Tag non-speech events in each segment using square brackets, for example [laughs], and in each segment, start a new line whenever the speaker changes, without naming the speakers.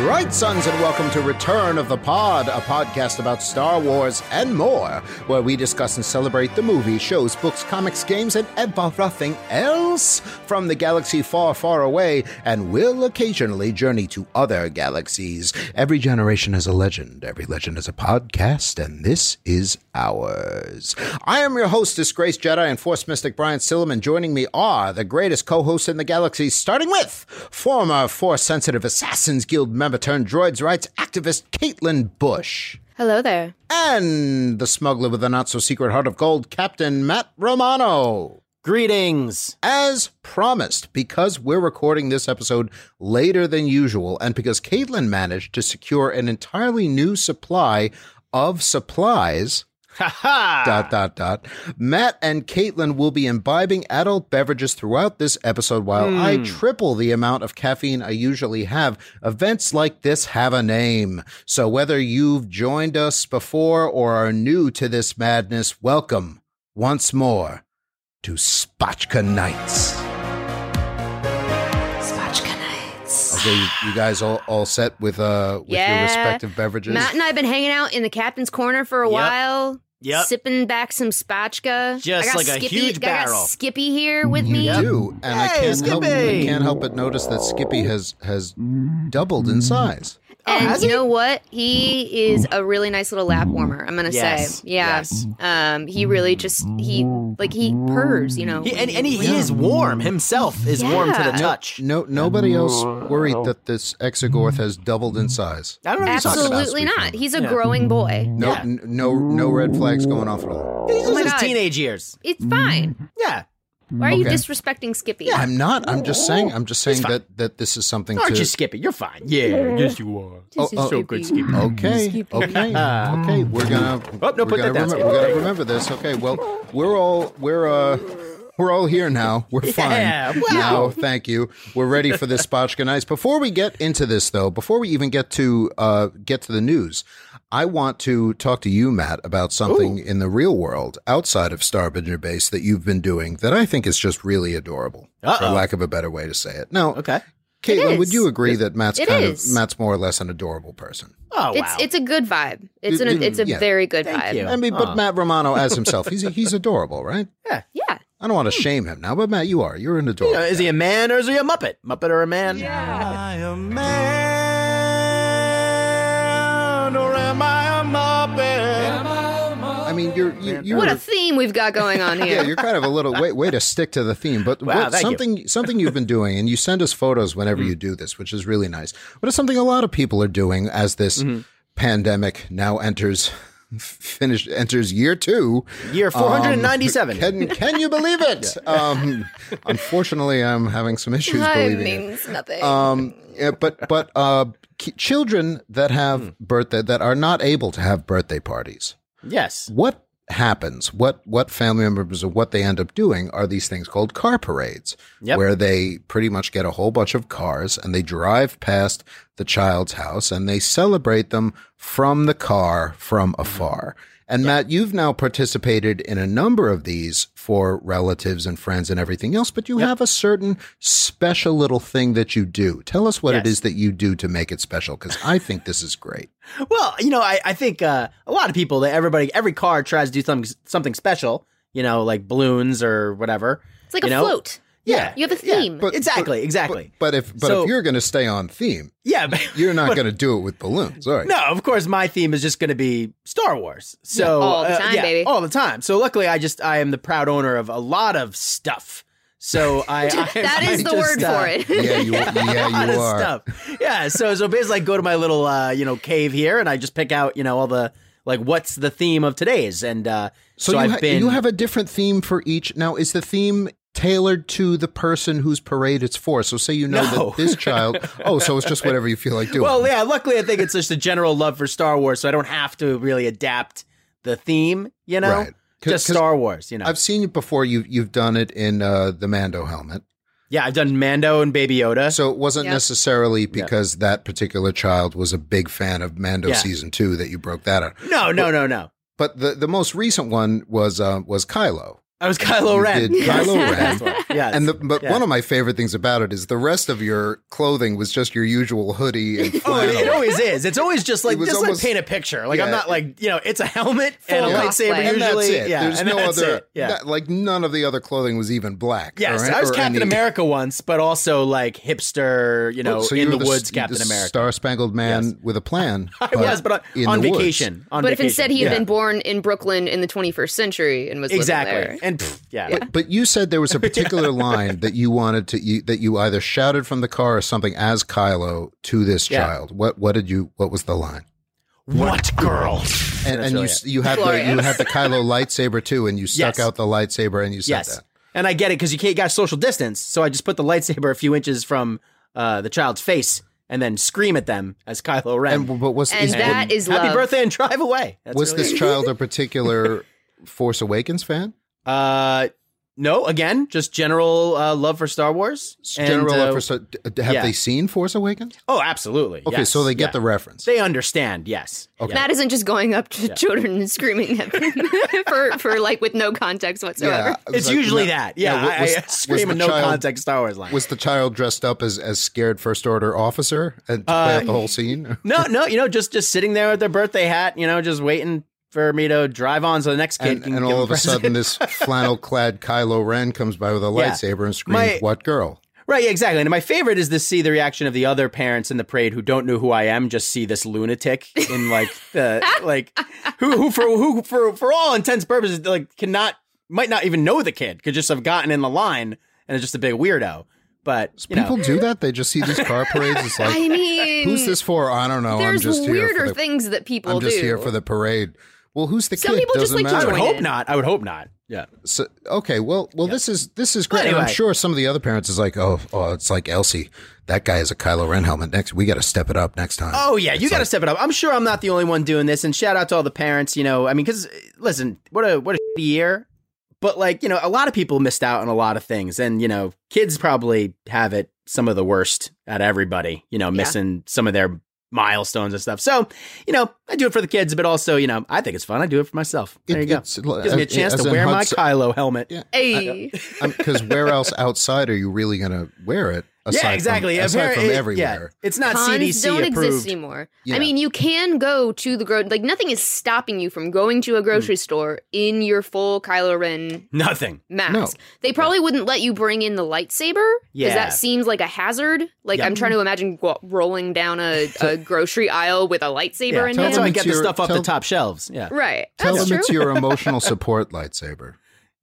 Right, sons, and welcome to Return of the Pod, a podcast about Star Wars and more, where we discuss and celebrate the movies, shows, books, comics, games, and everything else from the galaxy far, far away, and will occasionally journey to other galaxies. Every generation is a legend, every legend is a podcast, and this is ours. I am your host, Disgraced Jedi and Force Mystic Brian Silliman. Joining me are the greatest co hosts in the galaxy, starting with former Force Sensitive Assassins Guild member turned droids rights activist Caitlin Bush.
Hello there.
And the smuggler with a not so secret heart of gold, Captain Matt Romano.
Greetings.
As promised, because we're recording this episode later than usual, and because Caitlin managed to secure an entirely new supply of supplies,
Ha ha.
dot dot dot. Matt and Caitlin will be imbibing adult beverages throughout this episode while I triple the amount of caffeine I usually have. Events like this have a name. So whether you've joined us before or are new to this madness, welcome once more to Spotchka Nights.
Spatchka Nights.
Okay, you, you guys all, all set with uh with your
Yeah.
respective beverages?
Matt and I have been hanging out in the captain's corner for a
Yep.
while.
Yep.
Sipping back some spatchka.
Just
I got
like a
Skippy,
huge
I got
barrel.
Skippy here with me.
You do, and I
Hey,
can't help I
Skippy!
can't help but notice that Skippy has has doubled in size.
And you know what? He is a really nice little lap warmer, I'm gonna
Yes.
say. Yeah.
Yes.
Um he really just he like he purrs, you know.
He, and and he, is warm himself. Is warm to the
Yeah.
touch.
No, nobody else worried that this Exegorth has doubled in size.
I don't know what you're talking about.
Absolutely not. He's a growing boy.
No,
Yeah.
n- no, no red flags going off at all.
These
Oh my
are his
God.
teenage years.
It's
Mm-hmm.
fine.
Yeah.
Why are you
Okay.
disrespecting Skippy?
I'm not. I'm just saying. I'm just saying
fine.
that that this is something
Aren't
to.
you Skippy? You're fine. Yeah. Yes, you are.
Oh, oh,
So good,
Skippy.
Skippy.
Okay. Okay. Okay. We're gonna.
Oh, no,
we're
put
gonna
that down,
remem-
Skip.
We're gonna remember this. Okay. Well, we're all we're uh we're all here now. We're
Yeah,
fine.
wow.
Now, thank you. We're ready for this Spotchka Nights. Before we get into this, though, before we even get to uh get to the news, I want to talk to you, Matt, about something in the real world outside of Starbinger Base that you've been doing that I think is just really adorable, for
Uh-oh.
lack of a better way to say it. Now,
Okay.
Caitlin,
It
would
is.
you agree that Matt's
It
kind
is.
of Matt's more or less an adorable person?
Oh wow.
It's it's a good vibe. It's an
Mm,
it's a
yeah.
very good
Thank
vibe.
you.
I mean, but
Aw.
Matt Romano as himself, he's he's adorable, right?
Yeah.
I don't want to shame him now, but Matt, you are. You're an
Hmm. You
adorable.
know, is he a man or is he a muppet? Muppet or a man?
Yeah.
I mean, you're you, you're
What a theme we've got
[laughs]
going on
yeah,
here.
you're kind of a little way way to stick to the theme. But
Wow,
what,
thank you. Hmm.
something something you've been doing, and you send us photos whenever you do this, which is really nice. But it's something a lot of people are doing as this
Mm-hmm.
pandemic now enters finished enters year two.
Year
Um,
497.
can can you believe
[laughs]
it? Um, unfortunately, I'm having some issues
Time
believing it.
means nothing.
um, yeah, but but uh, ki- children that have birthday that are not able to have birthday parties,
yes.
what happens? What what family members or what they end up doing are these things called car parades,
Yep.
where they pretty much get a whole bunch of cars and they drive past the child's house and they celebrate them from the car from
Mm-hmm.
afar. And Matt, you've now participated in a number of these for relatives and friends and everything else, but you have a certain special little thing that you do. Tell us what it
Yes.
is that you do to make it special, because I think this is great.
Well, you know, I, I think uh, a lot of people that everybody every car tries to do something something special. You know, like balloons or whatever.
it's like a
you know?
float.
Yeah.
You have a
Yeah.
theme.
but-
exactly. [laughs] Exactly.
But if but
So-
if you're going to stay on theme,
yeah. but-
You're not going to do it with balloons, all right?
[laughs] No, of course, my theme is just going to be Star Wars. So
all the
uh,
time,
yeah,
baby.
all the time. So luckily, I just I am the proud owner of a lot of stuff. So I, I
[laughs]
[laughs] that
I
is the
just,
word
uh,
for it.
Yeah, you,
[laughs] a
yeah,
lot
you
of
are.
stuff. Yeah. So so basically, I go to my little uh, you know cave here, and I just pick out you know all the like what's the theme of today's, and uh,
So, you,
I've
ha-
been
you have a different theme for each. Now, is the theme tailored to the person whose parade it's for. So say you know
No.
that this
[laughs]
child. Oh, so it's just whatever you feel like doing.
Well, yeah. Luckily, I think it's just a general love for Star Wars, so I don't have to really adapt the theme. You know,
Right. 'Cause-
just
'cause
Star Wars. You know,
I've seen it before. You you've done it in uh, the Mando helmet,
yeah. I've done Mando and Baby Yoda.
so it wasn't
Yeah.
necessarily because that particular child was a big fan of Mando
Yeah.
season two that you broke that out.
no, no, no, no.
But the the most recent one was uh, was Kylo.
I was Kylo
You
Ren.
did
Yes.
Kylo Ren.
That's one. Yes.
And the, but
Yeah.
one of my favorite things about it is the rest of your clothing was just your usual hoodie and
[laughs] Oh, it,
flannel.
it always is. It's always just like
It was
just
almost-
like paint a picture. Like I'm
Yeah.
not like you know, it's a helmet and a
Full
lightsaber
cosplay.
and
usually.
that's it.
Yeah,
There's
and
no
that's
other.
it. Yeah.
that- like none of the other clothing was even black.
Yes,
or-
I was
or
Captain
any-
America once, but also like hipster, you know,
Oh, so you
in the,
were
woods,
s-
Captain
the
America.
Star Spangled Man with a plan.
[laughs] I was, but on,
in
on
the woods.
vacation. On
But if
vacation.
instead he had
Yeah.
been born in Brooklyn in the 21st century and was living
exactly,
there.
and pff, yeah,
But you said there was
[laughs]
a particular line that you wanted to you, that you either shouted from the car or something as Kylo to this
Yeah.
child. What what did you what was the line?
what girl?
And,
That's
and you
really
s-
it.
you had the you
Glorious.
had the Kylo lightsaber too, and you stuck
Yes.
out the lightsaber and you said
Yes,
that.
and I get it because you can't got social distance, so I just put the lightsaber a few inches from uh, the child's face and then scream at them as Kylo Ren.
And but was
And
is,
that is
Happy
love.
birthday and drive away. That's
was
really
this
it. [laughs]
child a particular Force Awakens fan?
Uh, no, again, just general uh, love for Star Wars. And,
General
uh,
Force- d- have
yeah.
they seen Force Awakens?
Oh, absolutely.
Okay,
yes,
so they get
yeah.
the reference.
They understand, yes.
Okay.
That isn't just going up to children and screaming at them [laughs] for, for like with no context whatsoever.
I was
It's
like,
usually
no-
that. Yeah,
no,
I, I [laughs] scream
the
a no
child-
context Star Wars line.
Was the child dressed up as as scared first order officer and to play
Uh,
out the whole scene?
no, no, you know, just just sitting there with their birthday hat, you know, just waiting for me to drive on so the next
[laughs]
kid
And,
can
and
give
all
a
of a
present.
sudden, this flannel clad Kylo Ren comes by with a
[laughs] Yeah.
lightsaber and screams,
My-
"What girl?"
[laughs] Right, yeah, exactly. And my favorite is to see the reaction of the other parents in the parade who don't know who I am, just see this lunatic in like the like who who for who for for all intents and purposes like cannot might not even know the kid, could just have gotten in the line and is just a big weirdo. But you
People
know,
do that. They just see these
[laughs]
car parades. It's like,
I mean,
who's this for? I don't know. I'm
there's
just here.
weirder
For the,
things that people
I'm just
do.
here for the parade. Well, who's the
Some
kid?
people just
Doesn't
like to
I
matter.
would
join
hope
in.
not. I would hope not. Yeah.
So, okay, well, well, this is this is great. And I'm
Anyway.
sure some of the other parents is like, oh, oh, it's like Elsie. That guy is a Kylo Ren helmet. Next, we got to step it up next time.
Oh yeah, you got to step it up. I'm sure I'm not the only one doing this. And shout out to all the parents. You know, I mean, because listen, what a what a shitty year. But like, you know, a lot of people missed out on a lot of things, and you know, kids probably have it some of the worst at everybody. You know, missing some of their milestones and stuff. So, you know, I do it for the kids, but also, you know, I think it's fun. I do it for myself. There you go.
uh,
Gives me a chance to wear my Kylo helmet.
Yeah.
Hey.
Because where else outside are you really going to wear it? Aside
[laughs] yeah, exactly.
From, aside
Apparent-
from
it-
everywhere.
yeah, it's not
Cons
CDC
don't
approved.
exist anymore.
Yeah.
I mean, you can go to the grocery like nothing is stopping you from going to a grocery
Mm.
store in your full Kylo Ren
Nothing.
mask. They probably wouldn't let you bring in the lightsaber because
Yeah.
that seems like a hazard. Like
Yeah.
I'm trying to imagine wa- rolling down a,
[laughs]
a grocery aisle with a lightsaber
Yeah,
in
Tell
hand.
that's how I
them
get
it's
the
your-
stuff off
tell-
the top shelves. Yeah.
Right.
Tell
That's
them
true.
it's
[laughs]
your emotional support lightsaber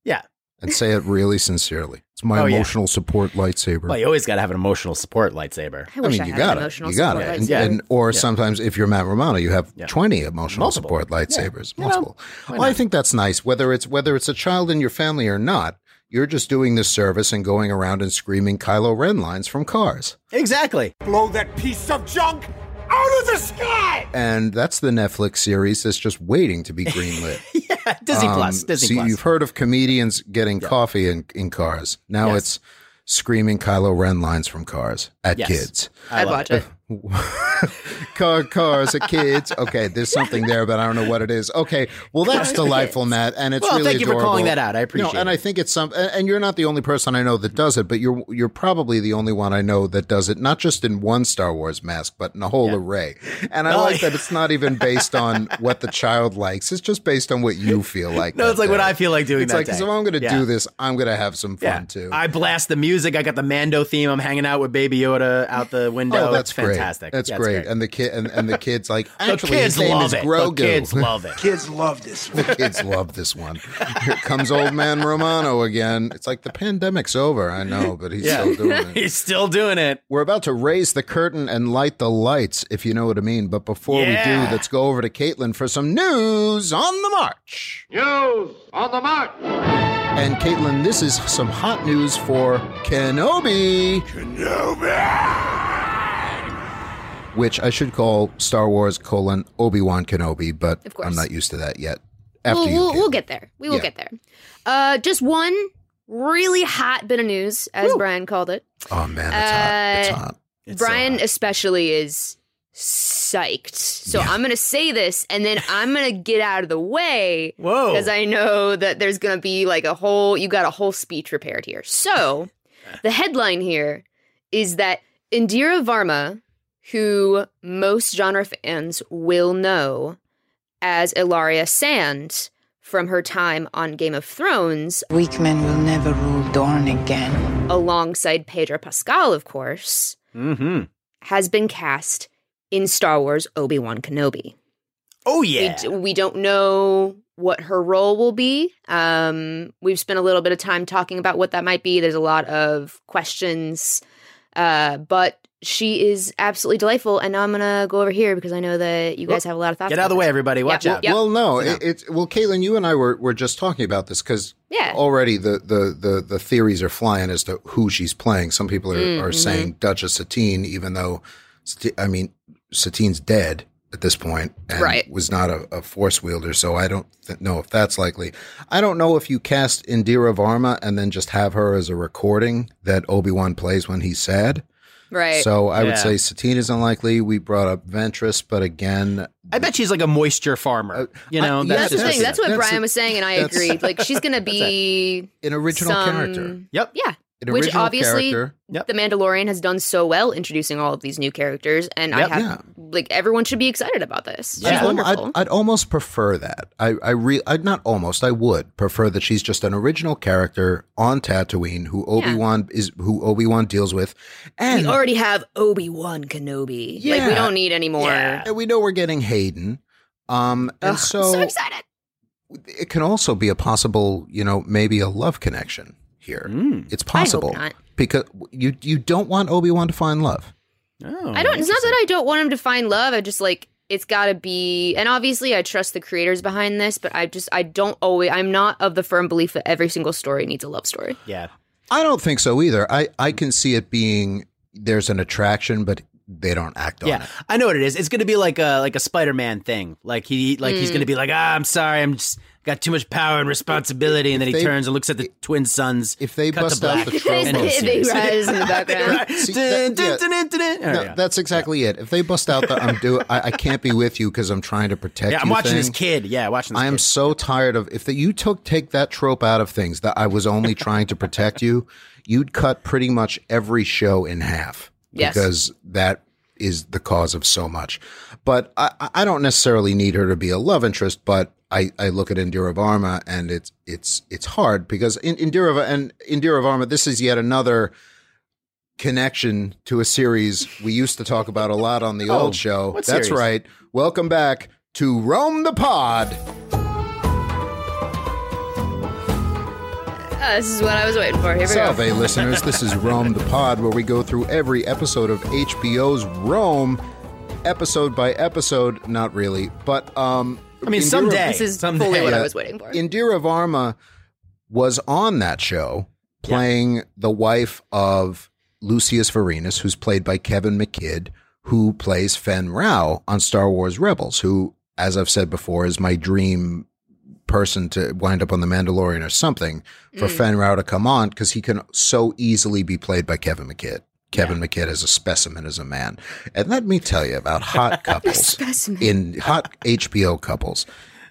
Yeah.
and say it really sincerely. It's my
Oh, yeah.
emotional support lightsaber.
Well, you always got to have an emotional support lightsaber.
I
I
wish
mean,
I,
you
had
got
an
it.
emotional
You got it.
support
And,
lightsaber.
and- or sometimes if you're Matt Romano, you have 20 emotional
Multiple.
support lightsabers, multiple. Well, I think that's nice. Whether it's whether it's a child in your family or not, you're just doing this service and going around and screaming Kylo Ren lines from cars.
Exactly. [laughs]
Blow that piece of junk out of the sky!
And that's the Netflix series that's just waiting to be greenlit.
Disney
Um,
Plus. Disney
see,
Plus.
you've heard of comedians getting coffee in, in cars. Now
Yes.
it's screaming Kylo Ren lines from cars at
Yes.
kids.
I'd
love
watch it.
Car, cars at kids. Okay, there's something there, but I don't know what it is. Okay, well that's delightful, Matt, and it's
Well,
really
thank you for
adorable.
calling that out. I appreciate
No, and I
it.
think it's some. And and you're not the only person I know that does it, but you're you're probably the only one I know that does it. Not just in one Star Wars mask, but in a whole array. And I
Oh,
like
yeah.
that it's not even based on what the child likes. It's just based on what you
[laughs]
feel like.
No, it's
that
like what
day.
I feel like doing
It's
that
like
day.
if I'm going to
Yeah.
do this, I'm going to have some fun
Yeah.
too.
I blast the music. I got the Mando theme. I'm hanging out with Baby Yoda out the window.
Oh, that's
it's fantastic.
Great. That's
Yeah, it's
great. And the kid and, and
[laughs]
the kids like
the
actually
kids
his name
love
is
it.
Grogu. [laughs]
The kids love it.
Kids love this one.
Kids love this one. Here comes old man Romano again. It's like the pandemic's over. I know, but he's
Yeah.
still doing it.
He's still doing it.
We're about to raise the curtain and light the lights, if you know what I mean. But before we
Yeah.
do, let's go over to Caitlin for some news on the march.
News on the march.
And Caitlin, this is some hot news for Kenobi, which I should call Star Wars colon Obi Wan Kenobi, but
Of course.
I'm not used to that yet. After
we'll,
you,
we'll, we'll
Caitlin.
get there. We will
Yeah.
get there. Uh, just one really hot bit of news, as Brian called it.
Oh man, it's
Uh,
hot. It's hot.
so
Brian especially is psyched. So I'm going to say this and then I'm going to get out of the way
Whoa.
because I know that there's going to be like a whole you got a whole speech prepared here. So the headline here is that Indira Varma, who most genre fans will know as Ilaria Sand from her time on Game of Thrones
Weak men will never rule Dorne again.
alongside Pedro Pascal of course,
Mm-hmm.
has been cast in Star Wars Obi Wan Kenobi.
Oh yeah.
We, d- we don't know what her role will be. Um, we've spent a little bit of time talking about what that might be. There's a lot of questions, uh, but she is absolutely delightful. And now I'm gonna go over here because I know that you guys have a lot of thoughts.
Get out of the
about
way,
this.
everybody. Watch
well-
out.
yeah. Yep.
Well, no, it- it's well, Caitlin, you and I were, were just talking about this because
Yeah.
already the, the, the, the theories are flying as to who she's playing. Some people are, are
Mm-hmm.
saying Duchess Satine, even though Sati- I mean Satine's dead at this point and
Right.
was not a, a force wielder, so I don't th- know if that's likely. I don't know if you cast Indira Varma and then just have her as a recording that Obi Wan plays when he's sad.
right?
So I would
Yeah.
say Satine is unlikely. We brought up Ventress, but again,
I bet she's like a moisture farmer. you know,
Uh, I-
that's,
yes,
the
that's-
thing. That's what
that's
Brian
a-
was saying, and
[laughs]
I
that's-
agreed. Like she's gonna be
an original
some-
character.
Yep.
Yeah,
An
which
original
obviously
character.
Yep.
the Mandalorian has done so well introducing all of these new characters, and
Yep.
I have
Yeah.
like everyone should be excited about this.
Yeah.
She's
I'd,
wonderful.
I'd, I'd almost prefer that. I, I re, I'd not almost. I would prefer that she's just an original character on Tatooine who Obi Wan is, who Obi Wan deals with, and
we already have Obi Wan Kenobi. Like we
Yeah.
don't need any more.
Yeah.
and we know we're getting Hayden. Um, and
Ugh,
so,
I'm so excited.
it can also be a possible, you know, maybe a love connection here.
Hmm.
It's possible
not.
because you you don't want Obi Wan to find love.
Oh,
I don't. It's not that I don't want him to find love. I just like it's got to be. And obviously, I trust the creators behind this, but I just I don't always. I'm not of the firm belief that every single story needs a love story.
Yeah.
I don't think so either. I I can see it being there's an attraction, but they don't act on
Yeah,
it.
I know what it is. It's gonna be like a like a Spider Man thing. Like he like he's gonna be like, ah, I'm sorry, I'm just got too much power and responsibility, and then he
they-
turns and looks at the twin sons.
If they
Cut to
bust out
black.
the
[laughs] they,
trombone
they
series,
rise
[laughs]
in the background.
See, that- yeah. No,
Yeah,
that's exactly it. If they bust out the I'm do I, I can't be with you because I'm trying to protect.
Yeah, I'm
you
watching this
thing,
kid. Yeah, watching this
I am
kid.
so tired of if that you took take that trope out of things that I was only trying to protect you, [laughs] you'd cut pretty much every show in half
Yes.
because that is the cause of so much. But I, I- I don't necessarily need her to be a love interest, but I, I look at Indira Varma and it's it's it's hard because in, Indira Va- and Indira Varma, this is yet another connection to a series we used to talk about a lot on the
[laughs]
old show.
Oh, what
That's
series?
right. Welcome back to Roam the Pod.
Uh, this is what I was waiting for. Here we go.
Salve, listeners. This is Rome the Pod, where we go through every episode of HBO's Rome, episode by episode. Not really, but um,
I mean,
Indira-
someday.
This is
someday.
fully what I
Yeah.
was waiting for.
Indira Varma was on that show playing the wife of Lucius Varinus, who's played by Kevin McKidd, who plays Fen Rao on Star Wars Rebels, who, as I've said before, is my dream person to wind up on The Mandalorian or something for
Mm.
Fen Rao to come on because he can so easily be played by Kevin McKidd. Kevin McKidd is a specimen as a man. And let me tell you about
[laughs]
hot couples
Specimen.
in hot HBO couples.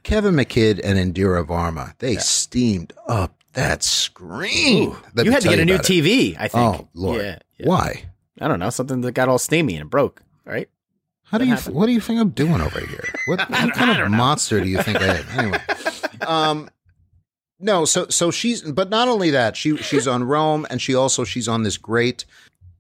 Kevin McKidd and Indira Varma, they steamed up that screen. Let
you
me
had to
tell
get a new
about it.
TV, I think.
Oh, Lord.
Yeah, yeah.
Why?
I don't know, something that got all steamy and it broke. Right?
How do you? What do you think I'm doing over here?
[laughs]
What, what kind of monster do you think I am? Anyway, um, no. So so she's, but not only that, she she's on Rome, and she also she's on this great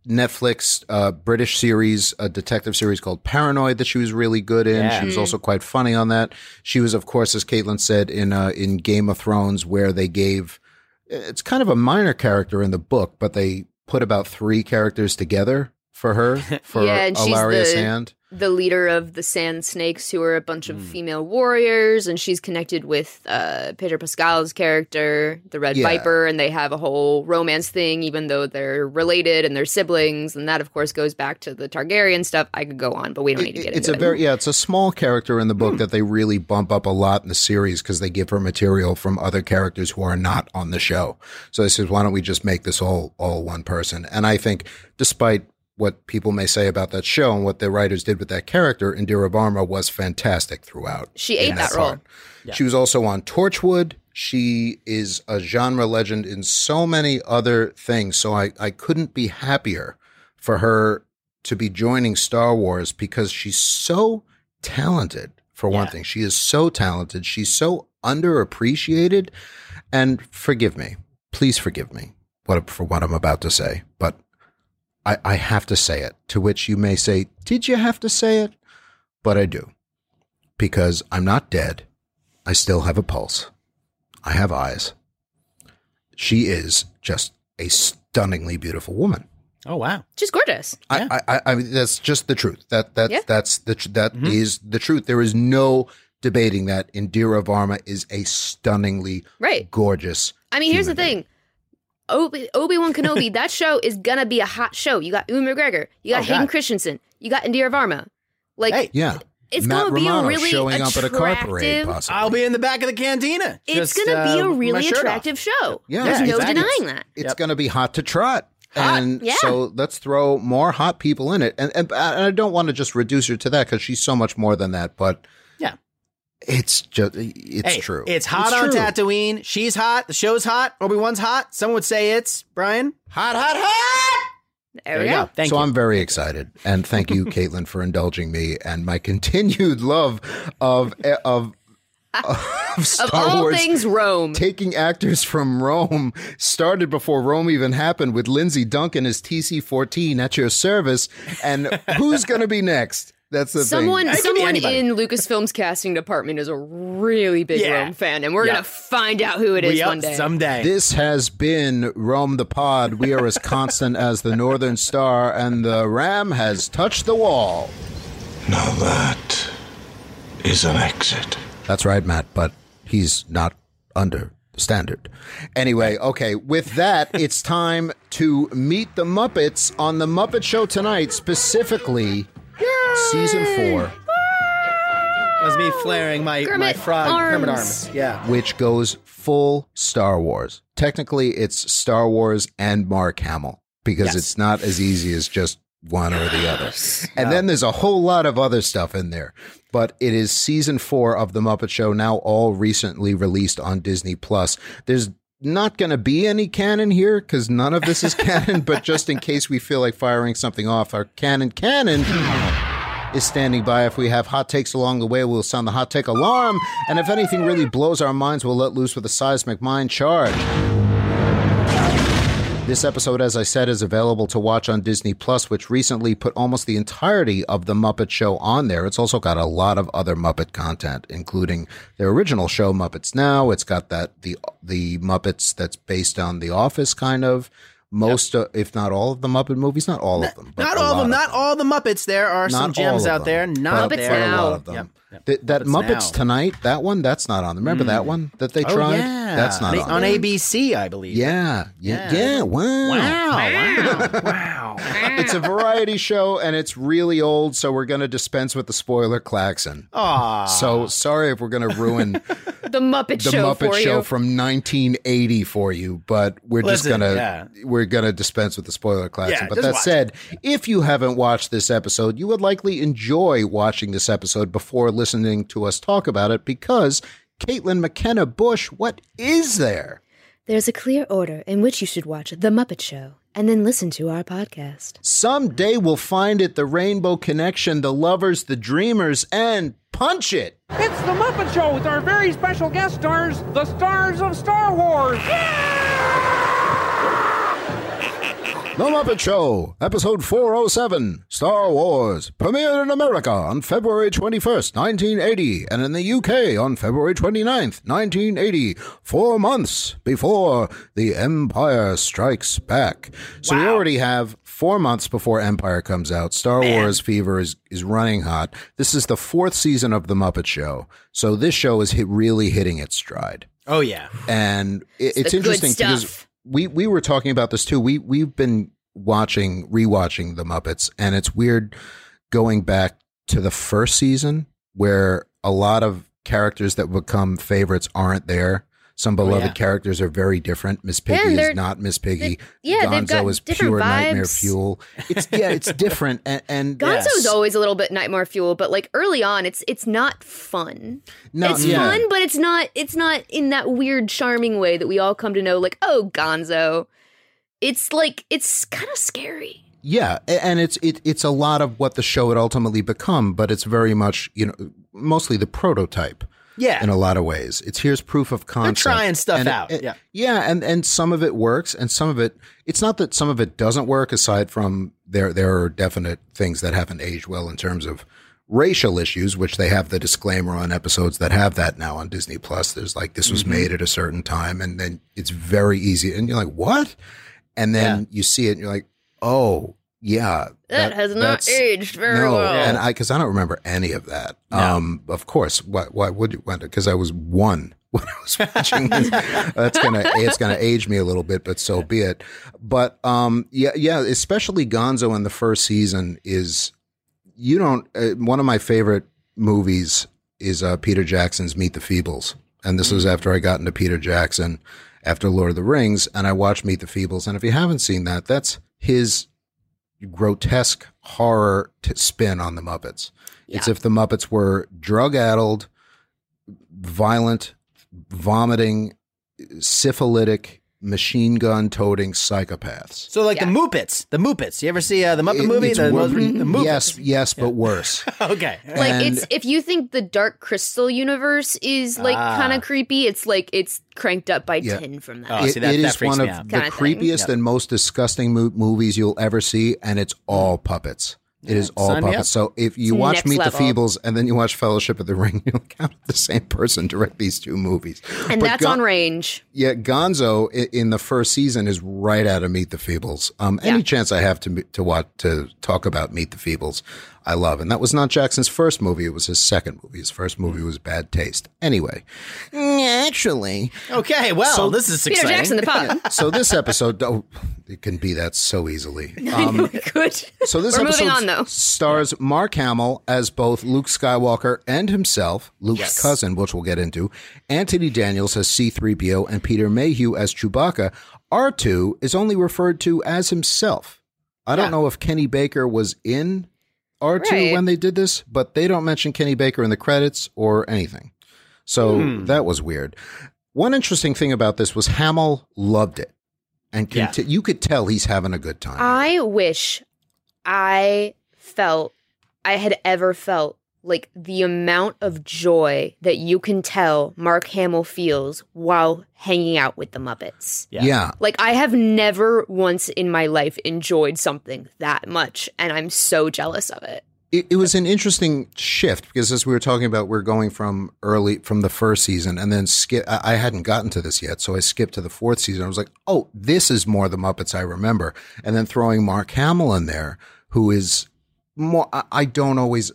Netflix uh, British series, a detective series called Paranoid that she was really good in.
Yeah.
She
Hmm.
was also quite funny on that. She was, of course, as Caitlin said, in uh, in Game of Thrones, where they gave it's kind of a minor character in the book, but they put about three characters together for
[laughs]
her for
Yeah, and she's
Alaria's
the-
hand.
the leader of the Sand Snakes, who are a bunch
Hmm.
of female warriors, and she's connected with uh, Pedro Pascal's character, the Red
Yeah.
Viper, and they have a whole romance thing, even though they're related and they're siblings. And that, of course, goes back to the Targaryen stuff. I could go on, but we don't need to get
It's
into
a
it. Hmm.
very yeah, it's a small character in the book that they really bump up a lot in the series because they give her material from other characters who are not on the show. So they says, why don't we just make this all all one person? And I think, despite what people may say about that show and what the writers did with that character, Indira Varma was fantastic throughout.
She
in
ate that role.
part. She was also on Torchwood. She is a genre legend in so many other things. So I, I couldn't be happier for her to be joining Star Wars because she's so talented, for one thing. She is so talented. She's so underappreciated. And forgive me, please forgive me what, for what I'm about to say, but I, I have to say it. To which you may say, Did you have to say it? But I do because I'm not dead. I still have a pulse. I have eyes. She is just a stunningly beautiful woman.
Oh wow.
She's gorgeous.
I
Yeah.
I, I, I mean, that's just the truth. That that
Yeah. Mm-hmm.
that's the tr- that is the truth. There is no debating that. Indira Varma is a stunningly
Right.
gorgeous.
I mean, here's the
human being.
thing. Obi Obi Wan Kenobi, that show is gonna be a hot show. You got Ewan McGregor, you got
Oh,
Hayden
God.
Christensen, you got Indira Varma. Like
Hey,
Yeah,
it's
Matt
gonna
Romano
be a really
showing
attractive,
up at a car parade. Possibly.
I'll be in the back of the cantina.
It's
Just,
gonna be
uh,
a
with my
really
shirt off.
attractive show.
Yeah,
There's no
exactly.
denying that.
it's
Yep.
going to be hot to trot.
Hot,
and
yeah.
so let's throw more hot people in it. And, and, and I don't want to just reduce her to that because she's so much more than that. But
Yeah.
it's just, it's
Hey,
true.
It's hot on
true.
Tatooine. She's hot. The show's hot. Obi Wan's hot. Some would say it's Brian. Oh,
Hot, hot, hot.
There, we go.
Thank
so
you.
I'm very excited, and thank
[laughs]
you, Caitlin, for indulging me and my continued love of
[laughs]
of of Star
Of all
Wars
things, Rome.
taking actors from Rome started before Rome even happened with Lindsay Duncan as TC14 at your service. And who's going to be next? That's the
Someone,
thing.
It could be
someone
anybody.
in Lucasfilm's casting department is a really big
Yeah.
Rome fan, and we're
Yeah.
gonna find out who it is
We up
one day.
someday.
This has been Rome the Pod. We are as constant as the Northern Star, and the ram has touched the wall.
Now that is an exit.
That's right, Matt, but he's not under the standard. Anyway, okay, with that, it's time to meet the Muppets on The Muppet Show tonight, specifically season four,
That was me flaring my, my
Kermit
frog Kermit
arms.
arms. Yeah.
which goes full Star Wars. Technically, it's Star Wars and Mark Hamill because
Yes.
it's not as easy as just one or the other. And then there's a whole lot of other stuff in there. But it is season four of The Muppet Show, now all recently released on Disney Plus. There's not going to be any canon here because none of this is canon. but just in case we feel like firing something off, our canon cannon is standing by. If we have hot takes along the way, we'll sound the hot take alarm. And if anything really blows our minds, we'll let loose with a seismic mind charge. This episode, as I said, is available to watch on Disney Plus, which recently put almost the entirety of The Muppet Show on there. It's also got a lot of other Muppet content, including their original show, Muppets Now. It's got that the the Muppets that's based on The Office, kind of. Most, uh, if not all of the Muppet movies, not all of them. but
Not
a
all of
lot
them. Not all the Muppets. There are some
not all
gems
of
out
them,
there. Not
but,
Muppets
but
there.
a
Now.
lot of them.
Yep, yep.
Th- that
Muppets
Muppets
Now.
Tonight, that one, that's not on. Remember that one that they
Oh,
tried?
yeah.
That's not on.
on ABC, I believe.
yeah, yeah,
Yeah.
yeah. Wow.
Wow. wow.
It's a variety show and it's really old, so we're going to dispense with the spoiler klaxon.
Aw.
[laughs] So sorry if we're going to ruin
[laughs]
the Muppet
the
Show
Muppet
for
Show
you.
from 1980 for you, but we're just
Listen,
gonna
yeah.
we're gonna dispense with the spoiler klaxon.
Yeah,
but
just
that
watch
said, if you haven't watched this episode, you would likely enjoy watching this episode before listening to us talk about it because Caitlin McKenna Bush, what is there?
There's a clear order in which you should watch The Muppet Show and then listen to our podcast.
Someday we'll find it the Rainbow Connection, the lovers, the dreamers, and punch it.
It's the Muppet Show with our very special guest stars, the stars of Star Wars.
The Muppet Show, episode 407, Star Wars, premiered in America on February 21st, 1980, and in the UK on February 29th, 1980, four months before The Empire Strikes Back. So we already have four months before Empire comes out. Star Wars fever is, is running hot. This is the fourth season of The Muppet Show, so this show is hit, really hitting its stride
Oh yeah.
and it, it's,
the good
interesting because
stuff.
we we were talking about this too. We we've been watching rewatching the Muppets, and it's weird going back to the first season where a lot of characters that become favorites aren't there. Some beloved
yeah.
characters are very different. Miss
Oh, Yeah,
Piggy
they're-
is not Miss Piggy.
they- yeah, they've
Gonzo
got
is
different
pure nightmare
vibes.
fuel. It's yeah,
[laughs]
it's different. And, and
Gonzo's
Yes.
always a little bit nightmare fuel, but like early on, it's it's not fun.
no,
it's
yeah.
fun, but it's not it's not in that weird, charming way that we all come to know. Like, oh, Gonzo. It's like it's kind of scary.
Yeah, a- and it's it, it's a lot of what the show had ultimately become, but it's very much you know mostly the prototype
Yeah.
in a lot of ways. It's here's proof of concept.
trying stuff
And-
out,
and-
yeah.
yeah, and and some of it works, and some of it it's not that some of it doesn't work. Aside from there, there are definite things that haven't aged well in terms of racial issues, which they have the disclaimer on episodes that have that now on Disney Plus. There's like this
Mm-hmm.
was made at a certain time, and then it's very easy, and you're like, what? And then you see it, and you're like, oh yeah,
That, has not
that's-
aged very
no,
well.
and I because I don't remember any of that. Um, of course, why why would you? Because I was one [laughs] when I was watching this. That's gonna it's gonna age me a little bit, but so be it. But um, yeah, yeah, especially Gonzo in the first season is you don't. Uh, one of my favorite movies is uh, Peter Jackson's Meet the Feebles, and this
Mm.
was after I got into Peter Jackson after Lord of the Rings, and I watched Meet the Feebles. And if you haven't seen that, that's his grotesque horror t- spin on the Muppets. It's if the Muppets were drug addled, violent, vomiting, syphilitic, machine gun toting psychopaths.
So like the
Yeah.
Muppets, the Muppets. You ever see uh, the Muppet
It-
movie?
it's
The,
wor-
the, the Muppets.
yes, yes, but worse.
[laughs] Okay.
like
And-
it's if you think the dark crystal universe is like
Ah.
kind of creepy it's like it's cranked up by
Yeah. Ah.
10 from that
Oh, see,
It-
that-
it
that
is
freaks
one of
me out.
the
Kinda thing.
creepiest
Yep.
and most disgusting mo- movies you'll ever see, and it's all
Mm.
puppets. It is all
sign me up.
puppets. So if you
It's
watch
next
Meet
level.
the Feebles and then you watch Fellowship of the Ring, [laughs] you're like, how did the same person direct these two movies?
and
But
that's
Gon-
on range
Yeah, Gonzo i- in the first season is right out of Meet the Feebles. Um, Any
Yeah.
chance I have to m- to watch to talk about Meet the Feebles, I love. And that was not Jackson's first movie; it was his second movie. His first
Mm.
movie was Bad Taste. Anyway, actually,
Okay. Well, this is
peter
exciting.
[laughs]
jackson the pod
so this episode, oh, it can be that so easily.
um, good
So this
We're moving
episode
on, though.
stars Mark Hamill as both Luke Skywalker and himself, Luke's cousin, which we'll get into, Anthony Daniels as C-3PO, and Peter Mayhew as Chewbacca. R2 is only referred to as himself. I don't know if Kenny Baker was in R2
Right.
when they did this, but they don't mention Kenny Baker in the credits or anything. So
Hmm.
that was weird. One interesting thing about this was Hamill loved it. And
Yeah.
conti- you could tell he's having a good time.
i wish i felt i had ever felt like the amount of joy that you can tell mark hamill feels while hanging out with the muppets
Yeah.
yeah.
Like I have never once in my life enjoyed something that much, and I'm so jealous of it.
it, it was an interesting shift because as we were talking about we're going from early from the first season and then skip I, I hadn't gotten to this yet so i skipped to the fourth season i was like oh this is more the muppets i remember and then throwing mark hamill in there who is more i, I don't always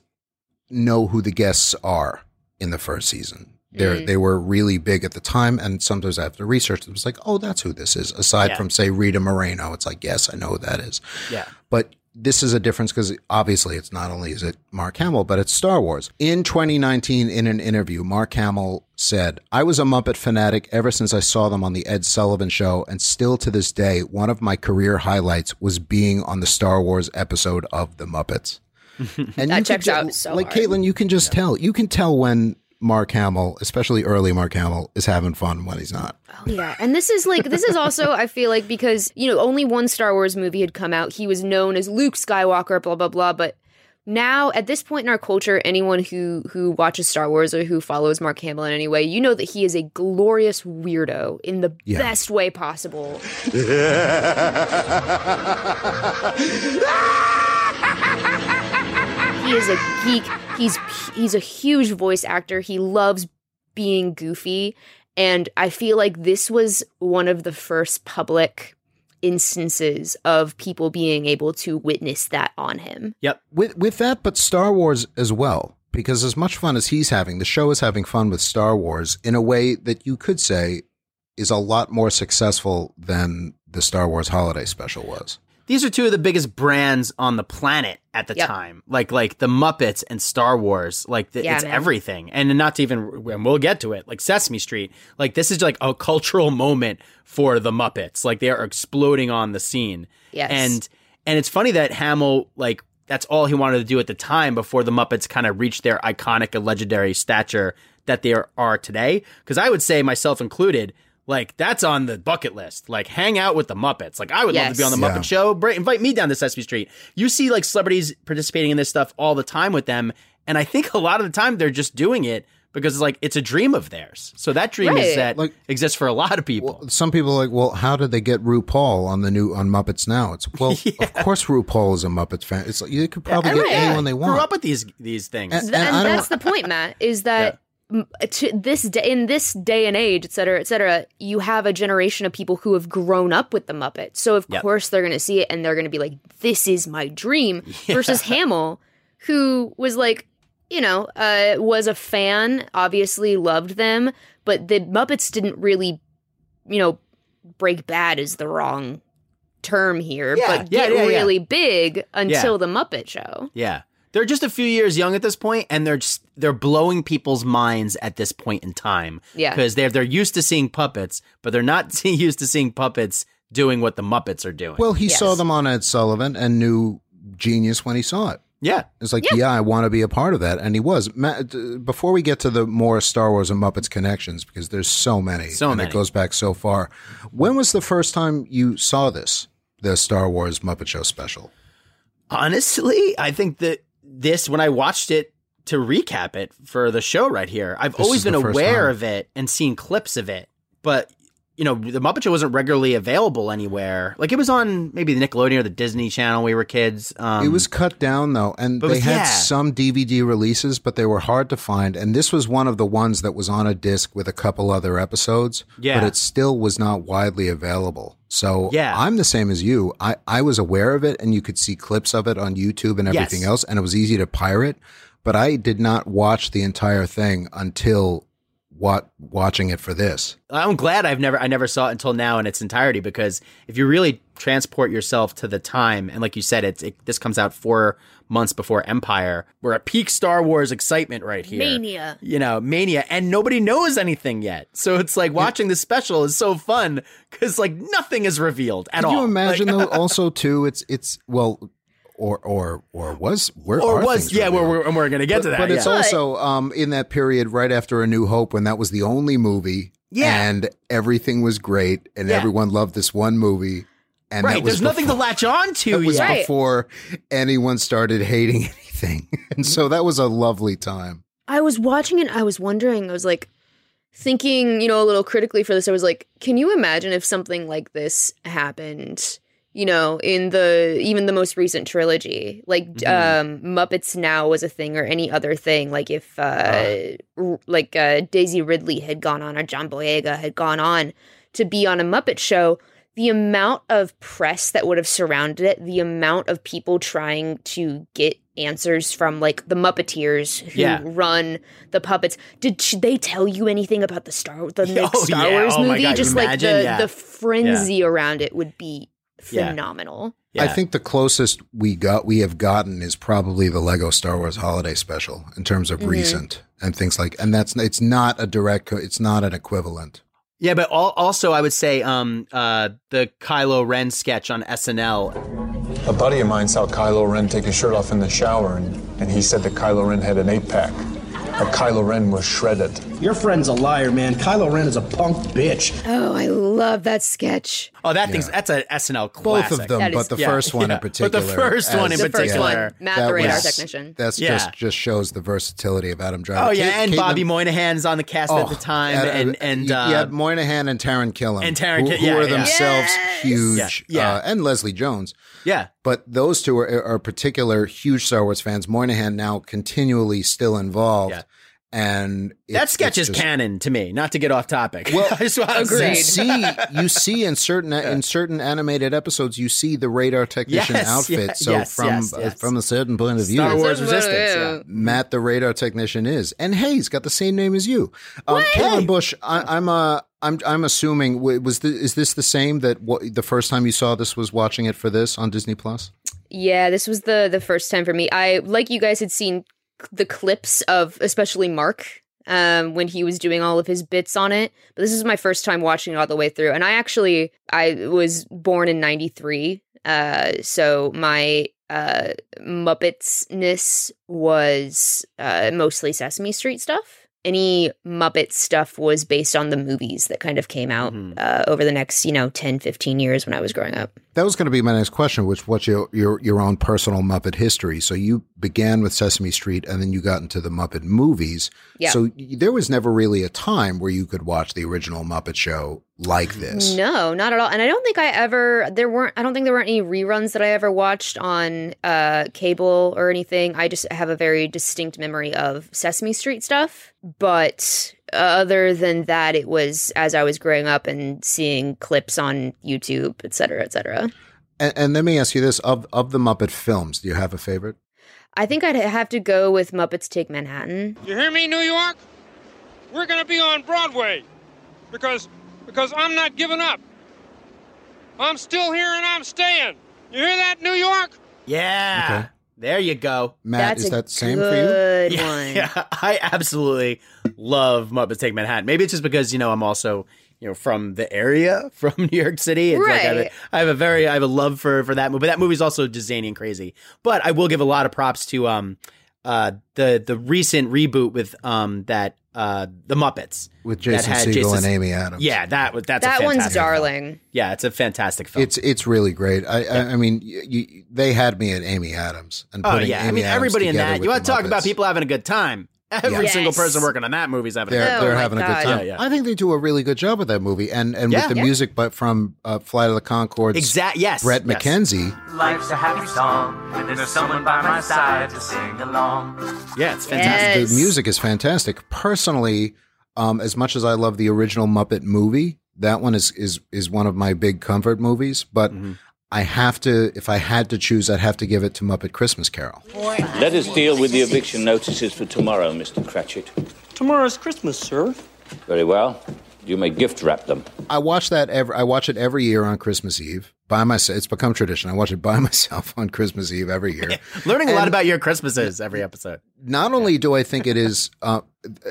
know who the guests are in the first season they are
Mm.
they were really big at the time and sometimes i have to research them it's like oh that's who this is aside
Yeah.
from say rita moreno it's like yes i know who that is
Yeah.
but this is a difference because obviously it's not only is it Mark Hamill, but it's Star Wars. In 2019, in an interview, Mark Hamill said, I was a Muppet fanatic ever since I saw them on The Ed Sullivan Show, and still to this day, one of my career highlights was being on the Star Wars episode of The Muppets. And you
That
could
checks
ju-
out so
Like
hard.
Caitlin, you can just tell. You can tell when Mark Hamill, especially early Mark Hamill, is having fun when he's not.
Oh yeah, and this is like this is also I feel like because you know only one Star Wars movie had come out. He was known as Luke Skywalker, blah blah blah, but now at this point in our culture, anyone who who watches Star Wars or who follows Mark Hamill in any way, you know that he is a glorious weirdo in the
Yeah.
best way possible. [laughs] he is a geek. He's he's a huge voice actor. He loves being goofy, and I feel like this was one of the first public instances of people being able to witness that on him.
with with that, but Star Wars as well, because as much fun as he's having, the show is having fun with Star Wars in a way that you could say is a lot more successful than the Star Wars holiday special was.
These are two of the biggest brands on the planet at the
Yep.
time. Like like the Muppets and Star Wars. Like the,
Yeah,
it's
man.
everything. And not to even and we'll get to it. Like Sesame Street. Like this is like a cultural moment for the Muppets. Like they are exploding on the scene.
Yes.
And and it's funny that Hamill like that's all he wanted to do at the time before the Muppets kind of reached their iconic and legendary stature that they are, are today. Because I would say myself included, like that's on the bucket list. Like hang out with the Muppets. Like I would love to be
Yes.
on the
Yeah.
Muppet Show. Bra- invite me down to Sesame Street. You see like celebrities participating in this stuff all the time with them, and I think [laughs] a lot of the time they're just doing it because it's like it's a dream of theirs. So that dream
Right.
is that
Like-
exists for a lot of people.
Some people are like, well, how did they get RuPaul on the new on Muppets now? It's
[laughs]
well, of course RuPaul is a Muppets fan. It's like you could probably get anyone they want.
Grew up with these these things.
And-
Th- and,
I don't-
that's the point, Matt, is that m to this day, in this day and age, et cetera, et cetera, you have a generation of people who have grown up with the Muppets. So of
Yep.
course they're going to see it and they're going to be like, "This is my
[laughs]
dream." Versus Hamill, who was like, you know, uh, was a fan, obviously loved them, but the Muppets didn't really, you know, break bad is the wrong term here,
Yeah,
but
yeah,
get
yeah, yeah.
really big until the Muppet Show.
Yeah. They're just a few years young at this point and they're just they're blowing people's minds at this point in time.
Yeah.
Because they're they're used to seeing puppets, but they're not [laughs] see- used to seeing puppets doing what the Muppets are doing.
well, he
Yes.
saw them on Ed Sullivan and knew genius when he saw it.
yeah.
It's like, yeah, I want to be a part of that, and he was. Ma- d- Before we get to the more Star Wars and Muppets connections, because there's so many,
So
and
many.
it goes back so far. When was the first time you saw this, the Star Wars Muppet Show special?
Honestly, I think that this when I watched it to recap it for the show right here, I've
This
always
is the
been
first
aware
time.
of it and seen clips of it, but you know, the Muppet Show wasn't regularly available anywhere. Like it was on maybe the Nickelodeon or the Disney Channel when we were kids. Um,
it was cut down though, and
but
they
it was-
had
yeah.
some DVD releases, but they were hard to find. And this was one of the ones that was on a disc with a couple other episodes.
Yeah.
but it still was not widely available. So
Yeah.
I'm the same as you. I I was aware of it, and you could see clips of it on YouTube and everything
Yes.
else, and it was easy to pirate. But I did not watch the entire thing until what watching it for this.
I'm glad I've never I never saw it until now in its entirety because if you really transport yourself to the time and like you said it's it, this comes out 4 months before Empire we're at peak Star Wars excitement right here.
Mania.
You know, mania and nobody knows anything yet. So it's like watching this special is so fun cuz like nothing is revealed at
Could
all.
you imagine
Like- [laughs]
though? Also, too, it's it's well, or or or was where
or
are
was
things
yeah, we're,
revealed?
we're, and we're going to get to that.
But it's
yeah.
also um, in that period right after A New Hope when that was the only movie.
Yeah.
And everything was great and
Yeah.
everyone loved this one movie. And that
right,
was
there's nothing to
before-
latch on to
That was
yet.
Right.
before anyone started hating [laughs] anything. And so that was a lovely time.
I was watching it. I was wondering. I was like thinking, you know, a little critically for this. I was like, can you imagine if something like this happened? You know, in the even the most recent trilogy, like um, Muppets Now was a thing, or any other thing. Like if uh, r- like uh, Daisy Ridley had gone on, or John Boyega had gone on to be on a Muppet show. The amount of press that would have surrounded it, the amount of people trying to get answers from like the Muppeteers who
Yeah.
run the puppets. Did should they tell you anything about the Star the next
[laughs] Oh,
Star
yeah.
Wars
Oh my
movie?
God,
Just
you
like
imagine?
the
Yeah.
the frenzy around it would be
Yeah.
phenomenal.
I
Yeah.
think the closest we got we have gotten is probably the Lego Star Wars Holiday Special in terms of recent and things like and that's it's not a direct co- it's not an equivalent.
Yeah, but al- also I would say um, uh, the Kylo Ren sketch on SNL.
A buddy of mine saw Kylo Ren take his shirt off in the shower, and, and he said that Kylo Ren had an eight pack. or Kylo Ren was shredded.
Your friend's a liar, man. Kylo Ren is a punk bitch.
Oh, I love that sketch.
Oh, that thing's that's an SNL classic.
Both of them,
That
but
is-
the
Yeah,
first one
yeah.
in
But the
particular.
first one in
The first
particular.
one, Matt
That
the radar
was-
technician.
That's
Yeah.
just just shows the versatility of Adam Driver.
Oh yeah,
Kate-
and
Kate
Bobby
Moon-
Moynihan's on the cast at the
Oh,
time,
Adam-
and and
you,
uh,
you had Moynihan and Taron Killam,
and Taron
who,
Kill-
who
yeah,
are
yeah.
themselves
Yes!
huge,
Yeah, yeah.
Uh, and Leslie Jones.
yeah,
But those two are, are particular huge Star Wars fans. Moynihan now continually still involved,
Yeah.
and it-
that
it's
sketch is
just-
canon to me. Not to get off topic. [laughs]
Well,
I just wanna
agreed.
You see,
say- [laughs]
you see in certain in certain animated episodes, you see the radar technician
Yes, [laughs]
outfit.
yeah,
so
yes,
from
yes,
uh,
yes.
from a certain point of view,
Star Wars
That's what it
Resistance. Yeah.
is.
Matt the radar technician is, and hey, he's got the same name as you, um, Kevin Bush. I, I'm uh, I'm I'm assuming w- was the, is this the same that what, the first time you saw this was watching it for this on Disney Plus?
Yeah, this was the the first time for me. I like you guys had seen c- the clips of especially Mark um when he was doing all of his bits on it. But this is my first time watching it all the way through. And I actually I was born in 93. Uh so my uh Muppetsness was uh mostly Sesame Street stuff. Any Muppet stuff was based on the movies that kind of came out uh, over the next, you know, 10, 15 years when I was growing up.
That was going to be my next question, which what's your, your your own personal Muppet history? So you began with Sesame Street, and then you got into the Muppet movies.
Yeah.
So y- there was never really a time where you could watch the original Muppet Show like this.
No, not at all. And I don't think I ever there weren't I don't think there were any reruns that I ever watched on uh cable or anything. I just have a very distinct memory of Sesame Street stuff, but other than that it was as I was growing up and seeing clips on YouTube, et cetera, et cetera.
And, and let me ask you this: of of the Muppet films, do you have a favorite?
I think I'd have to go with Muppets Take Manhattan.
You hear me, New York? We're gonna be on Broadway because because I'm not giving up. I'm still here and I'm staying. You hear that, New York?
Yeah. There you go.
Matt,
That's
is
a
that same for you?
good
[laughs] Yeah,
one.
yeah, I absolutely love Muppets Take Manhattan. Maybe it's just because you know I'm also you know from the area, [laughs] from New York City. It's like I, have
Right.
a, I have a very I have a love for for that movie. But that movie's also just zany and crazy. But I will give a lot of props to um uh the the recent reboot with um that uh the Muppets
with
that
Jason
had
Segel
Jason
and
Se-
Amy Adams.
Yeah, that was that's
That
a
one's
fantastic film.
darling.
Yeah, it's a fantastic film.
it's it's really great. I I, I mean, y you, they had me at Amy Adams and
oh
putting
yeah,
Amy
I mean
Adams
everybody in
together
that.
with
You
the
want to talk about
Muppets.
people having a good time? [laughs] Every
Yeah.
single
Yes.
person working on that movie's having a good
They're,
Oh
they're
my
having a
God.
good time.
Yeah, yeah.
I think they do a really good job with that movie, and and
Yeah.
with the
Yeah.
music, but from uh, Flight of the Concords,
Exact. Yes.
Brett
yes.
McKenzie.
Life's a happy song when there's someone by my side to sing along.
Yeah, it's fantastic.
Yes.
The music is fantastic. Personally, um, as much as I love the original Muppet movie, that one is is is one of my big comfort movies. But
Mm-hmm.
I have to, if I had to choose, I'd have to give it to Muppet Christmas Carol.
Let us deal with the eviction notices for tomorrow, Mr. Cratchit.
Tomorrow's Christmas, sir.
Very well. You may gift wrap them.
I watch that every. I watch it every year on Christmas Eve by myself. It's become tradition. I watch it by [laughs] myself on Christmas Eve every year.
Learning a lot about your Christmases every episode.
Not only do I think it is uh,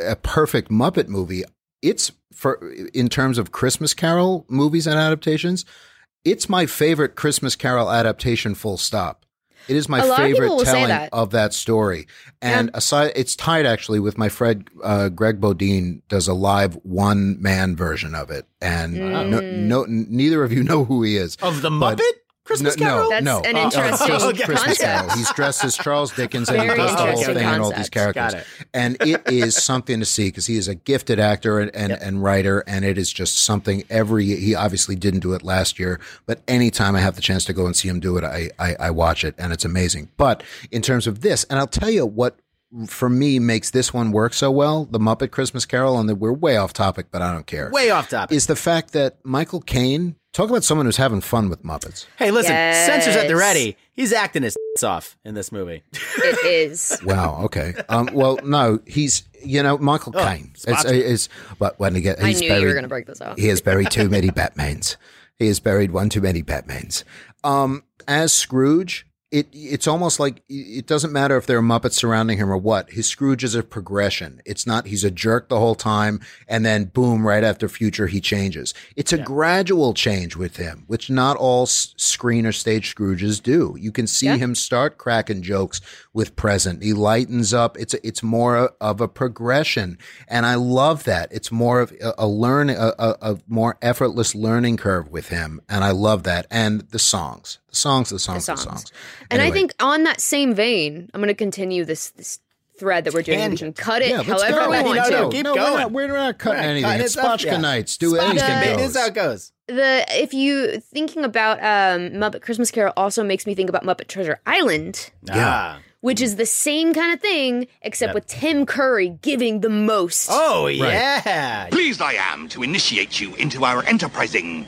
a perfect Muppet movie, it's for in terms of Christmas Carol movies and adaptations. It's my favorite Christmas Carol adaptation. Full stop. It is my
A lot of
favorite
people will say
telling
that.
of that story. And aside, it's tied actually with my friend uh, Greg Bodine does a live one man version of it, and no,
Mm.
no, neither of you know who he is.
Of the
But-
Muppet Christmas
no,
Carol?
no,
That's
no.
an
Uh,
interesting
uh, Christmas
concept.
Carol. He's dressed as Charles Dickens and he
Very
does the whole
interesting
thing and all these
concept.
characters.
Got it.
And it is
[laughs]
something to see because he is a gifted actor and, and, and writer, and it is just something every he obviously didn't do it last year, but anytime I have the chance to go and see him do it, I, I, I watch it and it's amazing. But in terms of this, and I'll tell you what for me makes this one work so well, the Muppet Christmas Carol, and the, we're way off topic, but I don't care.
Way off topic.
is the fact that Michael Caine talk about someone who's having fun with Muppets.
hey, listen,
Yes.
censors at the ready. He's acting his [laughs] off in this movie.
It
[laughs]
is.
Wow. Okay. Um, well, no, he's you know Michael
Oh,
Caine. It's, it's but when he get
I
he's
knew
buried,
you were going to break this out.
he has buried too many Batmans. He has buried one too many Batmans. Um, as Scrooge, it it's almost like it doesn't matter if there are Muppets surrounding him or what. His Scrooge is a progression. It's not he's a jerk the whole time, and then boom, right after Future he changes. It's a
Yeah.
gradual change with him, which not all s- screen or stage Scrooges do. You can see
Yeah.
him start cracking jokes with present. He lightens up. It's it's more of a progression, and I love that. It's more of a, a learn a, a, a more effortless learning curve with him, and I love that. And the songs, the songs, the songs, the songs.
songs. And I
Anyway.
think on that same vein, I'm going to continue this this thread that we're doing.
Can
We can cut it
Yeah, let's
however
go.
we want
No,
to.
no, keep
we're
going.
not- We're not, cutting
Right,
anything.
cut
It's
it up,
Spotchka
yeah.
nights. Do
Spotchka
anything.
night,
goes.
This is how it goes.
the if you thinking about um, Muppet Christmas Carol also makes me think about Muppet Treasure Island,
Yeah.
which is the same kind of thing except with Tim Curry giving the most.
Oh yeah.
Pleased I am to initiate you into our enterprising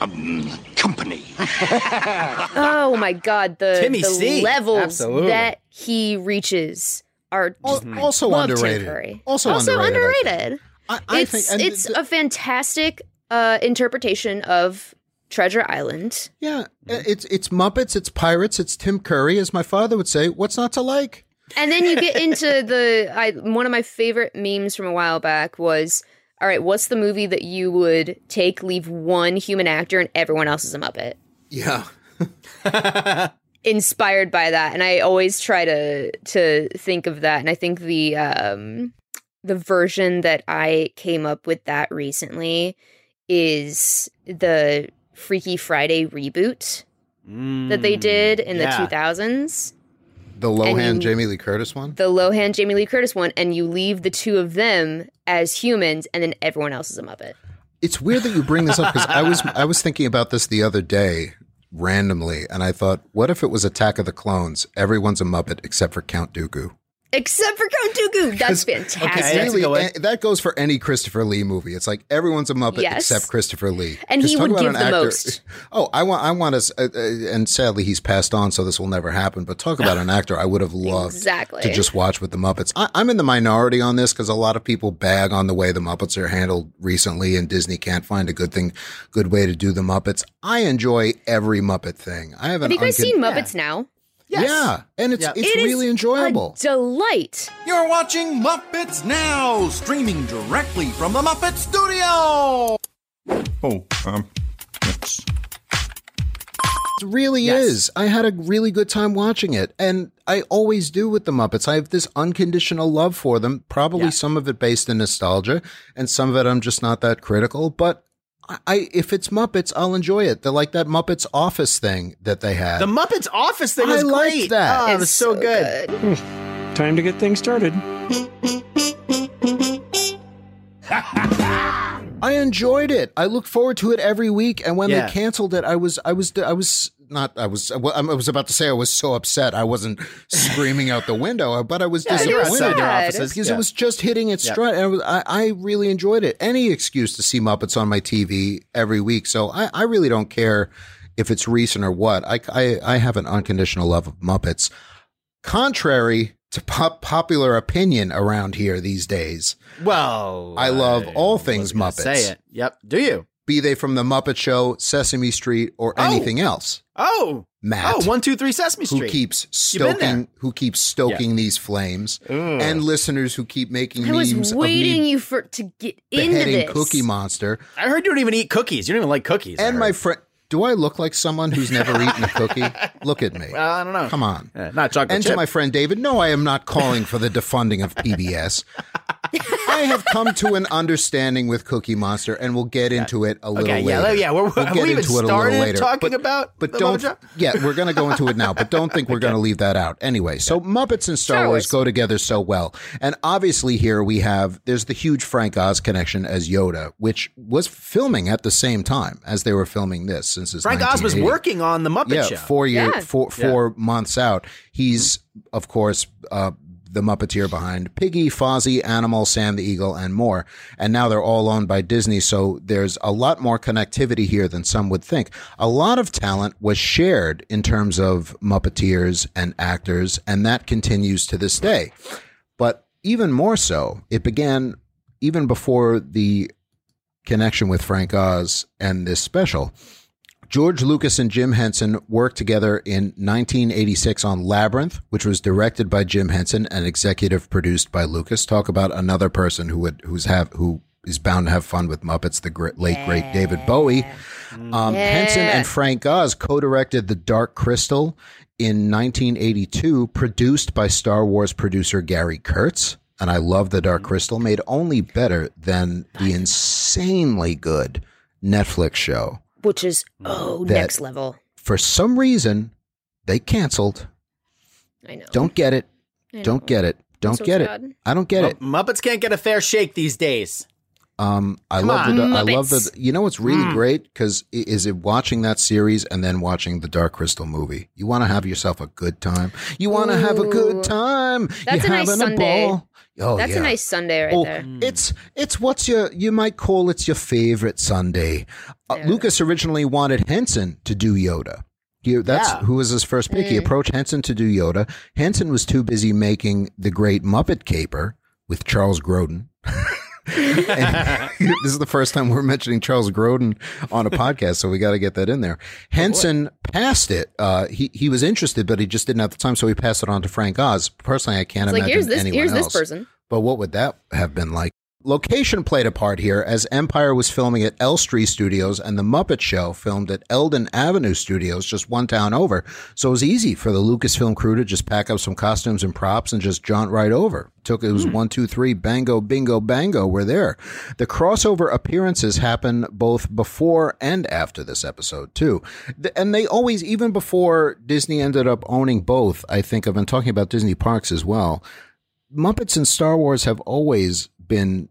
um, company.
Oh my God, the
Timmy
the
C.
levels
Absolutely.
that he reaches are
Al- Also
love Tim
underrated.
Curry.
Also, underrated. I think.
underrated.
I, I
it's
think, and
it's
th-
a fantastic uh, interpretation of Treasure Island.
yeah. uh, It's it's Muppets. It's pirates. It's Tim Curry, as my father would say. What's not to like?
And then you get into the I, one of my favorite memes from a while back was, all right, what's the movie that you would take, leave one human actor and everyone else is a Muppet?
Yeah.
[laughs] Inspired by that, and I always try to to think of that, and I think the um the version that I came up with that recently is the Freaky Friday reboot that they did in
yeah.
the 2000s.
The Lohan
you-
Jamie Lee Curtis one.
the Lohan Jamie Lee Curtis one, and you leave the two of them as humans, and then everyone else is a Muppet.
It's weird that you bring this up because I was I was thinking about this the other day randomly, and I thought, what if it was Attack of the Clones? Everyone's a Muppet except for Count Dooku.
Except for Count Dooku. That's
Because
fantastic.
that's a
really,
good one.
a- that goes for any Christopher Lee movie. It's like everyone's a Muppet
Yes.
except Christopher Lee,
And
Because
he
talk
would
about
give
an
the
actor-
most.
[laughs] Oh, I want, I want us, uh, uh, and sadly he's passed on, so this will never happen. But talk about
[sighs]
an actor I would have loved
Exactly.
to just watch with the Muppets. I, I'm in the minority on this because a lot of people bag on the way the Muppets are handled recently, and Disney can't find a good thing, good way to do the Muppets. I enjoy every Muppet thing. I have an
Have you guys
uncon-
seen Muppets now?
Yeah, and it's
Yeah.
it's
It is
really enjoyable.
A delight.
You're watching Muppets Now, streaming directly from the Muppet Studio.
Oh, um, that's
It really is. I had a really good time watching it. And I always do with the Muppets. I have this unconditional love for them, probably
Yeah.
some of it based in nostalgia, and some of it I'm just not that critical. But I- I if it's Muppets, I'll enjoy it. They're like that Muppets office thing that they had.
The Muppets office thing was
I liked
great.
that.
Oh, it
It's
was so, good.
time to get things started.
I enjoyed it. I looked forward to it every week. And when
Yeah.
they canceled it, I was, I was, I was not, I was, well, I was about to say I was so upset. I
[laughs]
wasn't screaming out the window, but I was
Yeah, you were
disappointed.
outside their
Sad.
offices.
because
Yeah.
it was just hitting its
Yeah.
stride. And I, was, I, I really enjoyed it. Any excuse to see Muppets on my TV every week. So I, I really don't care if it's recent or what. I, I, I have an unconditional love of Muppets. Contrary to pop, popular opinion around here these days,
Well,
I love all things
wasn't gonna
Muppets.
Say it. Yep. Do you?
be they from The Muppet Show, Sesame Street, or
Oh.
anything else.
Oh,
Matt.
Oh, one, two, three, Sesame Street.
Who keeps
You've been there.
stoking? Who keeps stoking these flames? And listeners who keep making
I was
memes
waiting
of me
you for to get into
beheading
this.
Cookie Monster.
I heard you don't even eat cookies. You don't even like cookies. I
And my
heard.
friend, do I look like someone who's never eaten a cookie?
[laughs]
Look at me.
Well, I don't know.
Come on.
Yeah, not chocolate
And
chip.
to my friend David, no, I am not calling for the defunding of
[laughs]
PBS. I have come to an understanding with Cookie Monster, and we'll get into it a little
okay,
later.
yeah, like, yeah. We're,
we'll
have
get
we even
into it a
started
little later.
talking
but,
about
but
the
don't,
Muppet Show?
yeah, we're going to go into it now, but don't think
[laughs]
we're going to leave that out. Anyway, so Muppets and Star
Star
Wars
Wars.
go together so well. And obviously, here we have there's the huge Frank Oz connection as Yoda, which was filming at the same time as they were filming this, since it's
Frank Oz was
1980
working on the Muppet
yeah,
Show.
four year,
Yeah.
four four months out. He's of course uh, the Muppeteer behind Piggy, Fozzie, Animal, Sam the Eagle, and more. And now they're all owned by Disney, so there's a lot more connectivity here than some would think. A lot of talent was shared in terms of Muppeteers and actors, and that continues to this day. But even more so, it began even before the connection with Frank Oz and this special George Lucas and Jim Henson worked together in 1986 on Labyrinth, which was directed by Jim Henson and executive produced by Lucas. Talk about another person who would who's have who is bound to have fun with Muppets. The great, late great David Bowie, um,
Yeah.
Henson and Frank Oz co-directed The Dark Crystal in 1982, produced by Star Wars producer Gary Kurtz. And I love The Dark Crystal, made only better than the insanely good Netflix show
which is oh
That-
next level.
for some reason they canceled.
I know.
Don't get it.
I know.
Don't get it. Don't
so
get
sad.
it. I don't get it.
Mu- Muppets can't get a fair shake these days. [laughs]
Um, I
Come
love
on,
the. I love
Muppets.
the. You know what's
Mm.
really great because is it watching that series and then watching the Dark Crystal movie. You want to have yourself a good time. You want to have a
Ooh.
good time.
That's a
You're
nice
having
Sunday.
ball. Oh,
That's
yeah.
a nice Sunday right
oh,
there.
it's it's what's your you might call it's your favorite Sunday. Uh, Lucas originally wanted Henson to do Yoda. You, that's
Yeah.
who was his first pick.
Mm.
He approached Henson to do Yoda. Henson was too busy making the Great Muppet Caper with Charles Grodin. [laughs] And- [laughs] this is the first time we're mentioning Charles Grodin on a podcast, so we got to get that in there. Henson passed it. Uh, he he was interested, but he just didn't have the time, so he passed it on to Frank Oz. Personally, I can't
It's like,
imagine
here's this-
anyone
here's this
else.
person.
But what would that have been like? Location played a part here as Empire was filming at Elstree Studios and The Muppet Show filmed at Eldon Avenue Studios, just one town over. So it was easy for the Lucasfilm crew to just pack up some costumes and props and just jaunt right over. Took it was one, two, three, bango, bingo, bango, we're there. The crossover appearances happen both before and after this episode, too. Th- And they always, even before Disney ended up owning both, I think I've been talking about Disney parks as well. Muppets and Star Wars have always been,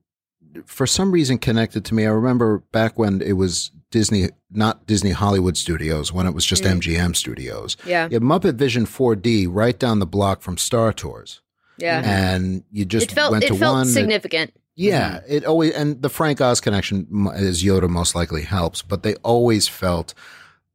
for some reason, connected to me. I remember back when it was Disney, not Disney Hollywood Studios, when it was just MGM Studios.
Yeah.
You had Muppet Vision 4D right down the block from Star Tours.
Yeah.
And you just
it felt
went
it
to
felt Mm-hmm.
one. it-
significant.
yeah, it always and the Frank Oz connection m- as Yoda most likely helps, but they always felt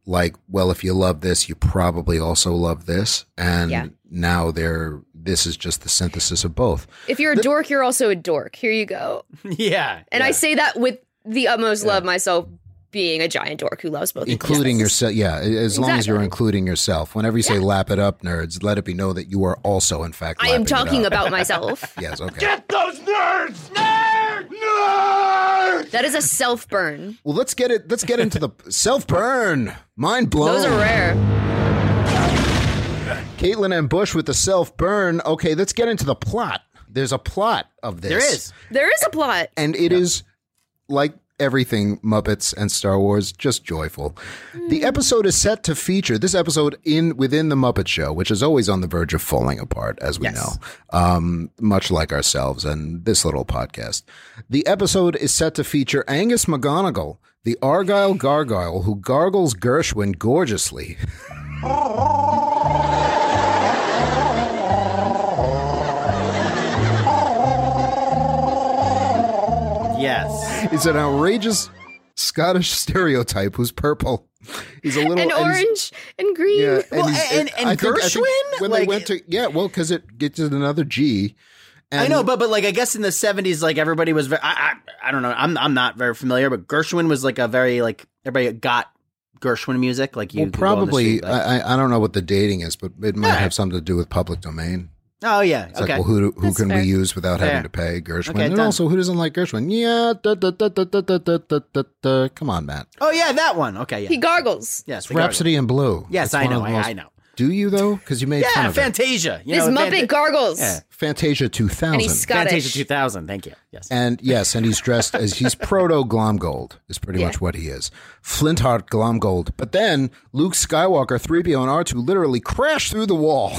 like, well, if you love this, you probably also love this, and
Yeah.
now they're this is just the synthesis of both.
If you're a dork, you're also a dork. Here you go.
yeah.
And I say that with the utmost love myself being a giant dork who loves both. of
including
these.
yourself yeah as long as you're including yourself whenever you say lap it up nerds let it be known that you are also in fact
I
lapping
am
it
talking
up.
about myself.
[laughs] yes okay
Get those nerds! Nerds!
That is a self burn.
well let's get it let's get into the self burn mind blown
Those are rare.
caitlin and bush with the self burn okay let's get into the plot there's a plot of this
There is.
There is a plot.
and it is like everything Muppets and Star Wars, just joyful. The episode is set to feature this episode in within the Muppet Show, which is always on the verge of falling apart, as we know, um, much like ourselves and this little podcast. The episode is set to feature Angus McGonagall, the Argyle gargoyle who gargles Gershwin gorgeously.
Yes.
It's an outrageous Scottish stereotype who's purple. He's a little and
and
he's-
orange and green.
Yeah,
Well,
he's-
and- and
I think- I think
Gershwin?
when
Like-
they went to yeah, well, because it gets to another G. And
I know, but but like I guess in the seventies, like everybody was very. I, I I don't know. I'm I'm not very familiar, but Gershwin was like a very like everybody got Gershwin music. Like you
well,
could go on the
probably
street, like-
I, I- I don't know what the dating is, but it might
Alright.
have something to do with public domain.
oh yeah.
It's
okay.
like, well, who who
That's
can
fair.
we use without
Fair.
having to pay Gershwin?
Okay,
and
done.
also, who doesn't like Gershwin? Yeah, da, da, da, da, da, da, da, da, da, da. come on, Matt.
oh yeah, that one. Okay. Yeah.
He gargles.
yes. the
Rhapsody in Blue.
Yes,
It's
I
one of
know,
the
I- I know.
Do you though? Because you made
gargoyle.
fun
Yeah,
of it.
Fantasia. You
this
know,
Muppet
Fanta-
gargles.
Yeah.
Fantasia two
And he's
thousand.
Fantasia
Scottish.
2000. Thank you. Yes.
And yes, and he's dressed as he's proto Glomgold is pretty
Yeah.
much what he is. Flintheart Glomgold. But then Luke Skywalker, 3PO and R2 literally crash through the wall.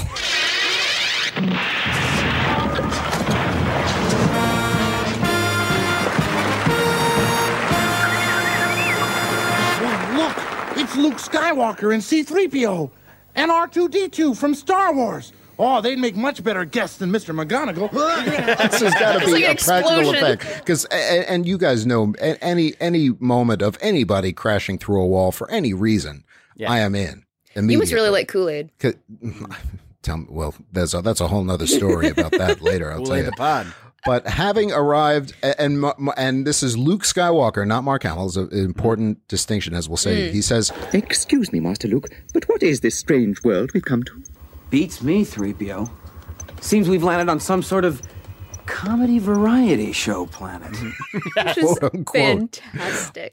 Look, it's Luke Skywalker and C3PO and R2D2 from Star Wars. Oh, they'd make much better guests than Mr. McGonagall.
This has got to
It's
be
like an
a practical
explosion.
effect cuz and, you guys know a- any any moment of anybody crashing through a wall for any reason, I am in.
You must really
immediately.
like Kool Aid.
[laughs] Tell me, well, that's a, that's a whole nother story about that later. I'll
Kool
tell
Aid
you.
the pod.
but having arrived, a- and m- m- and this is Luke Skywalker, not Mark Hamill. Is an
Mm-hmm.
important distinction, as we'll say.
Mm.
He says, [laughs]
Excuse me, Master Luke, but what is this strange world we've come to?
Beats me, 3PO. Seems we've landed on some sort of comedy variety show planet.
quote unquote,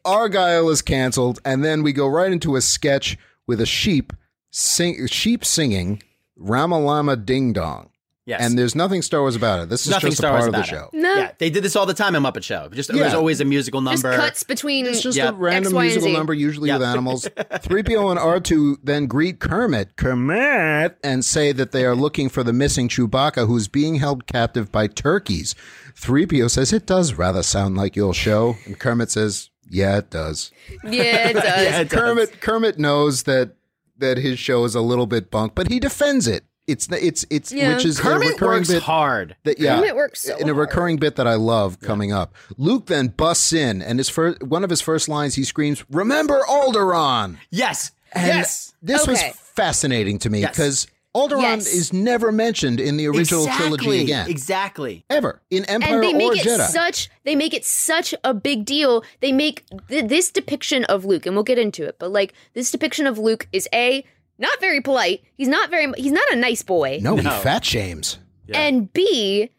Argyle is canceled, and then we go right into a sketch with a sheep sing- sheep singing Rama Lama Ding Dong.
Yes.
And there's nothing Star Wars about it. This is
Nothing
just
Star
a
Wars
part of the
about it. Mm,
show.
No.
Yeah, they did this all the time in Muppet Show. Just
Yeah.
there's always a musical
Just
number.
cuts between.
It's just
Yeah.
a random
X, Y, and
musical
Z.
number, usually with
[laughs]
animals. 3PO and R2 then greet Kermit, Kermit, and say that they are looking for the missing Chewbacca, who's being held captive by turkeys. 3PO says, It does rather sound like your show. And Kermit says, Yeah, it does. [laughs]
Yeah, it does.
Kermit, Kermit knows that, that his show is a little bit bunk, but he defends it. It's it's it's
Yeah.
which is the
Kermit
recurring
works
bit
hard.
That, yeah,
Kermit works so
in a recurring bit that I love coming up. Luke then busts in, and his first one of his first lines, he screams, "Remember Alderaan!"
Yes.
And
yes.
This
Okay.
was fascinating to me
Yes.
because Alderaan
Yes.
is never mentioned in the original trilogy
Exactly.
again,
Exactly.
ever in Empire
and they
or
make it
Jedi.
such they make it such a big deal they make th- this depiction of luke and we'll get into it but like this depiction of luke is a not very polite he's not very he's not a nice boy
no, he fat shames.
and b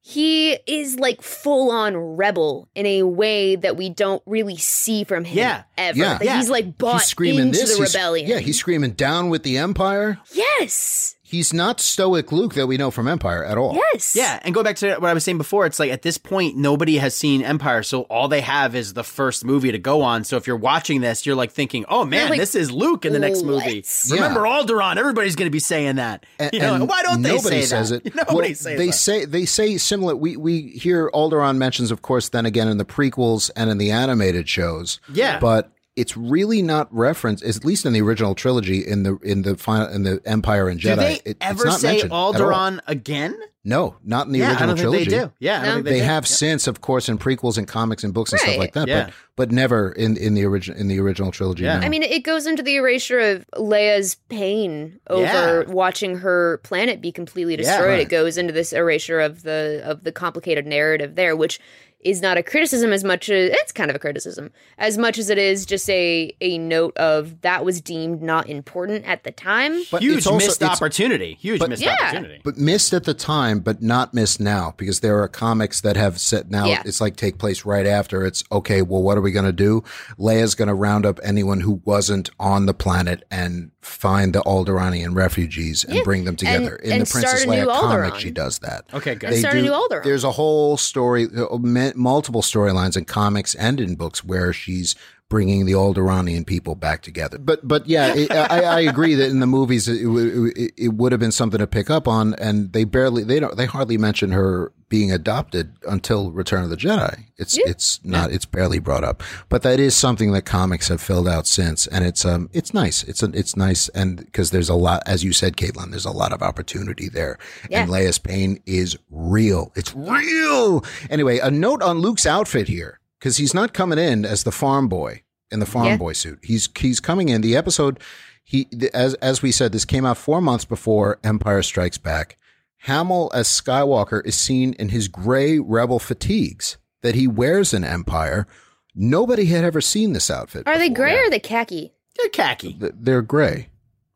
he is like full on rebel in a way that we don't really see from him
Yeah.
ever
Yeah.
That he's like bought
he's screaming
into
this.
the
he's-
rebellion
yeah, he's screaming down with the Empire.
yes
He's not stoic Luke that we know from Empire at all.
Yes.
Yeah, and go back to what I was saying before. It's like at this point, nobody has seen Empire, so all they have is the first movie to go on. So if you're watching this, you're like thinking, "Oh man,
like,
this is Luke in the next movie."
Yeah.
Remember Alderaan? Everybody's going to be saying that.
A-
You know,
and
why don't they
nobody
say
says
that?
it?
[laughs] Nobody
Well,
says
they
that.
say they say similar. We we hear Alderaan mentions, of course, then again in the prequels and in the animated shows.
Yeah.
but it's really not referenced, at least in the original trilogy, in the in the final in the Empire and Jedi.
Do they
It- it's
ever
not
say
mentioned at all.
Alderaan again?
No, not in the
Yeah, I
original
don't think they
trilogy.
do. Yeah, I don't No. think
they,
they do.
have since, of course, in prequels and comics and books and stuff
Right.
like that.
Yeah.
But but never in in the original in the original trilogy. no.
I mean, it goes into the erasure of Leia's pain over watching her planet be completely
Yeah.
destroyed.
Right.
It goes into this erasure of the of the complicated narrative there, which is not a criticism as much as it's kind of a criticism as much as it is just a a note of that was deemed not important at the time.
Huge missed opportunity. Huge missed
Yeah.
opportunity.
But missed at the time, but not missed now because there are comics that have set now.
Yeah.
It's like take place right after. It's okay. Well, what are we going to do? Leia's going to round up anyone who wasn't on the planet and find the Alderanian refugees and
Yeah.
bring them together.
And-
In
and
the
start
Princess
a new
Leia comic,
Alderaan.
she does that.
Okay,
And start a new Alderaan.
There's a whole story, uh, ma- multiple storylines in comics and in books where she's bringing the Alderanian people back together. But but yeah, it, I, I agree that in the movies it, w- it, it would have been something to pick up on, and they barely they don't they hardly mention her being adopted until Return of the Jedi. It's
Yeah.
it's not it's barely brought up, but that is something that comics have filled out since, and it's um it's nice. It's an it's nice, and because there's a lot, as you said, Caitlin, there's a lot of opportunity there, and
Yeah.
Leia's pain is real. It's real. Anyway, a note on Luke's outfit here because he's not coming in as the farm boy in the farm
Yeah.
boy suit. He's he's coming in the episode. He the- as as we said, this came out four months before Empire Strikes Back. Hamill as Skywalker is seen in his gray rebel fatigues that he wears in Empire. Nobody had ever seen this outfit.
Are they gray or are they khaki?
They're khaki.
Th- They're gray.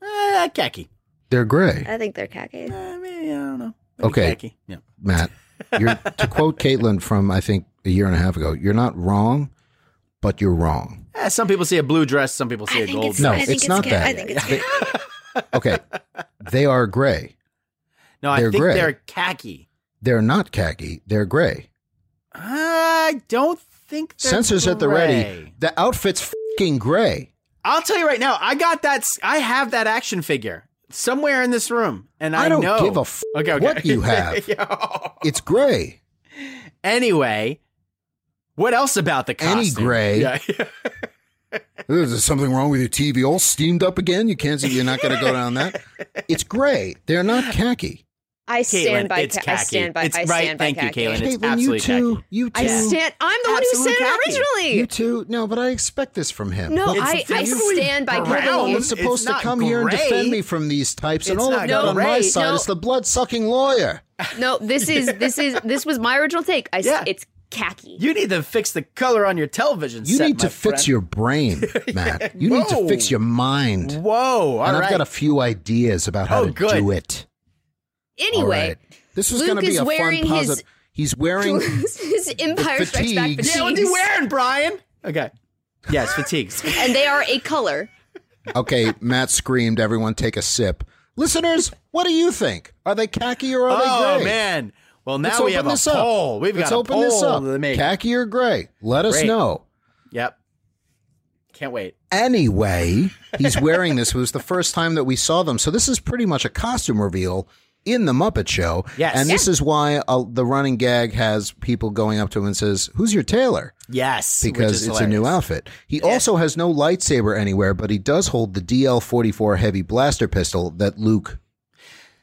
Uh, khaki. Eh,
They're gray.
I think they're khaki.
I don't know.
Okay.
khaki. Yeah.
Matt, you're, to quote Caitlin from I think a year and a half ago, you're not wrong, but you're wrong.
Eh, some people see a blue dress. Some people see a gold.
no,
dress.
it's, not that. They- okay, they are gray.
No, I
They're
think
gray.
they're khaki.
They're not khaki. They're gray.
I don't think they're
Sensors at the
gray.
ready. The outfit's fucking gray.
I'll tell you right now. I got that. s- I have that action figure somewhere in this room, and I,
I don't
know.
give a f-
okay, okay.
what you
[laughs]
have. It's gray.
Anyway, what else about the costume?
Any gray.
Yeah. [laughs]
Is something wrong with your TV? All steamed up again? You can't see. You're not going to go down that. It's gray. They're not khaki.
I stand
Caitlin,
by.
it's
Ca- I
khaki.
stand by.
It's
I
right,
stand by.
thank you,
khaki.
Caitlin, it's
Caitlin, you
absolutely
two,
khaki.
you two.
I stand. I'm the one who
Absolute
said it
khaki.
originally.
You two. No, but I expect this from him.
No,
Look,
I, I stand by
Brown
Kevin.
was supposed to come here and defend me from these types, and
It's
all
not
I've got on
gray.
my side
No.
is the blood sucking lawyer.
No, this is
[laughs]
this is this was my original take. I s-
Yeah.
it's khaki.
You need to fix the color on your television
You
set,
need to
my
fix
friend.
your
[laughs]
brain, Matt. You need to
Whoa.
fix your mind. Whoa,
all
and I've
right.
got a few ideas about how
Oh,
to
good.
do it. All
Anyway,
right. this was
Luke
going to be
is
a
wearing
fun
his
positive. He's
[laughs]
wearing
his Empire Strikes Back
fatigues.
fatigues.
Yeah, what's he
wearing, Brian? Okay. Yes, fatigues.
and they are a color.
okay, Matt screamed. Everyone take a sip. Listeners, what do you think? Are they khaki or are they
[laughs] Oh
gray?
man. Well, now
Let's open
we have a
this up.
poll. We've
Let's
got a
open this
poll
up.
to make.
Khaki or gray? Let us
Great.
know.
Yep. Can't wait.
Anyway, he's wearing this. It was the first time that we saw them. So this is pretty much a costume reveal in the Muppet Show.
Yes.
And this
Yeah.
is why uh, the running gag has people going up to him and says, "Who's your tailor?"
Yes, which
because it's
is
a new
hilarious.
outfit. He also has no lightsaber anywhere, but he does hold the DL44 heavy blaster pistol that Luke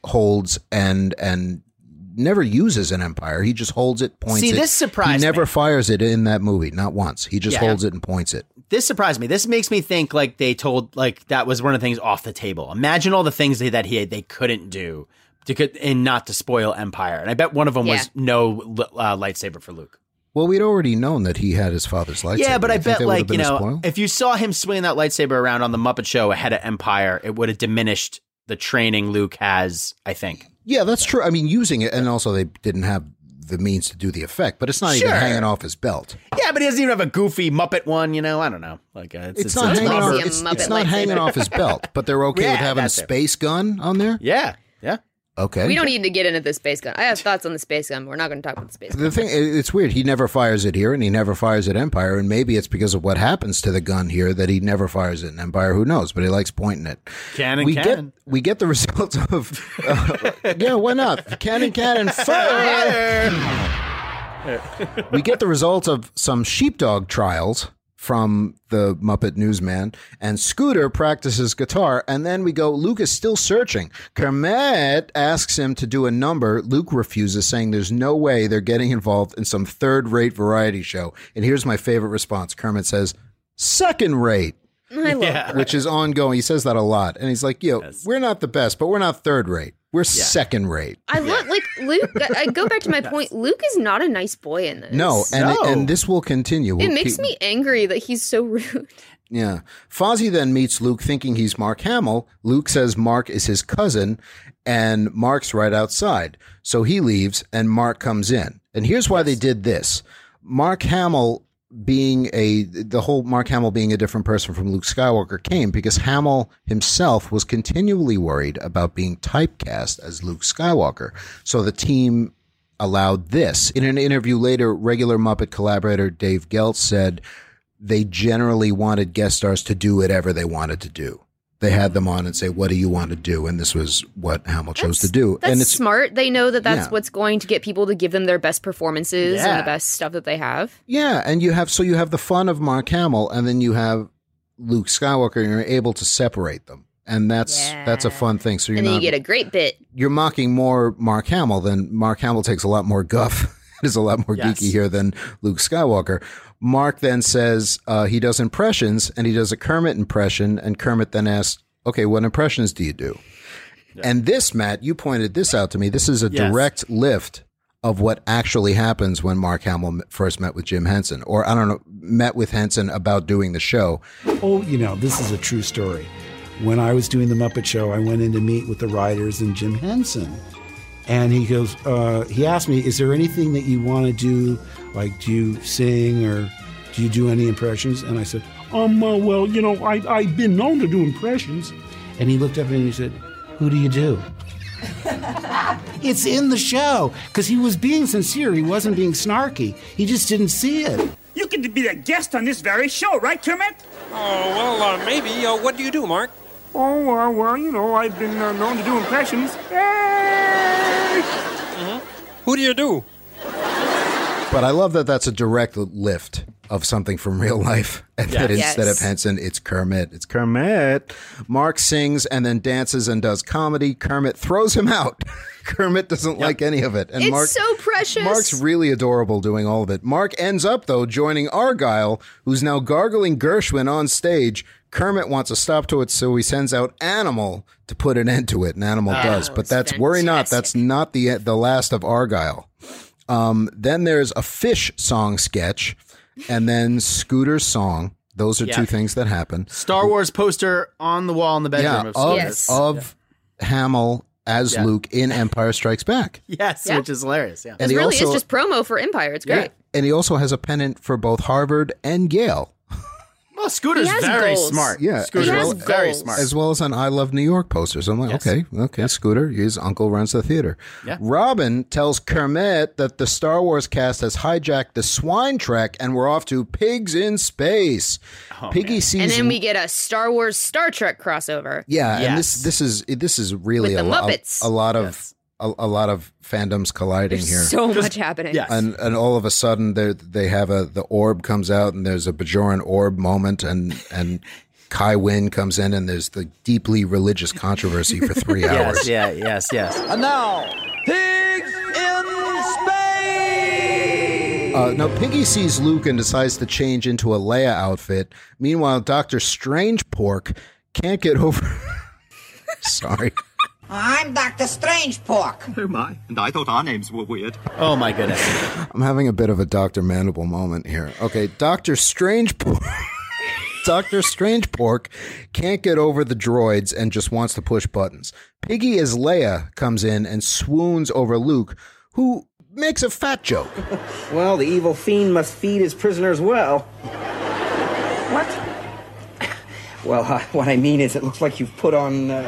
holds and and never uses in Empire. He just holds it, points
See,
it.
this surprised
He never
me.
fires it in that movie, not once. He just
Yeah.
holds it and points it.
This surprised me. This makes me think like they told like that was one of the things off the table. Imagine all the things they, that he they couldn't do to could, and not to spoil Empire. And I bet one of them
Yeah.
was no uh, lightsaber for Luke.
Well, we'd already known that he had his father's lightsaber.
yeah, but I
You think
bet
that would've
like you
been a
know
spoil?
if you saw him swinging that lightsaber around on the Muppet Show ahead of Empire, it would have diminished the training Luke has. I think.
Yeah, that's true. I mean, using it, and also they didn't have the means to do the effect, but it's not even
Sure.
hanging off his belt.
Yeah, but he doesn't even have a goofy Muppet one. You know, I don't know. Like uh,
It's, not, hanging
rubber.
off,
Muppet
it's, it's
lightsaber.
not
[laughs]
hanging off his belt, but they're okay
Yeah,
with having a
that's it.
space gun on there.
Yeah, yeah.
Okay.
We don't need to get into the space gun. I have thoughts on the space gun. But we're not going to talk about the space gun.
the thing it- it's weird. He never fires it here, and he never fires at Empire, and maybe it's because of what happens to the gun here that he never fires it in Empire. Who knows? But he likes pointing it.
Cannon,
we
cannon.
get we get the [laughs] results of uh, yeah, why not? Cannon, cannon, fire! we get the results of some sheepdog trials from the Muppet Newsman, and Scooter practices guitar, and then we go, Luke is still searching. Kermit asks him to do a number. Luke refuses, saying there's no way they're getting involved in some third rate variety show. And here's my favorite response Kermit says, second rate.
I love
Yeah.
Which is ongoing. He says that a lot. And he's like, yo, we're not the best, but we're not third rate. We're second rate.
I look like Luke. I I go back to my point. Luke is not a nice boy in this.
No, and
No.
and this will continue.
it
We'll
makes
keep-
me angry that he's so rude.
Yeah. Fozzie then meets Luke thinking he's Mark Hamill. Luke says Mark is his cousin, and Mark's right outside. So he leaves, and Mark comes in. And here's why they did this Mark Hamill being a the whole Mark Hamill being a different person from Luke Skywalker came because Hamill himself was continually worried about being typecast as Luke Skywalker. So the team allowed this. In an interview later, regular Muppet collaborator Dave Geltz said they generally wanted guest stars to do whatever they wanted to do. They had them on and say, "What do you want to do?" And this was what Hamill chose to do.
[laughs] That's
and it's
smart. They know that that's
Yeah.
what's going to get people to give them their best performances and
Yeah.
the best stuff that they have.
yeah, and you have so you have the fun of Mark Hamill, and then you have Luke Skywalker, and you're able to separate them, and that's that's a fun thing. So you're
and then
not
you get a great bit.
you're mocking more Mark Hamill than Mark Hamill takes a lot more guff. [laughs] It is a lot more
Yes.
geeky here than Luke Skywalker. Mark then says uh, he does impressions and he does a Kermit impression, and Kermit then asks, "Okay, what impressions do you do?" And this, Matt, you pointed this out to me. This is a
Yes.
direct lift of what actually happens when Mark Hamill m- first met with Jim Henson, or I don't know, met with Henson about doing the show.
Oh, you know, this is a true story. When I was doing the Muppet Show, I went in to meet with the writers and Jim Henson. And he goes, uh, he asked me, is there anything that you want to do? Like, do you sing or do you do any impressions? And I said, um, uh, well, you know, I, I've been known to do impressions. And he looked up at me and he said, who do you do? [laughs] it's in the show because he was being sincere. He wasn't being snarky. He just didn't see it.
You could be the guest on this very show, right, Kermit?
Oh, well, uh, maybe. Uh, what do you do, Mark?
Oh, uh, well, you know, I've been uh, known to do impressions.
Mm-hmm. Who do you do?
But I love that that's a direct lift of something from real life. [laughs] And that
Yeah.
instead
Yes.
of Henson, it's Kermit. It's Kermit. Mark sings and then dances and does comedy. Kermit throws him out. [laughs] Kermit doesn't like any of it. And
it's
Mark
so precious.
Mark's really adorable doing all of it. Mark ends up though joining Argyle, who's now gargling Gershwin on stage. Kermit wants a stop to it, so he sends out Animal to put an end to it, and Animal
Oh,
Ah.
does. But that's worry not. That's not the the last of Argyle. Um, then there's a fish song sketch, and then Scooter's song. Those are
Yeah.
two things that happen.
Star Wars poster on the wall in the bedroom
yeah,
of
of,
Scooter.
of Hamill as
Yeah.
Luke in Empire Strikes Back.
[laughs] Yes,
Yeah.
which is hilarious. Yeah.
And
it
he
really
also-
is just promo for Empire. It's great.
And he also has a pennant for both Harvard and Yale.
Well, Scooter's
He has
very
goals.
smart.
Yeah,
Scooter's
as well-
very smart.
As well as an I Love New York poster. So I'm like, okay, okay, Scooter, his uncle runs the theater.
Yeah.
Robin tells Kermit that the Star Wars cast has hijacked the swine trek and we're off to pigs in space.
Oh,
Piggy sees
And then we get a Star Wars Star Trek crossover.
yeah, and this this is this is really
With
a,
the
lo-
Muppets.
a lot of a, a lot of fandoms colliding
There's
here.
so much happening.
And and all of a sudden they they have a the orb comes out and there's a Bajoran orb moment and
[laughs]
and Kai Wynn comes in and there's the deeply religious controversy for
[laughs]
three
Yes,
hours.
yeah, yes, yes.
And now, pigs in space.
Uh, now Piggy sees Luke and decides to change into a Leia outfit. Meanwhile, Doctor Strange Pork can't get over. [laughs] Sorry.
I'm Dr. Strange Pork.
Oh my, and I thought our names were weird.
Oh my goodness.
I'm having a bit of a Dr. Mandible moment here. Okay, Dr. Strange [laughs] Pork. Dr. Strange Pork can't get over the droids and just wants to push buttons. Piggy as Leia comes in and swoons over Luke, who makes a fat joke.
[laughs] Well, the evil fiend must feed his prisoners well. What? Well, [laughs] uh, what I mean is, it looks like you've put on. Uh...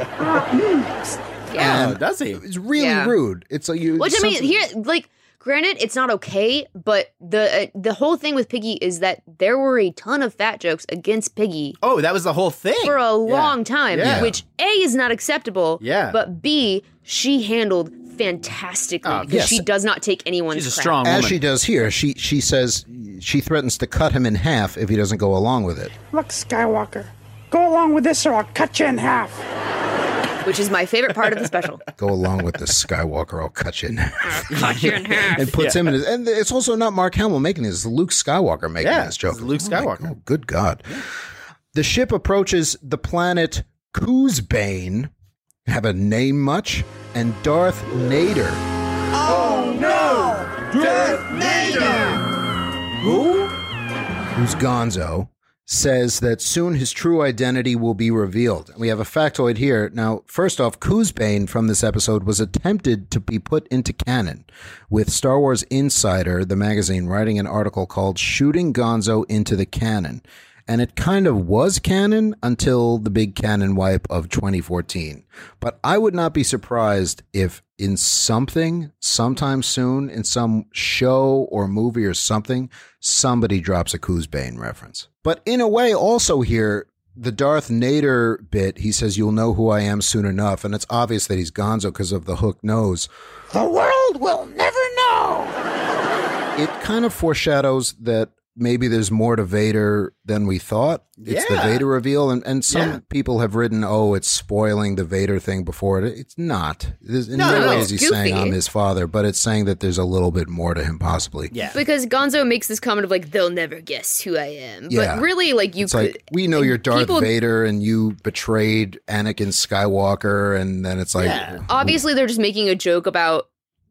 Yeah.
does he?
It's really
Yeah.
rude. It's like you.
Which I mean,
something-
here, like, granted, it's not okay, but the uh, the whole thing with Piggy is that there were a ton of fat jokes against Piggy.
Oh, that was the whole thing
for a long time,
Yeah.
which a is not acceptable.
Yeah.
but b she handled fantastically
Oh,
because
yes.
she does not take anyone's. crap.
As she does here, she she says she threatens to cut him in half if he doesn't go along with it.
Look, Skywalker, go along with this or I'll cut you in half.
which is my favorite part of the
[laughs]
special.
Go along with this Skywalker, I'll cut you in half. [laughs]
Cut you in half.
and puts
Yeah.
him in his. And it's also not Mark Hamill making this; it's Luke Skywalker making
Yeah,
this joke.
it's Luke
Oh my-
Skywalker.
Oh, good God! The ship approaches the planet Coosbane. Have a name much? And Darth Nader.
Oh no! Darth Nader.
Who? Who's Gonzo? Says that soon his true identity will be revealed. We have a factoid here. Now, first off, Coosbane from this episode was attempted to be put into canon, with Star Wars Insider, the magazine, writing an article called Shooting Gonzo into the Canon. And it kind of was canon until the big canon wipe of 2014. But I would not be surprised if in something, sometime soon, in some show or movie or something, somebody drops a Coosbane reference. But in a way, also here, the Darth Nader bit, he says, You'll know who I am soon enough. And it's obvious that he's Gonzo because of the hook nose.
The world will never know.
It kind of foreshadows that maybe there's more to Vader than we thought. It's the
Yeah.
Vader reveal. And, and some
Yeah.
people have written, Oh, it's spoiling the Vader thing before it. It's not. There's- In
No,
no,
no,
way
it's
is he
goofy.
saying I'm his father, but it's saying that there's a little bit more to him, possibly.
Yeah.
Because Gonzo makes this comment of like they'll never guess who I am,
Yeah.
but really like you
it's
could
like we know you're Darth
people-
Vader and you betrayed Anakin Skywalker, and then it's like
obviously they're just making a joke about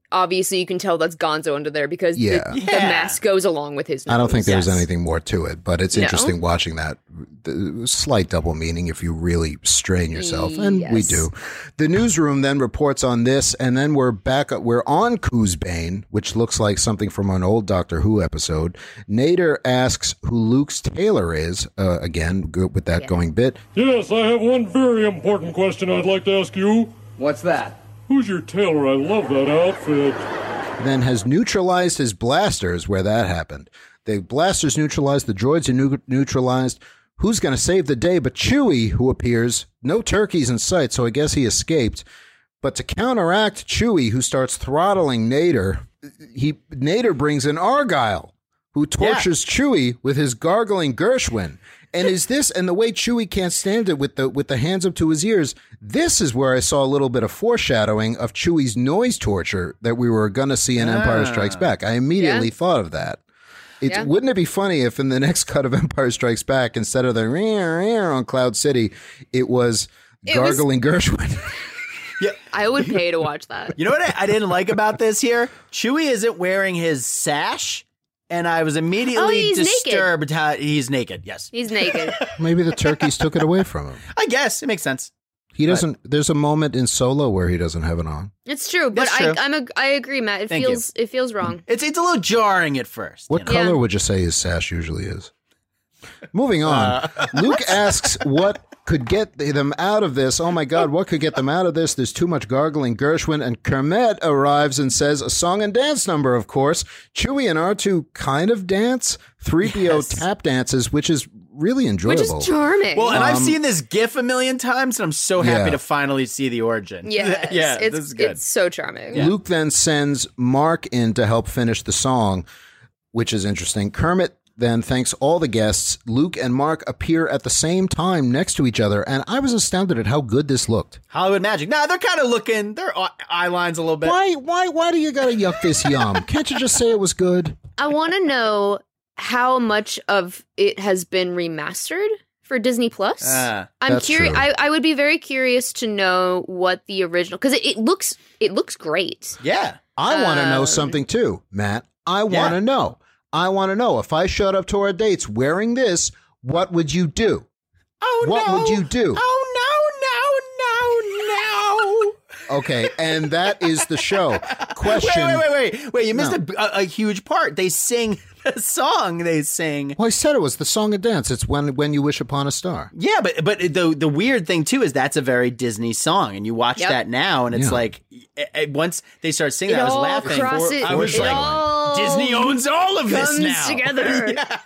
obviously you can tell that's gonzo under there because the-
Yeah.
the, mask goes along with his nose.
I don't think there's anything more to it, but it's
No.
interesting watching that the slight double meaning if you really strain yourself, and we
Yes.
do. The newsroom then reports on this, and then we're back. We're on Coosbane, which looks like something from an old Doctor Who episode. Nader asks who Luke's tailor is. Uh, again, good with that going bit.
Yes, I have one very important question I'd like to ask you. What's that? Who's your tailor? I love that outfit.
then has neutralized his blasters where that happened. The blasters neutralized, the droids are neu- neutralized. Who's going to save the day but Chewie, who appears? No turkeys in sight, so I guess he escaped. But to counteract Chewie, who starts throttling Nader, he Nader brings in Argyle, who tortures Chewie with his gargling Gershwin. And
[laughs]
is this and the way Chewie can't stand it with the with the hands up to his ears? This is where I saw a little bit of foreshadowing of Chewie's noise torture that we were going to see in Empire Strikes Back. I immediately thought of that. It,
Ah. Yeah.
Wouldn't it be funny if in the [laughs] next cut of Empire Strikes Back, instead of the rear rear on Cloud City, it was
It was-
gargling Gershwin?
I would pay to
[laughs]
watch that.
You know what I, I didn't like about this here? Chewie isn't wearing his sash, and I was immediately
Oh, he's naked.
disturbed how he's naked. Yes.
He's naked.
Maybe the turkeys took it away from him.
I guess it makes sense.
He doesn't. There's a moment in Solo where he doesn't have it on.
It's true, but
That's true.
I I'm a, I agree, Matt. It
Thank you.
feels it feels wrong.
It's it's a little jarring at first.
What color would you say his sash usually is? Moving on. Luke asks what could get them out of this. Oh my God, what could get them out of this? There's too much gargling Gershwin. And Kermit arrives and says, a song and dance number, of course. Chewie and R2 kind of dance. 3PO tap dances, which is really enjoyable.
Well, [laughs] and I've
Um,
seen this GIF a million times, and I'm so happy
Yeah.
to finally see the origin. [laughs]
Yes,
yeah,
it's,
this is good.
It's so charming.
Luke then sends Mark in to help finish the song, which is interesting. Kermit then thanks all the guests. Luke and Mark appear at the same time next to each other, and I was astounded at how good this looked.
Hollywood magic. Now they're kind of looking. Their eye- eye lines a little bit.
Why, why, why do you gotta yuck this
[laughs]
yum? Can't you just say it was good?
I want to know how much of it has been remastered for Disney Plus.
Ah,
I'm
that's
curious.
true.
I, I would be very curious to know what the original because it, it looks it looks great.
Yeah.
I want to know
Um,
something too, Matt. I want to
Yeah.
know. I want to know if I showed up to our dates wearing this, what would you do?
Oh
what
no.
would you do?
Oh no no no no.
Okay, and that is the
[laughs]
show. Question.
Wait, wait, wait, wait, wait! You missed
No.
a, a, a huge part. They sing [laughs] the song. They sing.
Well, I said it was the song and dance. It's when when you wish upon a star.
Yeah, but but the the weird thing too is that's a very Disney song, and you watch
Yep.
that now, and it's
Yeah.
like eh, eh, once they start singing,
It
that, I was
all
laughing.
crosses-
I was
it
like,
all
Disney owns all of this
comes
now.
together.
[laughs] Yeah.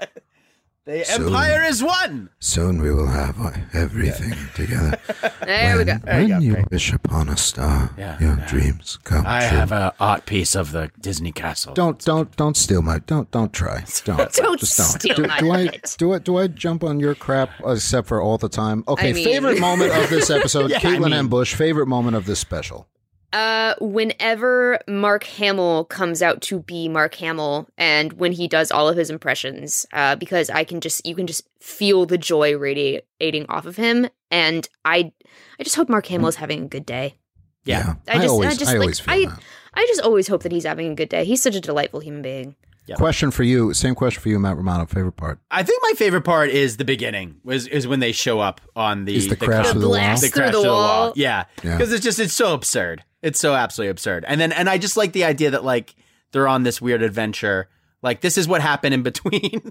The
So-
empire is one.
Soon we will have uh, everything together.
There we go.
[laughs] There you go.
you wish upon a star,
Yeah,
your dreams come
I have an art piece of the Disney castle.
Don't don't don't steal my don't don't
[laughs]
try don't
Don't
just don't
steal
do,
my
do I
bit.
do I do I jump on your crap uh, except for all the time okay
I mean-
[laughs]
favorite moment of this episode
Yeah, I
Caitlin
mean-
and Bush favorite moment of this special
Uh, whenever Mark Hamill comes out to be Mark Hamill, and when he does all of his impressions, uh, because I can just you can just feel the joy radiating off of him, and I, I just hope Mark Hamill is having a good day.
Yeah,
I just,
always
I just
I
like,
always feel
I,
that.
I just always hope that he's having a good day. He's such a delightful human being.
question for you same question for you Matt Romano favorite part
I think my favorite part is the beginning. Was is when they show up on the
Is the crash of the The wall? blast
through the wall.
Yeah,
Yeah.
because it's just it's so absurd. It's so absolutely absurd. And then and I just like the idea that like they're on this weird adventure. Like this is what happened in between.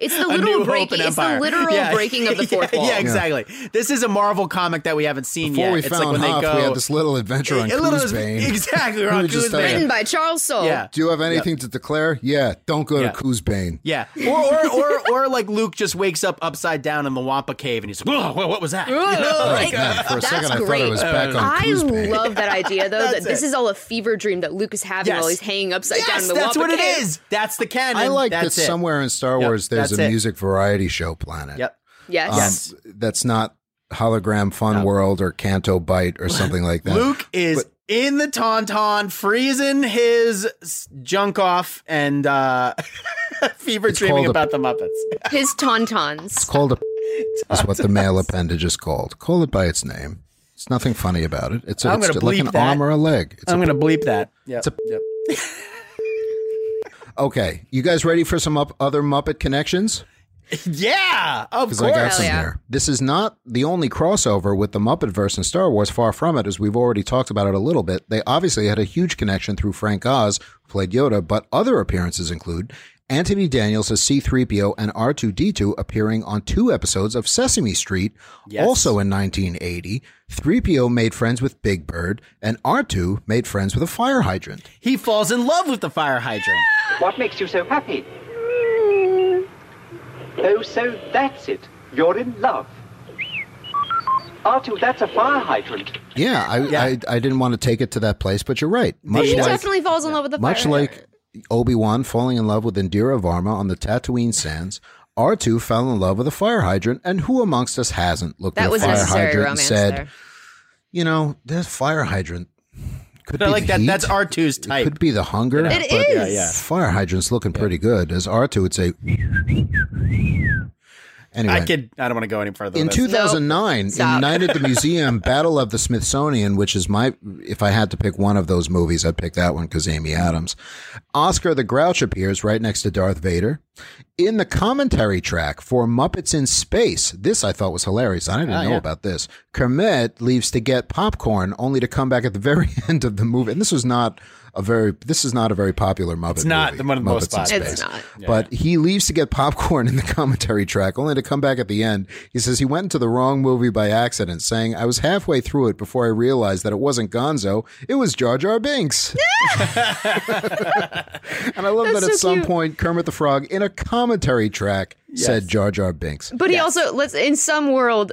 It's the
[laughs] A New
literal
Hope
breaking.
and
It's the
Empire.
literal
Yeah.
breaking of the fourth
[laughs] yeah,
wall.
Yeah, exactly. This is a Marvel comic that we haven't seen
before
yet.
we
it's
found
like when
Hoff,
they go
we had this little
[laughs]
adventure on
A little-
Coosbane.
[laughs] Exactly, we're
[laughs] We
on
were just
Coosbane.
there.
Written by Charles Soule.
Yeah.
Do you have anything to declare? Yeah, don't go
Yeah.
to Coosbane.
Yeah, or or, or or like Luke just wakes up upside down in the Wampa cave and he's like, "Whoa, whoa, what was that?" You know,
Whoa, like,
like,
Man, for a
That's
second I
great.
thought it was back on
I
Coosbane.
love
[laughs]
that idea though. that
That's
this
it.
is all a fever dream that Luke is having
Yes.
while he's hanging upside
yes,
down in the
that's
Wampa
what
cave.
it is. That's the canon.
I like that
that's it.
somewhere in Star
Yep,
Wars there's
that's
a
it.
music variety show planet.
Yep.
Yes.
Um, That's not Hologram Fun World or Canto Bite or something like that.
Luke is in the tauntaun, freezing his s- junk off, and uh, [laughs] fever dreaming
called a-
about the Muppets.
Um,
His tauntauns.
It's called
[laughs]
a. That's what the male appendage is called. Call it by its name. It's nothing funny about it. It's, a,
I'm
it's
gonna
like
bleep
an
that. Um,
arm or a leg. It's
I'm
a,
gonna bleep that. Yeah.
It's a- okay, you guys ready for some up, other Muppet connections?
yeah. Of course.
Because I got some
yeah.
here. This is not the only crossover with the Muppet verse and Star Wars. Far from it, as we've already talked about it a little bit. They obviously had a huge connection through Frank Oz, who played Yoda, but other appearances include Anthony Daniels as C3PO and R2D2 appearing on two episodes of Sesame Street,
Yes.
also in 1980. 3PO made friends with Big Bird, and R2 made friends with a fire hydrant.
He falls in love with the fire hydrant.
What makes you so happy? Oh, so that's it. You're in love. R2, that's a fire hydrant.
Yeah, I, I, I didn't want to take it to that place, but you're right. Much
He
like-
definitely falls in love with the
Much
fire.
like Obi Wan falling in love with Indira Varma on the Tatooine sands, R2 fell in love with a fire hydrant, and who amongst us hasn't looked
that
at a
was
fire
necessary
hydrant and
romance
said,
there.
"You know, this fire hydrant, Could
but I
be
like
the
that.
heat.
That's R2's type.
Could be the hunger.
It Yeah, but- is. yeah, yeah.
Fire hydrant's looking pretty good. As R2 would say. Anyway.
I could. I don't want to go any further.
In
with this.
2009,
Stop.
United the Museum Battle of the Smithsonian, which is my, if I had to pick one of those movies, I'd pick that one because Amy Adams. Oscar the Grouch appears right next to Darth Vader. In the commentary track for Muppets in Space, this I thought was hilarious. I didn't
Ah,
know
yeah.
about this. Kermit leaves to get popcorn, only to come back at the [laughs] very end of the movie. And this was not a very, this is not a very popular Muppet.
It's not
movie,
the one of the most
Muppets in
popular.
Space.
It's not. Yeah.
But he leaves to get popcorn in the [laughs] commentary track, only to come back at the end. He says he went into the wrong movie by accident, saying, I was halfway through it before I realized that it wasn't Gonzo, it was Jar Jar Binks. and I love
That's
that at
so
some
cute.
point, Kermit the Frog, in a commentary track, said Jar Jar Binks.
But he also let's in some world,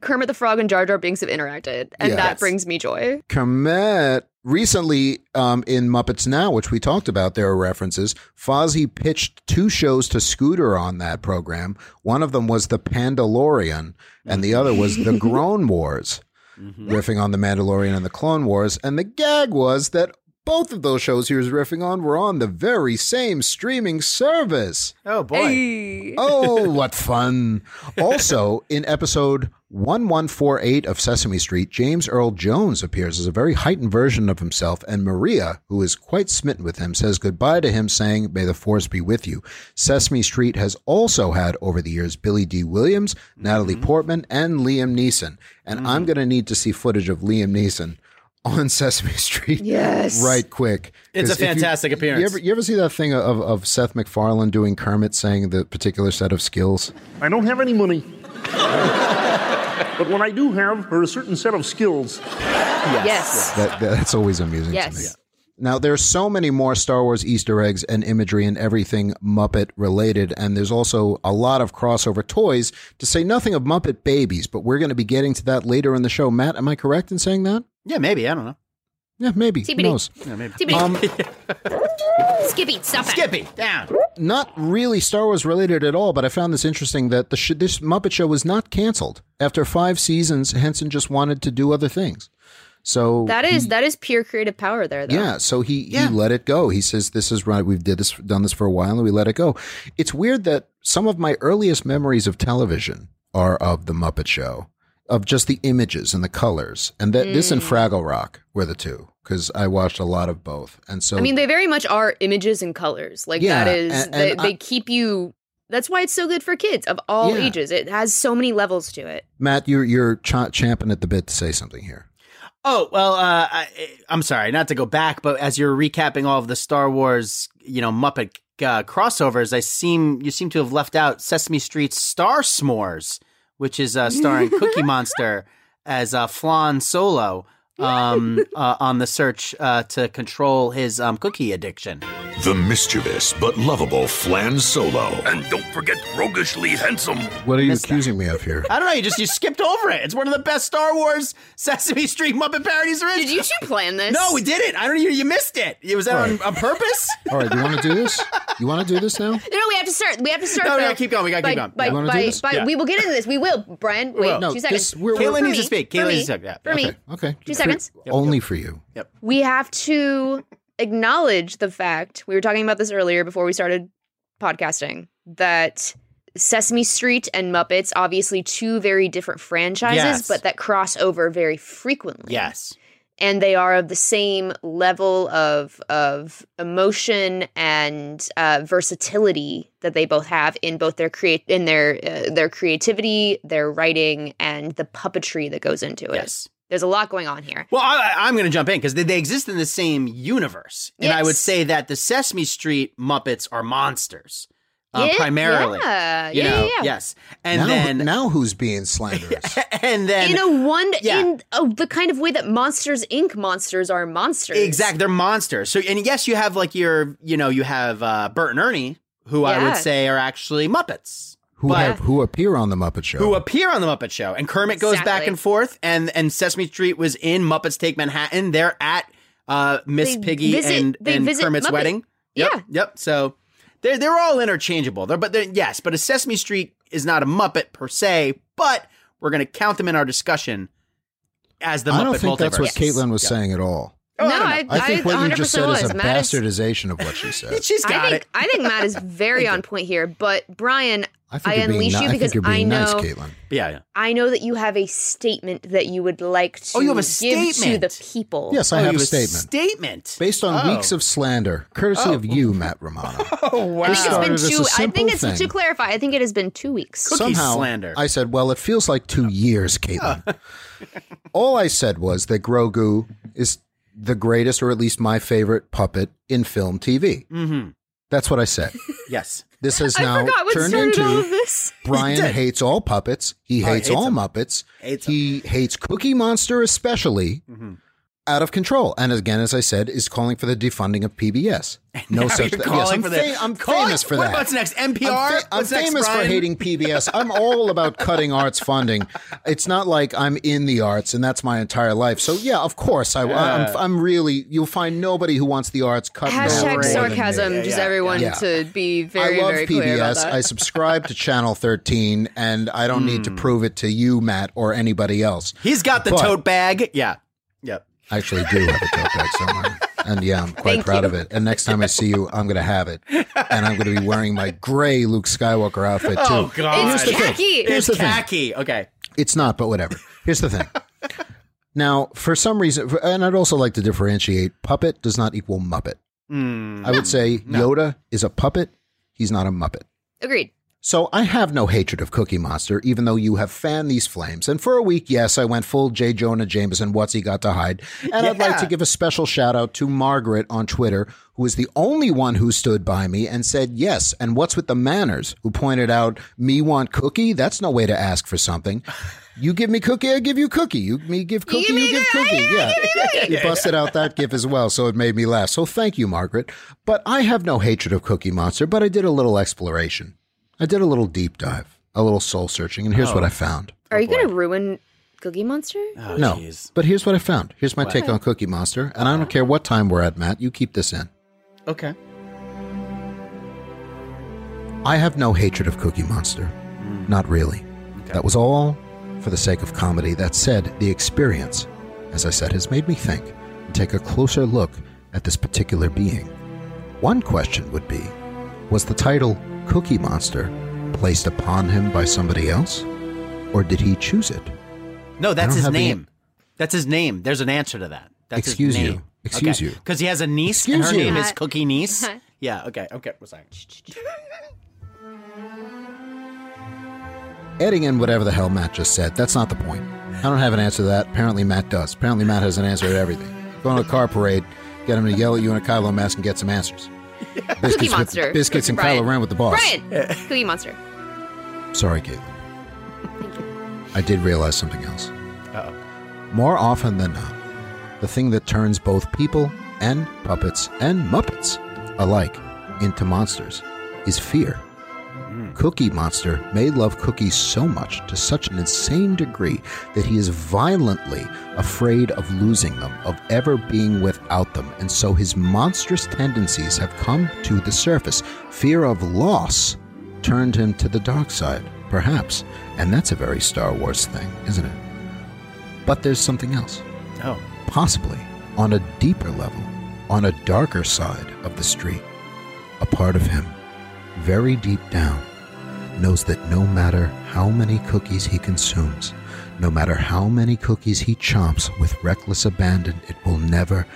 Kermit the Frog and Jar Jar Binks have interacted, and
Yeah.
that
Yes.
brings me joy.
Kermit recently um, in Muppets Now, which we talked about, there are references. Fozzie pitched two shows to Scooter on that program. One of them was The Pandalorian, and the other was
[laughs]
The Grown Wars,
Mm-hmm.
riffing on The Mandalorian and The Clone Wars. And the gag was that both of those shows he was riffing on were on the very same streaming service.
Oh boy.
Oh, what fun. Also, in episode 1148 of Sesame Street, James Earl Jones appears as a very heightened version of himself, and Maria, who is quite smitten with him, says goodbye to him, saying, May the force be with you. Sesame Street has also had over the years Billy D. Williams, Natalie Portman, and Liam Neeson. And I'm going to need to see footage of Liam Neeson on Sesame Street.
Yes.
Right quick. 'Cause
It's a
if you-
fantastic appearance.
You ever, you ever see that thing of, of Seth MacFarlane doing Kermit saying the particular set of skills?
I don't have any
[laughs]
money. but what I do have are a certain set of skills. Yes.
Yes.
That, that's always amusing to me.
Yes.
Now, there's so many more Star Wars Easter eggs and imagery and everything Muppet related, and there's also a lot of crossover toys, to say nothing of Muppet Babies, but we're going to be getting to that later in the show. Matt, am I correct in saying that?
Yeah, maybe. I don't know.
Yeah, maybe. Who
TBD.
knows?
Yeah, maybe.
TBD.
Um,
[laughs] Skippy, stop
Skippy, down.
not really Star Wars related at all, but I found this interesting that the sh- this Muppet Show was not canceled after five seasons. Henson just wanted to do other things, so
That is
he-
that is pure creative power there, though.
yeah. So he he let it go. He says this is right. We've did this done this for a while, and we let it go. It's weird that some of my earliest memories of television are of the Muppet Show, of just the images and the colors, and that this and
Mm.
Fraggle Rock were the two because I watched a lot of both, and so
I mean, they very much are images and colors. Like
Yeah,
that is
and-
they,
and
they
I-
keep you. That's why it's so good for kids of all
Yeah.
ages. It has so many levels to it.
Matt, you're you're cha- champing at the bit to say something here.
Oh well, uh, I, I'm sorry not to go back, but as you're recapping all of the Star Wars, you know, Muppet uh, crossovers, I seem you seem to have left out Sesame Street's Star S'mores, which is
[laughs]
uh, starring Cookie Monster as uh, Flan Solo
[laughs]
um, uh, on the search uh, to control his um, cookie addiction.
The mischievous but lovable Flan Solo. And don't forget roguishly handsome.
What are you accusing me of
[laughs]
here?
I don't know. You just you skipped over it. It's one of the best Star Wars Sesame Street Muppet parodies there is.
Did you two plan this?
No, we didn't. I don't. You, you missed it. It was that
All
on, on purpose.
All right, you want to do this? You want to do this now?
[laughs] No, no, we have to start. We have to start.
No, no,
though,
keep going. We gotta
by,
keep going.
By,
You wanna do
by-
this?
by-
Yeah.
We will get into this. We will. Brian, wait
will.
two
No,
seconds.
this- we're- Kayla
For
needs to
me,
speak.
for
Kayla
me,
needs to talk. Yeah.
For me,
Okay.
Okay.
Two seconds.
Only for you.
we have to acknowledge the fact we were talking about this earlier before we started podcasting that Sesame Street and Muppets obviously two very different franchises
Yes.
but that cross over very frequently
Yes.
and they are of the same level of of emotion and uh, versatility that they both have in both their create in their uh, their creativity their writing and the puppetry that goes into it
Yes.
there's a lot going on here
Well, I, I- I'm going to jump in because they, they exist in the same universe, and I would say that the Sesame Street Muppets are monsters uh,
Yeah,
primarily.
yeah,
you
yeah,
know,
yeah, yeah.
Yes, and
now,
then
now who's being slanderous?
[laughs] and then
in a one
Yeah.
in oh, the kind of way that Monsters Inc. monsters are monsters.
Exactly. They're monsters. So, and yes, you have like your, you know, you have uh, Bert and Ernie, who I
Yeah.
would say are actually Muppets.
who
But-
have, who appear on the Muppet Show?
Who appear on the Muppet Show. And Kermit goes back
Exactly.
and forth, and, and Sesame Street was in Muppets Take Manhattan. They're at uh, Miss
They
Piggy
visit-
and,
they
and
visit
Kermit's
Muppet-
wedding. Yep,
Yeah.
Yep. So they're, they're all interchangeable. They're, but they're, yes, but a Sesame Street is not a Muppet per se, but we're going to count them in our discussion as the Muppet
I don't think
multiverse.
that's what Caitlin was saying at all.
no,
don't know.
I,
Oh, I think what you just
100%
said
was.
is a
Matt is-
bastardization of what
[laughs]
she said.
I think, I think Matt
[laughs]
is very on point here, but Brian, I,
think you're being
unleash
ni-
you because
I, think you're being
know
nice, Caitlin.
Yeah, yeah.
I know that you have a statement that you would like to
Oh, you have a
give to
statement.
the people.
Yes, I
Oh,
have a statement.
Statement
Based on
Oh.
weeks of slander, courtesy of you, Matt
[laughs]
Romano.
Oh wow!
I think
started
it's
as a
been two. I
simple
think it's
thing.
to clarify. I think it has been two weeks.
Somehow, I said, "Well, it feels like two years, Caitlin." All I said was that Grogu is the greatest, or at least my favorite puppet in film TV.
Mm-hmm.
That's what I said.
Yes.
This has
[laughs] I
now
forgot what
turned
started
into
all
[laughs]
of this.
Brian
He did.
hates all puppets. He
Oh, he
hates,
hates
all
them.
Muppets. he hates Cookie Monster especially.
Mm-hmm.
Out of control, and again, as I said, is calling for the defunding of
[laughs]
PBS. No
Now
such thing.
you're calling
Yes, I'm,
for
fa-
that.
I'm
Calling-
famous for
what
that.
what's next?
I'm
NPR.
fa- I'm,
What's next,
famous for
Brian?
hating PBS. I'm all about cutting arts funding. It's not like I'm in the arts and that's my entire life. So yeah, of course I,
Yeah.
I'm, I'm really. You'll find nobody who wants the arts cut. down more
Hashtag
than me.
sarcasm. just everyone
Yeah.
to be very,
I love
very
PBS.
clear about that.
I subscribe to Channel 13, and I don't need to
Hmm.
prove it to you, Matt, or anybody else.
He's got the
But-
tote bag. Yeah. Yep.
I actually do have a tote bag somewhere. And yeah, I'm quite
Thank
proud
you.
of it. And next time I see you, I'm going to have it. And I'm going to be wearing my gray Luke Skywalker outfit, too.
Oh god.
Here's the thing. Here's
It's
the thing.
khaki. Okay.
It's not, but whatever. Here's the thing. Now, for some reason, and I'd also like to differentiate puppet does not equal Muppet.
Mm.
Hmm.
I would say Yoda is a puppet, he's not a Muppet.
Agreed.
So I have no hatred of Cookie Monster, even though you have fanned these flames. And for a week, yes, I went full J. Jonah Jameson, what's he got to hide? And I'd like to give a special shout out to Margaret on Twitter, who is the only one who stood by me and said, yes, and what's with the manners? Who pointed out, me want cookie? That's no way to ask for something. You give me cookie, I give you cookie. You me give cookie, you, give cookie. Yeah. You busted out that gif as well, so it made me laugh. So thank you, Margaret. But I have no hatred of Cookie Monster, but I did a little exploration. I did a little deep dive, a little soul searching, and here's
Oh.
what I found.
Are you going to ruin Cookie Monster?
no, but here's what I found. Here's my
Wow.
take on Cookie Monster, and I don't care what time we're at, Matt. You keep this in.
Okay.
I have no hatred of Cookie Monster. Not really. That was all for the sake of comedy. That said, the experience, as I said, has made me think and take a closer look at this particular being. One question would be Was the title Cookie Monster placed upon him by somebody else? Or did he choose it?
No, that's
don't
his
have the-
name. That's his name. There's an answer to that. That's
Excuse
his
you.
name.
Excuse you.
Because he has a niece, and her
Excuse you. Uh-huh.
name is
Matt.
Cookie Niece. yeah. Okay. Okay. What's that?
Adding in whatever the hell Matt just said, that's not the point. I don't have an answer to that. Apparently, Matt does. Apparently, Matt has an answer to everything. Go on a car parade, get him to yell at you in a Kylo mask and get some answers. Biscuits
Cookie
with-
Monster.
biscuits and Kylo Ren with the boss.
Brian, Cookie Monster.
Sorry, Caitlin. I did realize something else.
Uh-oh.
More often than not, the thing that turns both people and puppets and Muppets alike into monsters is fear. Cookie Monster may love cookies so much to such an insane degree that he is violently afraid of losing them, of ever being without them, and so his monstrous tendencies have come to the surface. Fear of loss turned him to the dark side, perhaps, and that's a very Star Wars thing, isn't it? But there's something else.
Oh.
Possibly on a deeper level, on a darker side of the street, a part of him, very deep down, knows that no matter how many cookies he consumes, no matter how many cookies he chomps with reckless abandon, it will never,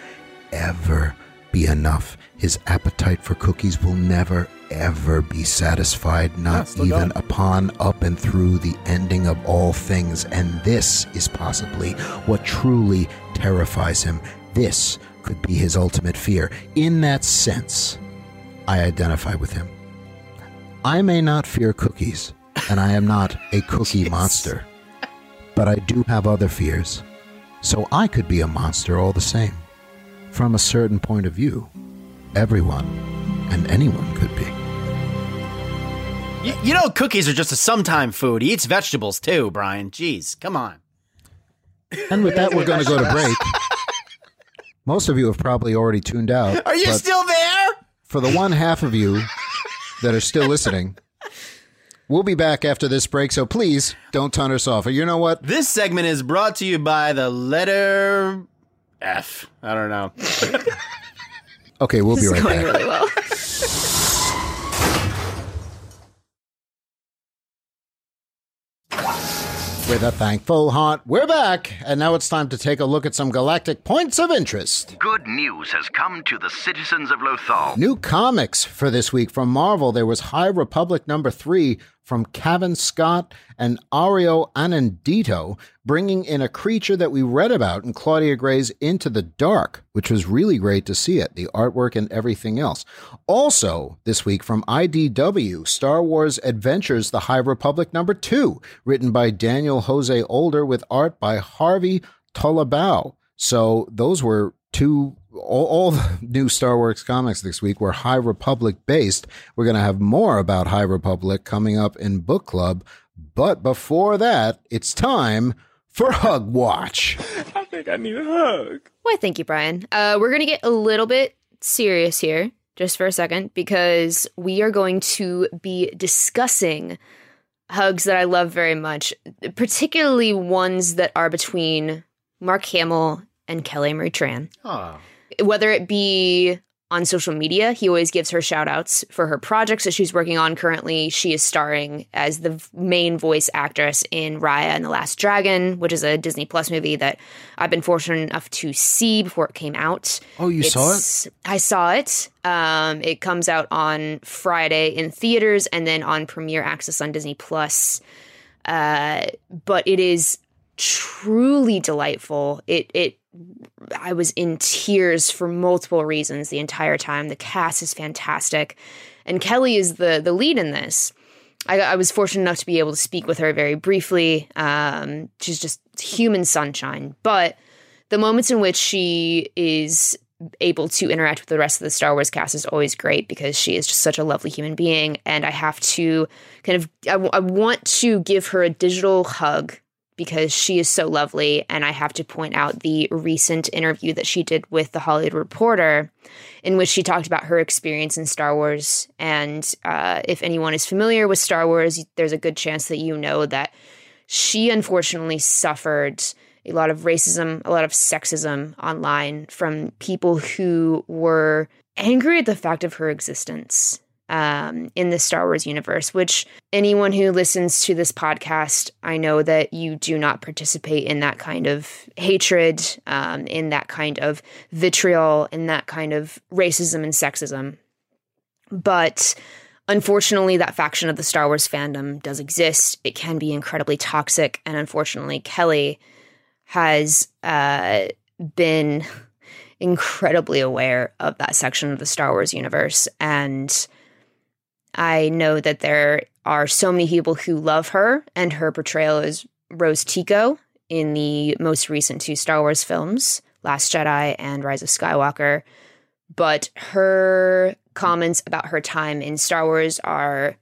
ever be enough. His appetite for cookies will never, ever be satisfied, not
still
even
going.
upon, up, and through the ending of all things. And this is possibly what truly terrifies him. This could be his ultimate fear. In that sense, I identify with him. I may not fear cookies, and I am not a cookie monster, but I do have other fears. So I could be a monster all the same. From a certain point of view, everyone and anyone could be.
You, you know, cookies are just a sometime food. He eats vegetables too, Brian. Jeez, come on.
And with that, we're going to go to break. [laughs] Most of you have probably already tuned out.
Are you
but
still there?
For the one half of you that are still listening, we'll be back after this break. So please don't turn us off. You know what?
This segment is brought to you by the letter F. I don't know.
Okay, we'll
This
be right
is going
back.
really well.
[laughs] With a thankful heart, we're back, and now it's time to take a look at some galactic points of interest.
Good news has come to the citizens of Lothal.
New comics for this week from Marvel. There was High Republic number three from Kevin Scott and Ario Anandito, bringing in a creature that we read about in Claudia Gray's Into the Dark, which was really great to see it, the artwork and everything else. Also, this week from IDW, Star Wars Adventures The High Republic number two, written by Daniel Jose Older with art by Harvey Tolabau. So those were two all, all the [laughs] new Star Wars comics this week were High Republic based. We're going to have more about High Republic coming up in book club, but before that, it's time for Hug Watch.
I think I need a hug. Why, thank you, Brian. Uh, we're going to get a little bit serious here, just for a second, because we are going to be discussing hugs that I love very much, particularly ones that are between Mark Hamill and Kelly Marie Tran.
Oh.
Whether it be on social media, he always gives her shout outs for her projects that she's working on currently. She is starring as the v- main voice actress in Raya and the Last Dragon, which is a Disney Plus movie that I've been fortunate enough to see before it came out.
Oh, you saw it?
It's- I saw it. Um, it comes out on Friday in theaters and then on premiere access on Disney Plus. Uh, but it is truly delightful. It it I was in tears for multiple reasons the entire time. The cast is fantastic, and Kelly is the the lead in this. I, I was fortunate enough to be able to speak with her very briefly. Um, she's just human sunshine, but the moments in which she is able to interact with the rest of the Star Wars cast is always great because she is just such a lovely human being. And I have to kind of, I, w- I want to give her a digital hug because she is so lovely. And I have to point out the recent interview that she did with the Hollywood Reporter, in which she talked about her experience in Star Wars. And uh, if anyone is familiar with Star Wars, there's a good chance that you know that she unfortunately suffered a lot of racism, a lot of sexism online from people who were angry at the fact of her existence um, in the Star Wars universe. Which anyone who listens to this podcast, I know that you do not participate in that kind of hatred, um, in that kind of vitriol, in that kind of racism and sexism. But unfortunately, that faction of the Star Wars fandom does exist. It can be incredibly toxic. And unfortunately, Kelly has uh, been incredibly aware of that section of the Star Wars universe. And I know that there are so many people who love her, and her portrayal as Rose Tico in the most recent two Star Wars films, Last Jedi and Rise of Skywalker. But her comments about her time in Star Wars are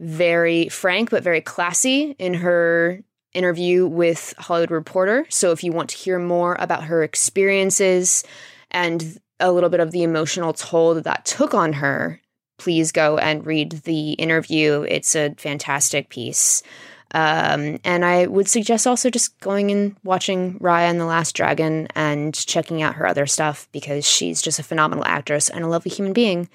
very frank but very classy in her interview with Hollywood Reporter. So if you want to hear more about her experiences and a little bit of the emotional toll that that took on her, please go and read the interview. It's a fantastic piece. Um, and I would suggest also just going and watching Raya and the Last Dragon and checking out her other stuff because she's just a phenomenal actress and a lovely human being.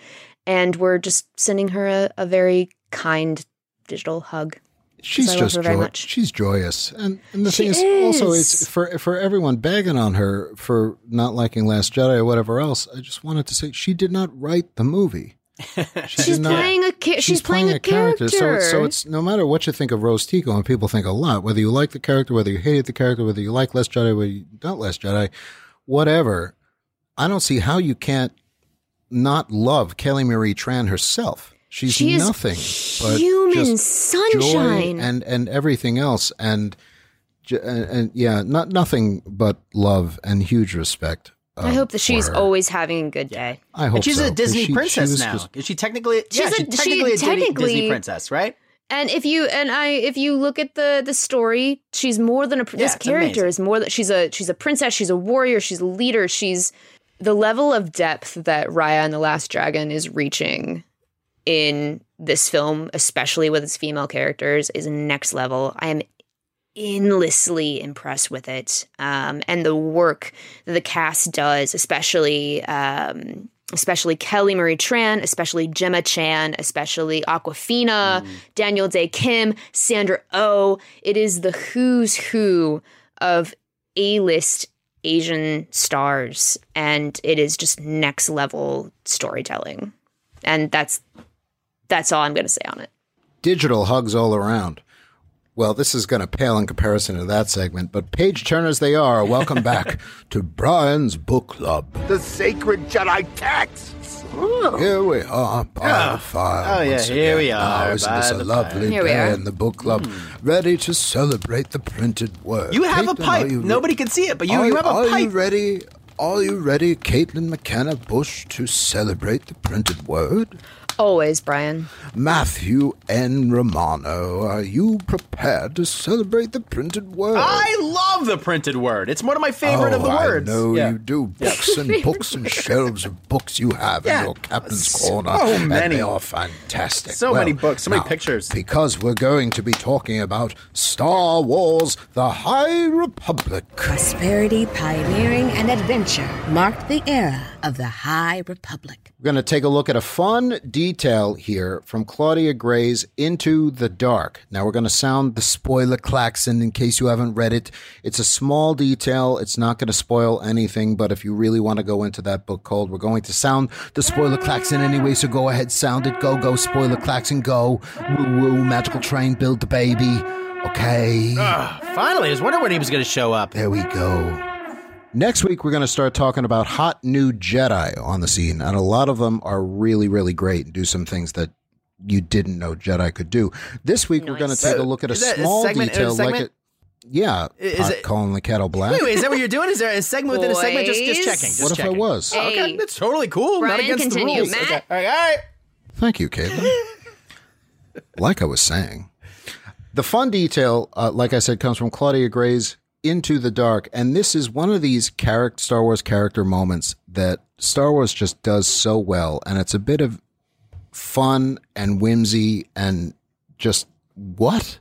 And we're just sending her a, a very kind digital hug. 'Cause
She's
I love
just
her very
joy-
much.
she's joyous, and and the
She
thing is, also
is.
it's for for everyone bagging on her for not liking Last Jedi or whatever else. I just wanted to say she did not write the
[laughs]
movie. She
She's
did not-
playing a ca- she's, playing, a character.
So it's, so it's no matter what you think of Rose Tico, and people think a lot, whether you like the character, whether you hated the character, whether you like Last Jedi, whether you don't Last Jedi, whatever. I don't see how you can't not love Kelly Marie Tran herself. She's
She is
nothing but
human
just
sunshine.
joy and and everything else, and, j- and and yeah, not nothing but love and huge respect.
I
um,
hope that
for
she's
her.
always having a good day.
I hope
And she's
so,
a
'cause
Disney
she- she
princess
was
now.
just-
Is she technically?
She's
yeah,
a-
she's
she
technically a Disney-
technically-
Disney princess, right?
And if you and I, if you look at the the story, she's more than a pr this
it's
character is more than she's a she's a princess, she's a warrior, she's a leader, she's the level of depth that Raya and the Last Dragon is reaching in this film, especially with its female characters, is next level. I am endlessly impressed with it um, and the work that the cast does, especially. Um, Especially Kelly Marie Tran, especially Gemma Chan, especially Aquafina, Daniel Day Kim, Sandra O. Oh. It is the who's who of A list Asian stars, and it is just next level storytelling. And that's that's all I'm going to say on it.
Digital hugs all around. Well, this is going to pale in comparison to that segment, but page turners they are. Welcome
[laughs]
back to Brian's Book Club.
The sacred Jedi texts.
Here we are by
Oh.
the fire.
Oh, yeah,
once
here we
again.
are
Now, isn't
by
this a
the
lovely
fire. Here we
day
are. Hmm.
in the book club, ready to celebrate the printed word?
You have a
Caitlin,
pipe.
are you re-
Nobody can see it, but you,
are,
you have
are
a pipe.
You ready? Are you ready, Caitlin McKenna Bush, to celebrate the printed word?
Always, Brian.
Matthew N. Romano, are you prepared to celebrate the printed word?
I love the printed word. It's one of my favorite
oh,
of the
I
words.
know
Yeah.
you do.
Yeah.
Books
[laughs]
and books and shelves of books you have
Yeah.
in your captain's
So
corner. And
many.
they are fantastic.
So many books, so many
pictures. Because we're going to be talking about Star Wars The High Republic.
Prosperity, pioneering, and adventure marked the era of the High Republic.
We're going to take a look at a fun detail here from Claudia Gray's Into the Dark. Now, we're going to sound the spoiler klaxon in case you haven't read it. It's a small detail, it's not going to spoil anything, but if you really want to go into that book cold, we're going to sound the spoiler klaxon anyway, so go ahead, sound it. Go, go, spoiler klaxon, go. Woo, woo, magical train, build the baby. Okay.
Finally, I was wondering when he was going to show up.
There we go. Next week, we're going to start talking about hot new Jedi on the scene. And a lot of them are really, really great and do some things that you didn't know Jedi could do. This week, we're going to take a look at a
Uh, Is that a
small
segment- a
detail like it.
segment?
Yeah.
Is
pot
it-
calling the kettle black.
Wait, wait, is that what you're doing? Is there a segment within a segment? Just, just
Boys?
checking. Just
What if I
checking.
was?
Oh, okay,
Hey.
that's totally cool. Not
Brian,
against
continue.
the rules.
Matt?
Okay. All right, all right.
Thank you, Caitlin. like I was saying, the fun detail, uh, like I said, comes from Claudia Gray's Into the Dark, and this is one of these character Star Wars character moments that Star Wars just does so well, and it's a bit of fun and whimsy and just what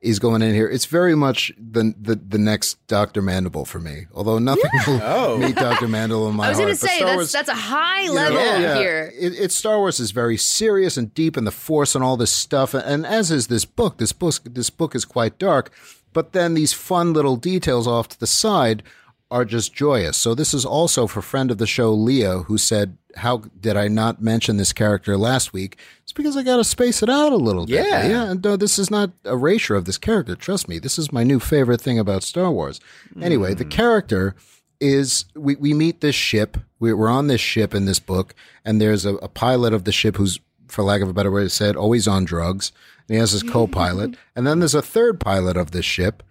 is going in here. It's very much the the, the next Doctor Mandible for me, although nothing will meet Doctor Mandible in my
Oh. I was
heart.
going to
but
say
Star
that's
Wars-
that's a high level
yeah, yeah.
here.
It, it, Star Wars is very serious and deep in the Force and all this stuff, and, as is this book. This book, this book is quite dark, but then these fun little details off to the side are just joyous. So this is also for friend of the show Leo, who said, "How did I not mention this character last week?" It's because I got to space it out a little bit.
Yeah.
yeah. And uh, this is not erasure of this character. Trust me, this is my new favorite thing about Star Wars. Anyway,
Hmm.
the character is we, we meet this ship. We, we're on this ship in this book, and there's a, a pilot of the ship who's, for lack of a better way to say it, always on drugs. And he has his co
[laughs]
pilot. and then there's a third pilot of this ship,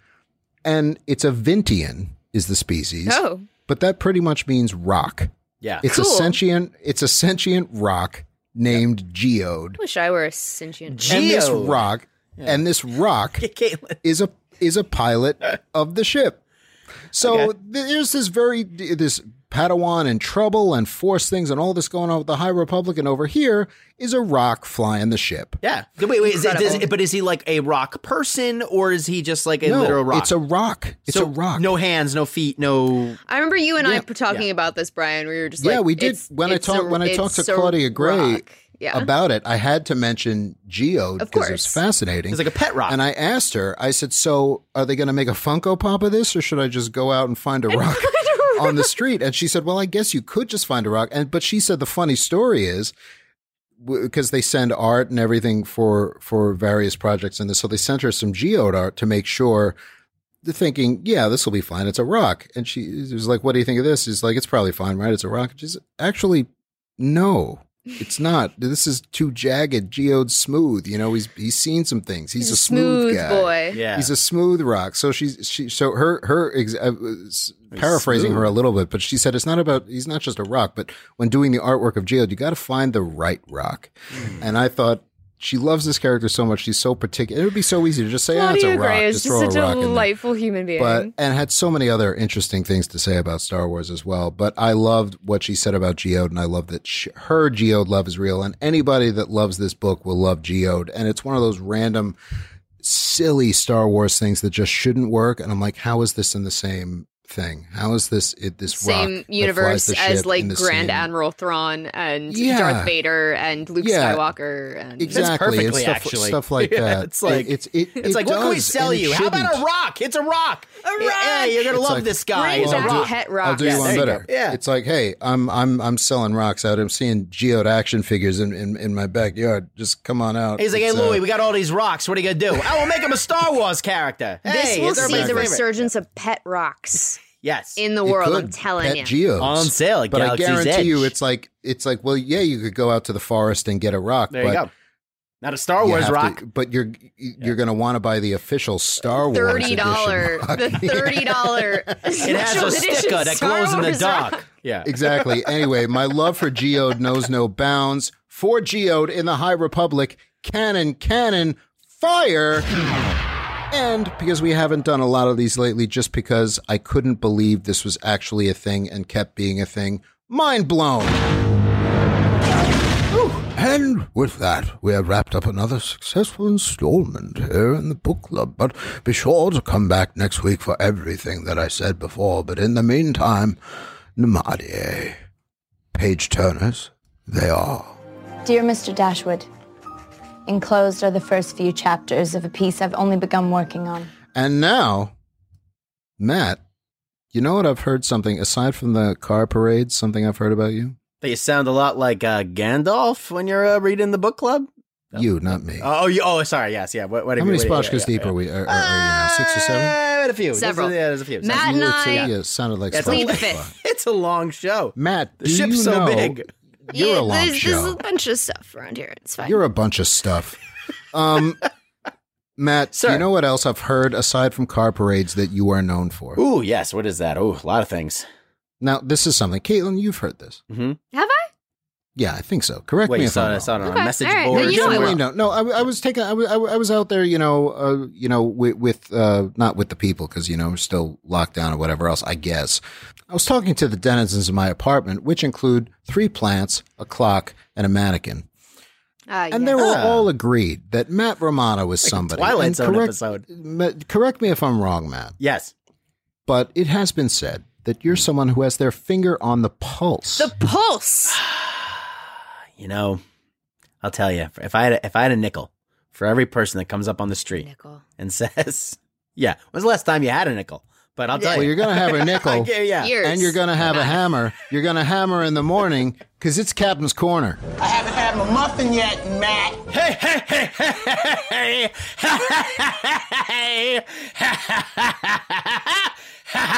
and it's a Vintian, is the species.
Oh.
But that pretty much means rock.
[laughs] Yeah.
It's a
Cool.
sentient it's a sentient rock named Geode.
Wish I were a sentient.
And this rock, and this
[laughs]
rock is a is a pilot of the ship. So there's this very this Padawan in trouble and force things and all this going on with the High Republic, and over here is a rock flying the ship.
Yeah. Wait, wait. Is it,
Incredible.
is it- but is he like a rock person, or is he just like a
No,
literal rock?
it's a rock. It's
So,
a rock.
No hands, no feet, no.
I remember you and I
Yeah.
were talking about this, Brian. We were just
yeah,
like,
we did
it's-
when I
it's
talked
a-
when I talked to
it's a
Claudia Gray
rock. Yeah.
about it. I had to mention Geo
Of
because it's
course.
fascinating.
It's like a pet rock.
And I asked her. I said, "So, are they going to make a Funko Pop of this, or should I just go out and find a rock on the street?" And she said, "Well, I guess you could just find a rock." And but she said the funny story is because they send art and everything for for various projects and this, so they sent her some geode art to make sure they're thinking, yeah, this will be fine. It's a rock. And she was like, what do you think of this? He's like, it's probably fine, right? It's a rock. She's actually, no,
[laughs]
it's not. This is too jagged, geode smooth. You know, he's he's seen some things. He's,
He's
a
a
smooth,
smooth
guy.
boy. Yeah.
he's a smooth rock. So she's she so her her ex- uh, s- paraphrasing her a little bit, but she said it's not about he's not just a rock, but when doing the artwork of geode, you got to find the right rock. And I thought. She loves this character so much. She's so particular. It would be so easy to just say, "Ah, it's a
Claudia
rock."
Gray is
just
just
throw
such
a
a
rock in there
delightful human being.
but and had so many other interesting things to say about Star Wars as well. But I loved what she said about Geode, and I love that sh her Geode love is real. And anybody that loves this book will love Geode. And it's one of those random silly Star Wars things that just shouldn't work, and I'm like, how is this in the same thing? How is this it, this rock
same
that flies
universe
the
as
ship
like
in the
Grand
same-
Admiral Thrawn and
Yeah.
Darth Vader and Luke
Yeah.
Skywalker and
Exactly, and
perfectly,
stuff,
actually. [laughs]
stuff like
Yeah,
that.
it's like-
It- it's it,
It's
it
like, what can we
does,
sell
and it
you? How about a
shouldn't.
rock? It's a rock. A rock. Yeah, you're gonna
It's
love
like,
this guy. It's a
I'll do-
rock.
I'll do you
Yeah,
one
there go.
better.
Yeah.
It's like, hey, I'm I'm I'm selling rocks out. I'm seeing geode action figures in, in, in my backyard. Just come on out.
He's like, hey,
It's, uh,
Louie, we got all these rocks. What are you going to do? I will make him a Star Wars character.
This
Hey,
will
it's
see
everybody's
the
favorite.
resurgence of pet rocks.
Yes,
in the
It
world,
could.
I'm telling
Pet
you.
geodes.
On sale at
But I
Galaxy's
guarantee
Edge.
you, it's like it's like, well, yeah, you could go out to the forest and get a rock.
There
but
you go. Not a Star
you
Wars
have to-
[laughs]
rock.
but you're you're gonna want to buy the official Star Wars
Thirty
edition
dollar,
rock.
the
[laughs]
thirty dollar.
It has a sticker that glows in the dark. Yeah.
exactly. Anyway, my love for Geode knows no bounds. For Geode in the High Republic, cannon, cannon, fire. And because we haven't done a lot of these lately, just because I couldn't believe this was actually a thing and kept being a thing, mind blown. And with that, we have wrapped up another successful installment here in the book club. But be sure to come back next week for everything that I said before. But in the meantime, Namadi, page turners, they are.
Dear Mr. Dashwood, enclosed are the first few chapters of a piece I've only begun working on.
And now, Matt, you know what I've heard something aside from the car parade, something I've heard about you?
That you sound a lot like uh, Gandalf when you're uh, reading the book club.
You, not me.
Oh, you, oh, sorry. Yes, yeah. What, what
How
what-
many
yeah, yeah,
Spotchkas
yeah,
deep
yeah.
are we? Are, are, are you now? Six or seven?
Uh, a few. There's a-
Several.
yeah, there's a few.
Matt and
It's a-
I.
yeah, it sounded like
[laughs] It's a,
Spotchka.
[laughs] it's a long show.
Matt,
the
do
ship's
you
so
know-
big.
You're
yeah,
a long
there's,
show.
there's a bunch of stuff around here. It's fine.
You're a bunch of stuff.
[laughs]
Um, Matt, do you know what else I've heard aside from car parades that you are known for?
Ooh, yes. What is that? Oh, a lot of things.
Now, this is something, Caitlin, you've heard this.
Mm-hmm.
Have I?
Yeah, I think so. Correct
Wait,
me
you
if
saw
I'm
it-
wrong.
saw it on a
Okay,
message
all right.
board.
Then you know I
Generally,
will.
no, no. I, I was taking. I, wa- I wa- I was out there, you know, uh, you know, with, with uh, not with the people because you know we're still locked down or whatever else. I guess I was talking to the denizens of my apartment, which include three plants, a clock, and a mannequin,
Uh,
and
yeah.
they were
Ah.
all agreed that Matt Romano was somebody.
Twilight
And
Zone
correct-
episode.
Ma- correct me if I'm wrong, Matt.
Yes.
But it has been said that you're
Hmm.
someone who has their finger on the pulse.
the pulse.
You know, I'll tell you. If I had a, if I had a nickel for every person that comes up on the street and [laughs] says, "Yeah, when's the last time you had a nickel?" But I'll tell
Well,
you,
you're gonna have
[laughs]
a nickel,
yeah, yeah.
and you're gonna have a hammer. You're gonna hammer in the morning because it's Captain's Corner.
I haven't had my muffin yet, Matt. Hey, hey, hey, hey, hey, hey,
[laughs]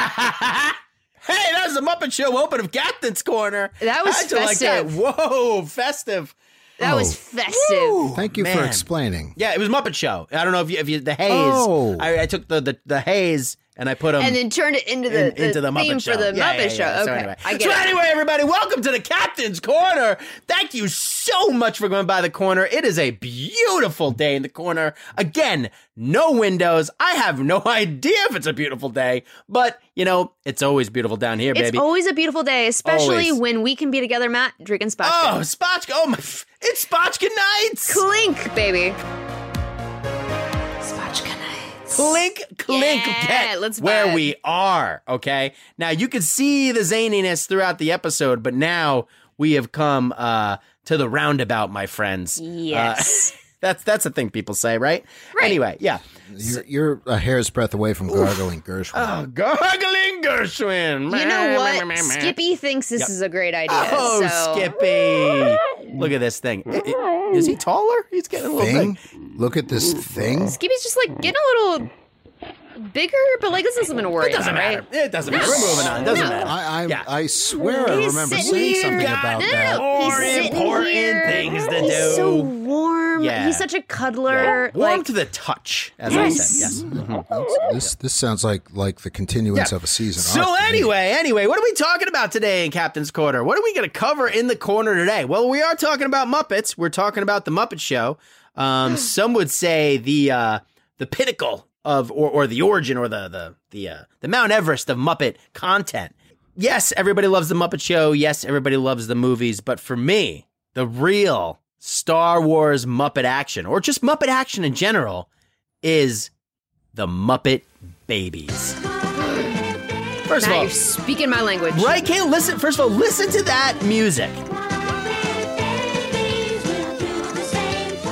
Hey, that was the Muppet Show open of Captain's Corner.
That was
How'd you
festive.
Like that? Whoa, festive.
That was
Oh.
festive.
Thank you for
Man.
explaining.
Yeah, it was Muppet Show. I don't know if you, if you the haze.
Oh.
I, I took the, the the haze and I put them
and then turned it into the, the
into the
theme
Muppet Show.
for the
Yeah,
Muppet
yeah, yeah.
Show.
So
Okay,
anyway.
I get
so
it.
anyway, everybody, welcome to the Captain's Corner. Thank you so much for going by the corner. It is a beautiful day in the corner. Again, no windows. I have no [laughs] idea if it's a beautiful day, but you know it's always beautiful down here,
It's
baby.
always a beautiful day, especially
Always.
when we can be together, Matt, drinking Spotchka.
Oh, Spotchka! Oh my, [laughs] it's Spotchka nights.
Clink, baby.
Clink, clink,
Yeah,
get
let's
where
vibe.
we are. Okay. Now you could see the zaniness throughout the episode, but now we have come uh, to the roundabout, my friends. Uh,
Yes.
[laughs] that's that's a thing people say, right? Right. Anyway, yeah.
You're, you're a hair's breadth away from gargling Gershwin.
Oh, gargling Gershwin.
You know what? Skippy thinks this
Yep.
is a great idea.
Oh,
so.
Skippy! Look at this thing. I- I- Is he taller? He's getting a little
thing?
big.
Look at this thing.
Skippy's just like getting a little bigger, but like this isn't gonna worry.
It doesn't
about,
matter.
right?
It doesn't matter. We're moving on. It doesn't matter.
I, I,
Yeah.
I swear I
He's
remember
sitting
saying
here.
something
Got
about
No, no,
that.
no.
More
He's sitting
important
here.
things to
He's
do.
so warm.
Yeah.
He's such a cuddler.
Yeah. Warm
Like,
to the touch, as I said. Yes.
Yes.
This this sounds like like the continuance
Yeah.
of a season.
So
arc to me.
anyway, anyway, what are we talking about today in Captain's Corner? What are we going to cover in the corner today? Well, we are talking about Muppets. We're talking about the Muppet Show. Um, some would say the uh, the pinnacle of, or, or the origin, or the the the uh, the Mount Everest of Muppet content. Yes, everybody loves the Muppet Show. Yes, everybody loves the movies. But for me, the real Star Wars Muppet action, or just Muppet action in general, is the Muppet Babies. First
now
of all,
you're speaking my language.
Right, Kayla? Listen, first of all, listen to that music.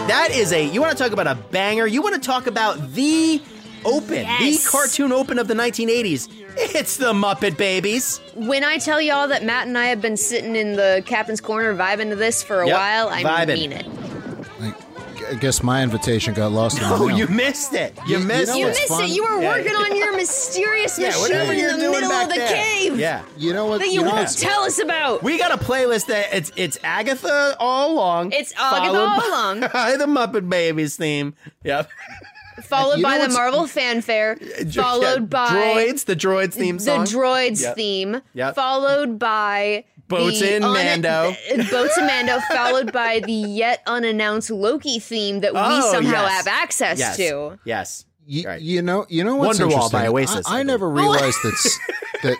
That is a, you want to talk about a banger? You want to talk about the open,
Yes.
the cartoon open of the 1980s? It's the Muppet Babies.
When I tell y'all that Matt and I have been sitting in the captain's corner vibing to this for a
Yep,
while, I
vibing.
mean it.
I guess my invitation got lost in the
Oh,
mail.
you missed it. You,
You- you
missed
know
it.
you
what's
missed
fun?
it. You were
Yeah.
working on your mysterious
Yeah,
machine
whatever you're
in the
doing
middle
back
of the
there.
cave.
Yeah.
You know what?
That you won't tell us about.
We got a playlist that it's it's Agatha all along.
It's Agatha
followed
all along.
[laughs] by the Muppet Babies theme. Yep.
Followed
You know
by the
what's-
Marvel fanfare.
Yeah,
[laughs] Followed by
droids. The droids
the
theme song.
droids
Yep.
theme.
Yep.
Followed by
Boats
the
in Mando.
the- [laughs] Boats in Mando. Followed by the yet unannounced Loki theme that
Oh,
we somehow
yes.
have access
Yes.
to.
Yes.
You, you know, you know what's
Wonderwall
interesting?
by Oasis.
I, I never realized that
[laughs]
s- that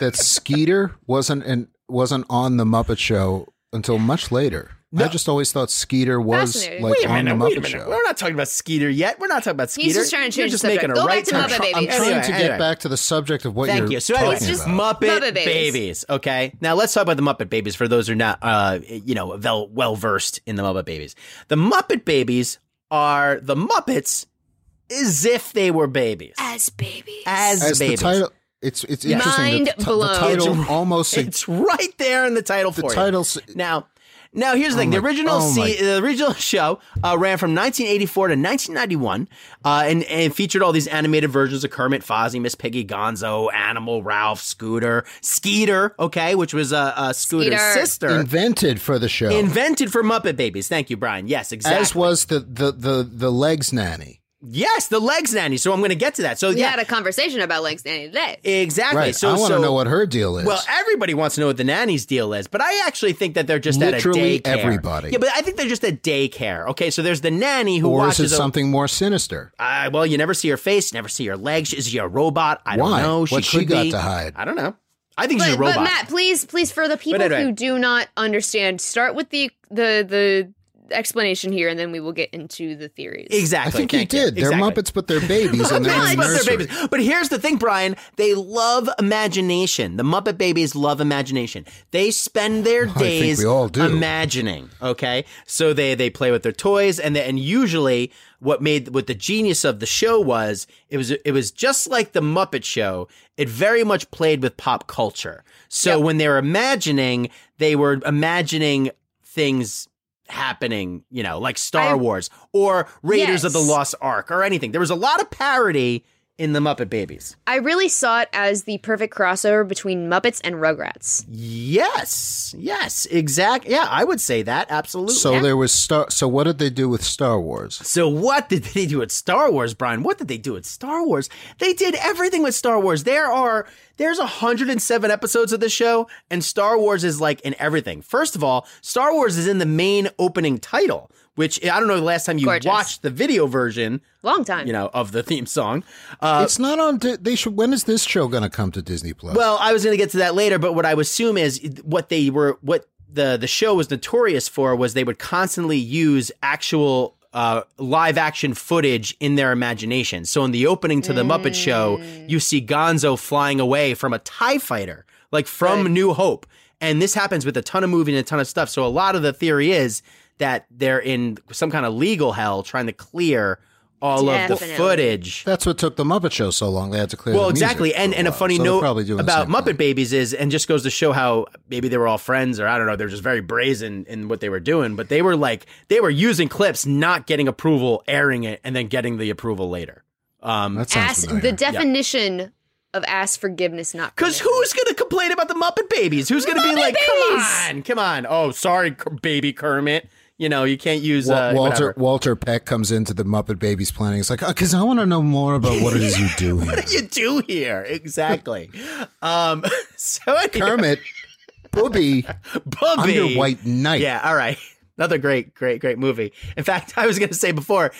that Skeeter wasn't and wasn't on the Muppet Show until much later. I just always thought Skeeter was
Fascinating.
like
wait a
on
minute,
the
wait a
Muppet
minute.
Show.
We're not talking about Skeeter yet. We're not talking about Skeeter.
He's just trying to
You're
change
just
the
making a
subject. Go back
right
to
turn.
Muppet Babies.
I'm trying
Anyway,
to get
anyway.
back to the subject of what
Thank
you're
you. So,
talking
anyways,
about.
Muppet,
Muppet
babies.
Babies.
Okay. Now let's talk about the Muppet Babies for those who are not, uh, you know, well versed in the Muppet Babies. The Muppet Babies are the Muppets as if they were babies.
As babies.
As,
As
babies.
the title, it's it's
Yeah.
interesting.
Mind
that the, t-
blown.
the title almost sug-
it's right there in the title
The
for
title
you. Now, now here's the thing: the
my-
original
oh my-
se- the original [laughs] show uh, ran from 1984 to 1991, uh, and and featured all these animated versions of Kermit, Fozzie, Miss Piggy, Gonzo, Animal, Ralph, Scooter, Skeeter. Okay, which was uh, uh, Scooter's
Skeeter.
sister.
invented for the show,
Invented for Muppet Babies. Thank you, Brian. Yes, exactly.
as was the the the the legs nanny.
yes, the legs nanny. So I'm going to get to that. So
We
yeah,
had a conversation about Legs Danny today.
exactly.
Right.
So
I want to
so-
know what her deal is.
Well, everybody wants to know what the nanny's deal is, but I actually think that they're just
Literally
at a daycare.
everybody.
Yeah, but I think they're just at daycare. Okay, so there's the nanny who
or is
watches
it
o-
something more sinister?
Uh, well, you never see her face, never see her legs. Is she a robot? I
Why?
don't know. She
What's she
could
got
be.
to hide?
I don't know. I think she's
But,
a robot.
but Matt, please, please, for the people
anyway.
who do not understand, start with the the the explanation here, and then we will get into the theories.
I
exactly.
think you
thank
did. They're
Exactly.
Muppets, but they're babies,
[laughs]
and they're in
Muppets,
the
but they're
nursery.
babies. But here's the thing, Brian. They love imagination. The Muppet Babies love imagination. They
[laughs]
spend their
think
days
we all do.
imagining. Okay, so they they play with their toys, and they, and usually what made what the genius of the show was it was it was just like the Muppet Show. It very much played with pop culture. So when they were imagining, they were imagining things happening, you know, like Star
I-
Wars or Raiders of the
Yes.
Lost Ark or anything. There was a lot of parody in the Muppet Babies.
I really saw it as the perfect crossover between Muppets and Rugrats.
Yes, yes, exact. Yeah, I would say that absolutely.
So there was Star. So what did they do with Star Wars?
So what did they do at Star Wars, Brian? What did they do at Star Wars? They did everything with Star Wars. There are there's 107 episodes of the show, and Star Wars is like in everything. First of all, Star Wars is in the main opening title, which I don't know the last time you
Gorgeous.
watched the video version,
Long time.
you know, of the theme song. Uh,
it's not on. Di- They should. When is this show going to come to Disney Plus?
Well, I was going to get to that later, but what I would assume is what they were, what the the show was notorious for was they would constantly use actual uh, live action footage in their imagination. So in the opening to the Muppet Show, you see Gonzo flying away from a Tie Fighter, like from New Hope, and this happens with a ton of movie and a ton of stuff. So a lot of the theory is that they're in some kind of legal hell trying to clear all of the
Definitely.
footage
that's what took the Muppet Show so long. They had to clear.
well
the music
exactly
for
and and a
while.
funny
So they're probably
note
doing the
about
same
muppet babies is and just goes to show how maybe they were all friends or i don't know they're just very brazen in what they were doing but they were like they were using clips not getting approval airing it and then getting the approval later um
That sounds
Ass,
familiar.
the definition of ass forgiveness, not
because who's gonna complain about the muppet babies who's gonna be
Muppet
like
Babies!
come on come on oh sorry K- baby kermit you know you can't use
Wa-
uh,
Walter
whatever. [laughs]
Walter Peck comes into the Muppet Babies planning. It's like because I want to know more about what it is you do. here."
[laughs] what do you do here exactly um [laughs] so anyway.
Kermit, Booby,
Bubby.
I'm your white knight.
[laughs] Yeah, all right. Another great, great, great movie. In fact, I was going to say before,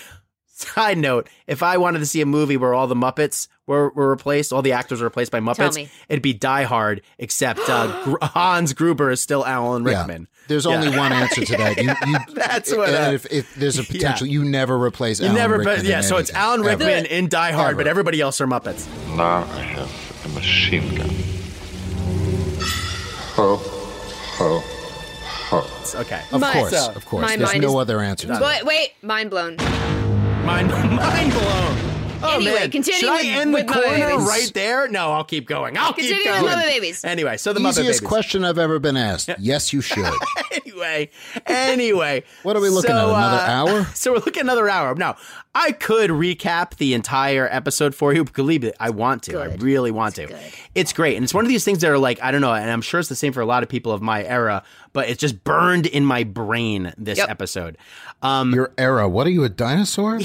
Side note: If I wanted to see a movie where all the Muppets were, were replaced, all the actors were replaced by Muppets,
me.
it'd be Die Hard. Except
[gasps]
uh, Gr- Hans Gruber is still Alan
Yeah.
Rickman.
There's
Yeah.
only
[laughs]
one answer to that. You, you,
That's what
and
I-
if, if there's
[laughs]
a potential, you never replace.
You
Alan
never,
Rickman
but
in
yeah. So it's
anything,
Alan
ever.
Rickman in Die Hard, but everybody else are Muppets.
Now I have a machine gun. Ho, ho, ho.
Okay.
Of
My-
course,
so,
of course.
my
There's
mind
no
is-
other answer. To that.
But wait, mind blown.
Mind, [laughs] mind blown. Oh
Anyway,
man,
continue
Oh, should I
with-
end the
with Muppet
corner
Babies.
right there? No, I'll keep going. I'll keep
Continue with
going.
Muppet Babies.
Anyway, so the Muppet
Easiest
Babies.
question I've ever been asked. Yes, you
[laughs]
should.
anyway, anyway. uh,
What are we looking at, another hour?
[laughs] So we're looking at another hour. Now, I could recap the entire episode for you. Believe it, I want to. I really want to. It's great. And it's one of these things that are like, I don't know, and I'm sure it's the same for a lot of people of my era, but it's just burned in my brain this
Yep.
episode. Um,
Your era. What are you, a
[laughs]
dinosaur?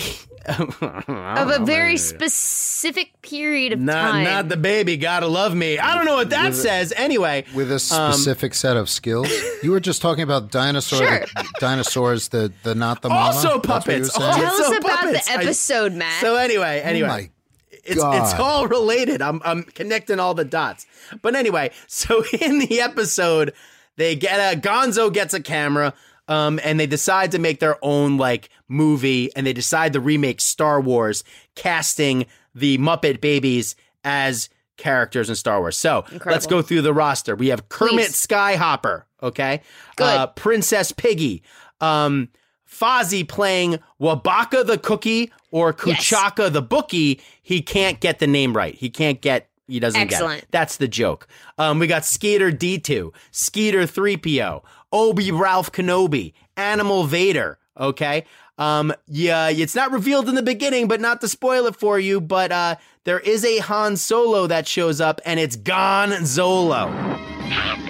Of
of
a very specific period of
Not,
time.
not the baby, gotta love me. I don't know what that
With a-
says. Anyway,
With a
Um,
specific set of skills. You were just talking about dinosaurs.
Sure.
[laughs] Dinosaurs. The the not the mama. That's what
also
you
puppets.
were saying?
Tell
Also
us about
puppets.
the
I-
episode, Matt.
So anyway,
Oh
anyway.
my
it's, it's
God.
all related. I'm, I'm connecting all the dots. But anyway, so [laughs] in the episode, they get a Gonzo gets a camera, um, and they decide to make their own like movie, and they decide to remake Star Wars, casting the Muppet Babies as characters in Star Wars. So let's
Incredible.
go through the roster. We have Kermit
Please.
Skyhopper, okay? Uh, Princess Piggy. Um, Fozzie playing Wabaka the Cookie or Kuchaka the Bookie. He can't get the name right. He can't get, he doesn't get
Excellent.
it. That's the joke. Um, we got Skeeter D2, Skeeter 3PO, Obi Ralph Kenobi, Animal Vader, okay? Um, yeah, it's not revealed in the beginning, but not to spoil it for you, but uh, there is a Han Solo that shows up, and it's Gon Zolo.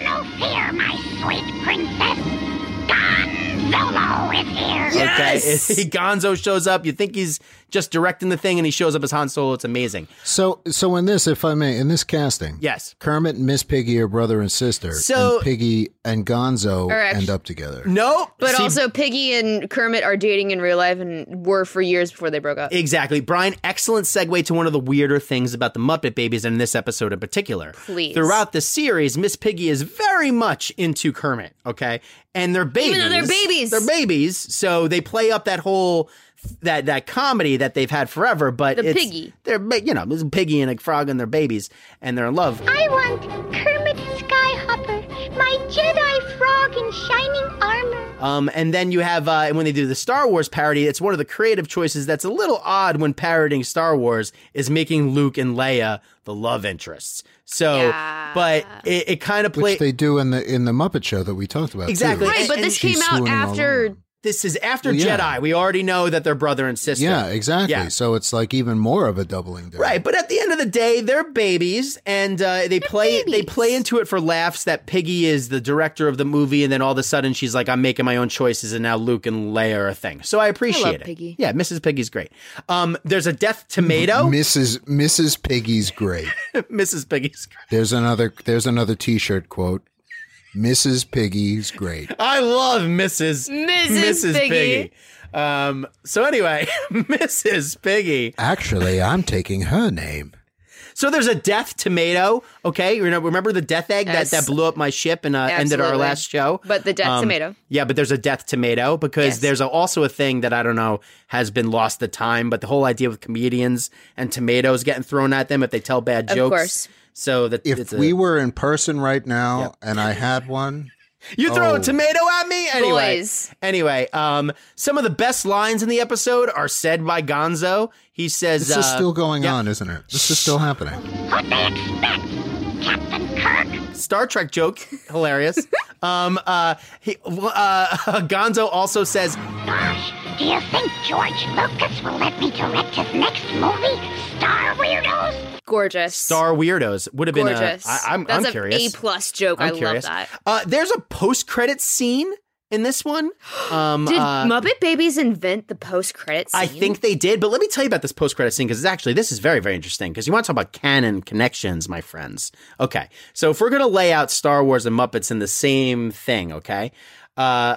No fear, my sweet princess. Gonzalo is here.
Okay. [laughs] Gonzo shows up. You think he's just directing the thing and he shows up as Han Solo. It's amazing.
So so in this, if I may, in this casting,
Yes.
Kermit and Miss Piggy are brother and sister.
So-
and Piggy and Gonzo
Are act-
end up together.
Nope.
But
See-
also, Piggy and Kermit are dating in real life and were for years before they broke up.
Exactly. Brian, excellent segue to one of the weirder things about the Muppet Babies and this episode in particular.
Please.
Throughout the series, Miss Piggy is very much into Kermit, okay? And they're babies.
Even though they're babies.
They're babies. So they play up that whole that that comedy that they've had forever, but
The
it's,
piggy.
They're ba- you know, there's a piggy and a frog and they're babies and they're in love.
I want Kermit Skyhopper, my Jedi frog in shining armor.
Um, and then you have uh, when they do the Star Wars parody, it's one of the creative choices that's a little odd when parodying Star Wars is making Luke and Leia the love interests. So, but it, it kind of
Which
plays
they do in the in the Muppet show that we talked about. too.
exactly
Right, but
And-
this
She's
came out
swooning all
after.
This is after
Well, yeah.
Jedi. We already know that they're brother and sister.
Yeah, exactly.
Yeah.
So it's like even more of a doubling down.
Right, but at the end of the day, they're babies, and uh, they play they play into it for laughs. That Piggy is the director of the movie, and then all of a sudden she's like, "I'm making my own choices," and now Luke and Leia are a thing. So I appreciate
love
it.
Piggy.
Yeah, Mrs. Piggy's great. Um, there's a death tomato.
Mrs. Mrs. Piggy's great.
Mrs. Piggy's great.
There's another there's another t-shirt quote. Mrs. Piggy's great.
I love Mrs.
Mrs. Piggy.
Um, so anyway, [laughs] Mrs. Piggy.
Actually, I'm taking her name.
So there's a death tomato. Okay, you know, remember the death egg
Yes.
that, that blew up my ship and uh, ended our
Absolutely.
last show.
But the death
Um,
tomato.
Yeah, but there's a death tomato because
Yes.
there's a, also a thing that I don't know has been lost to time. But the whole idea with comedians and tomatoes getting thrown at them if they tell bad
Of
jokes.
course.
So that
If
it's a-
we were in person right now and I had one,
You throw
Oh.
a tomato at me anyway.
Boys.
Anyway, um, some of the best lines in the episode are said by Gonzo. He says,
this is
uh,
still going on, isn't it? This is still happening.
Star Trek joke,
[laughs]
hilarious. um, uh, he, uh, [laughs] Gonzo also says,
Do you think George Lucas will let me direct his next movie, Star Weirdos?
Gorgeous.
"Star weirdos." Would have been. A,
Gorgeous.
I, I'm,
That's
I'm
an
curious.
A plus joke. i
I'm curious.
love that.
Uh, there's a post credit scene in
[gasps]
this one. Um,
Did
uh,
Muppet Babies invent the post credits?
I think they did, but let me tell you about this post credit scene because it's actually this is very very interesting because you want to talk about canon connections, my friends. Okay, so if we're gonna lay out Star Wars and Muppets in the same thing, okay, uh,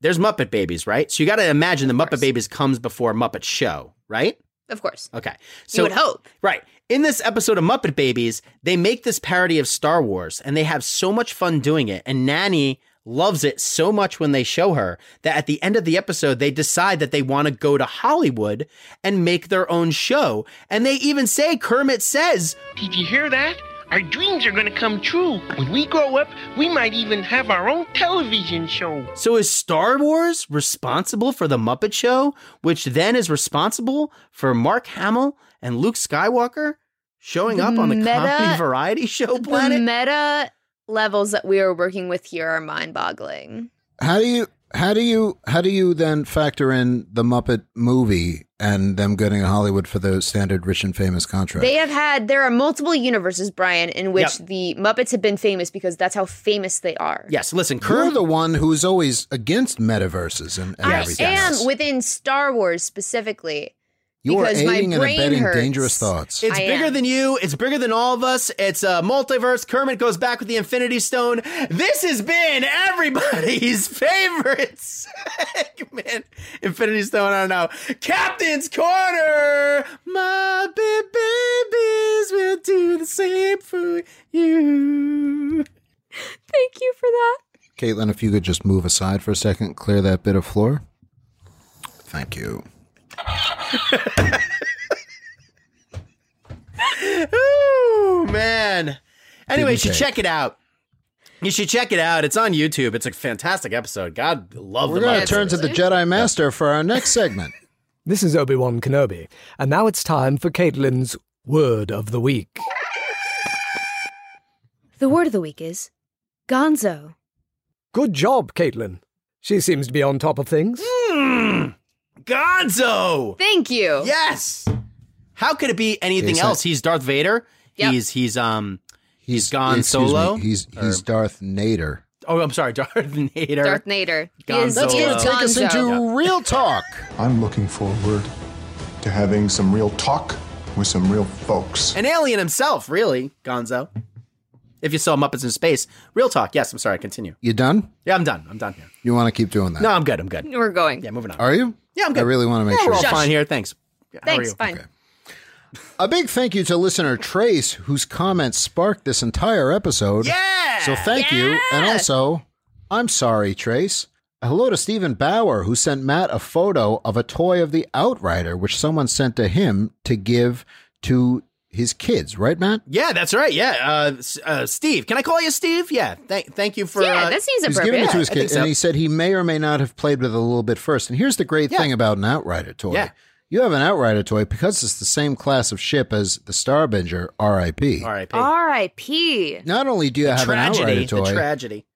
there's Muppet Babies, right? So you got to imagine the Muppet Babies comes before Muppet Show, right?
Of course.
Okay.
You would hope.
Right. In this episode of Muppet Babies, they make this parody of Star Wars and they have so much fun doing it. And Nanny loves it so much when they show her that at the end of the episode, they decide that they want to go to Hollywood and make their own show. And they even say, Kermit says,
Did you hear that? Our dreams are going to come true. When we grow up, we might even have our own television show.
So is Star Wars responsible for the Muppet Show, which then is responsible for Mark Hamill and Luke Skywalker showing up on the
meta-
comedy variety show
The
planet?
meta levels that we are working with here are mind-boggling.
How do you how do you how do you then factor in the Muppet movie and them getting a Hollywood for the standard rich and famous contract?
They have had there are multiple universes, Brian, in which the Muppets have been famous because that's how famous they are.
yes, listen,
You're the one who's always against metaverses and, and everything.
I
else.
am within Star Wars specifically.
you are
because my
aiding and
brain
abetting
hurts.
dangerous thoughts.
It's
I
bigger
am.
than you. It's bigger than all of us. It's a multiverse. Kermit goes back with the Infinity Stone. This has been everybody's [laughs] favorite segment. Infinity Stone, I don't know. Captain's Corner. My big babies will do the same for you.
Thank you for that.
Caitlin, if you could just move aside for a second, clear that bit of floor. Thank you.
Ooh, man. Anyway, you
Didn't
should
take.
check it out. You should check it out. It's on YouTube. It's a fantastic episode. God love
We're
the
going to
Muppets.
turn to the Jedi Master for our next [laughs] segment.
This is Obi Wan Kenobi, and now it's time for Caitlin's Word of the Week.
The word of the week is Gonzo.
Good job, Caitlin. She seems to be on top of things.
Gonzo.
Thank you.
Yes. How could it be anything
Jason.
else? He's Darth Vader.
Yep.
He's he's um he's gone
Excuse me,
solo.
He's he's Darth Nader.
Oh, I'm sorry, [laughs] Darth Nader.
Darth Nader. He is-
That's
he
going
is
to take us
Gonzo.
into real talk.
I'm looking forward to having some real talk with some real folks.
An alien himself, really, Gonzo. If you saw Muppets in Space. Real talk. Yes, I'm sorry, continue.
You done?
Yeah, I'm done. I'm done here.
You want to keep doing that?
No, I'm good. I'm good.
We're going.
Yeah, moving on.
Are you?
Yeah, I'm good.
I really want to make
Yeah,
sure.
we're all fine here. Thanks. How are
Thanks,
you?
fine.
A big thank you to listener Trace, whose comments sparked this entire episode.
Yeah!
So thank you. And also, I'm sorry, Trace. Hello to Stephen Bauer, who sent Matt a photo of a toy of the Outrider, which someone sent to him to give to his kids, right, Matt?
Yeah, that's right. Yeah, uh, S- uh, Steve. Can I call you Steve? Yeah. Thank, thank you for.
Yeah,
uh,
that seems
He's giving it to
Yeah,
his
I think
kid,
so.
and he said he may or may not have played with it a little bit first. And here's the great
Yeah.
thing about an Outrider toy.
Yeah.
You have an Outrider toy because it's the same class of ship as the Starbinger, R.I.P.
R.I.P.
R.I.P.
Not only do you have an
tragedy.
Outrider
The
toy,
tragedy.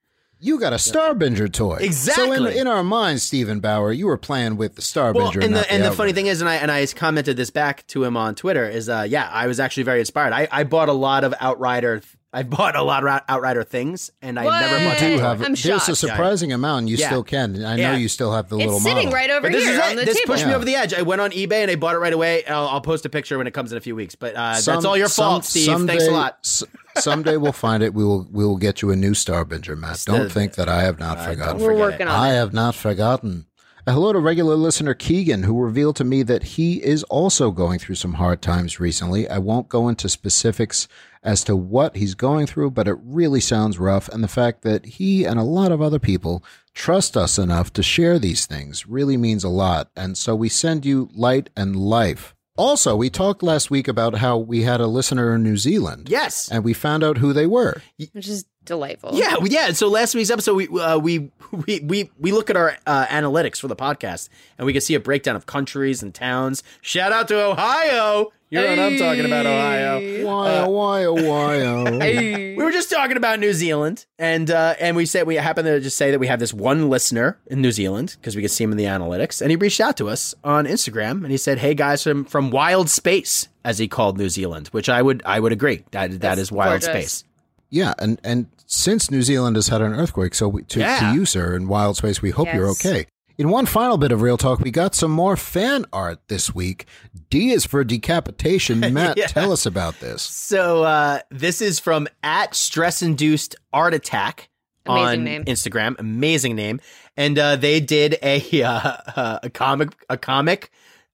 you got a Starbinger toy. So in,
Exactly.
in our minds, Stephen Bauer, you were playing with the Starbinger.
Well, and
not
the, and the
Outrider.
funny thing is, and I and I commented this back to him on Twitter is, uh, yeah, I was actually very inspired. I, I bought a lot of Outrider. I [laughs] bought a lot of Out- Outrider things, and I never
You
bought.
do
that
have
toy.
there's a surprising amount. and You
Yeah.
still can. I know
Yeah.
you still have the little model.
But this is it. this pushed me
Yeah.
over the edge. I went on eBay and I bought it right away. I'll, I'll post a picture when it comes in a few weeks. But uh,
Some-
that's all your
some-
fault, Steve. Thanks a
someday-
lot.
s- someday we'll find it. We will. We will get you a new Starbinger, Matt. Don't
the-
think that I have not forgotten.
forget We're working it. on
I
it.
have not forgotten. Uh, Hello to regular listener Keegan, who revealed to me that he is also going through some hard times recently. I won't go into specifics as to what he's going through, but it really sounds rough. And the fact that he and a lot of other people trust us enough to share these things really means a lot. And so we send you light and life. Also, we talked last week about how we had a listener in New Zealand.
Yes.
And we found out who they were.
Which is delightful.
Yeah, well, yeah. So last week's episode, we uh, we [laughs] we we we look at our uh, analytics for the podcast, and we can see a breakdown of countries and towns. Shout out to Ohio. You know what I'm talking about, Ohio.
Why, oh, why, oh, why, oh.
we were just talking about New Zealand, and uh, and we said we happened to just say that we have this one listener in New Zealand because we could see him in the analytics, and he reached out to us on Instagram, and he said, "Hey guys, from from Wild Space," as he called New Zealand, which I would I would agree that that is Wild
gorgeous.
Space.
Yeah, and and since New Zealand has had an earthquake, so we, to,
Yeah.
to you, sir, in Wild Space, we hope you're
Yes.
okay. In one final bit of real talk, we got some more fan art this week. D is for decapitation.
[laughs]
Matt,
Yeah.
tell us
[laughs]
about this.
So uh, this is from at stress induced art attack
Amazing
on
name.
Instagram. Amazing name, and uh, they did a [laughs] uh, uh, a comic a comic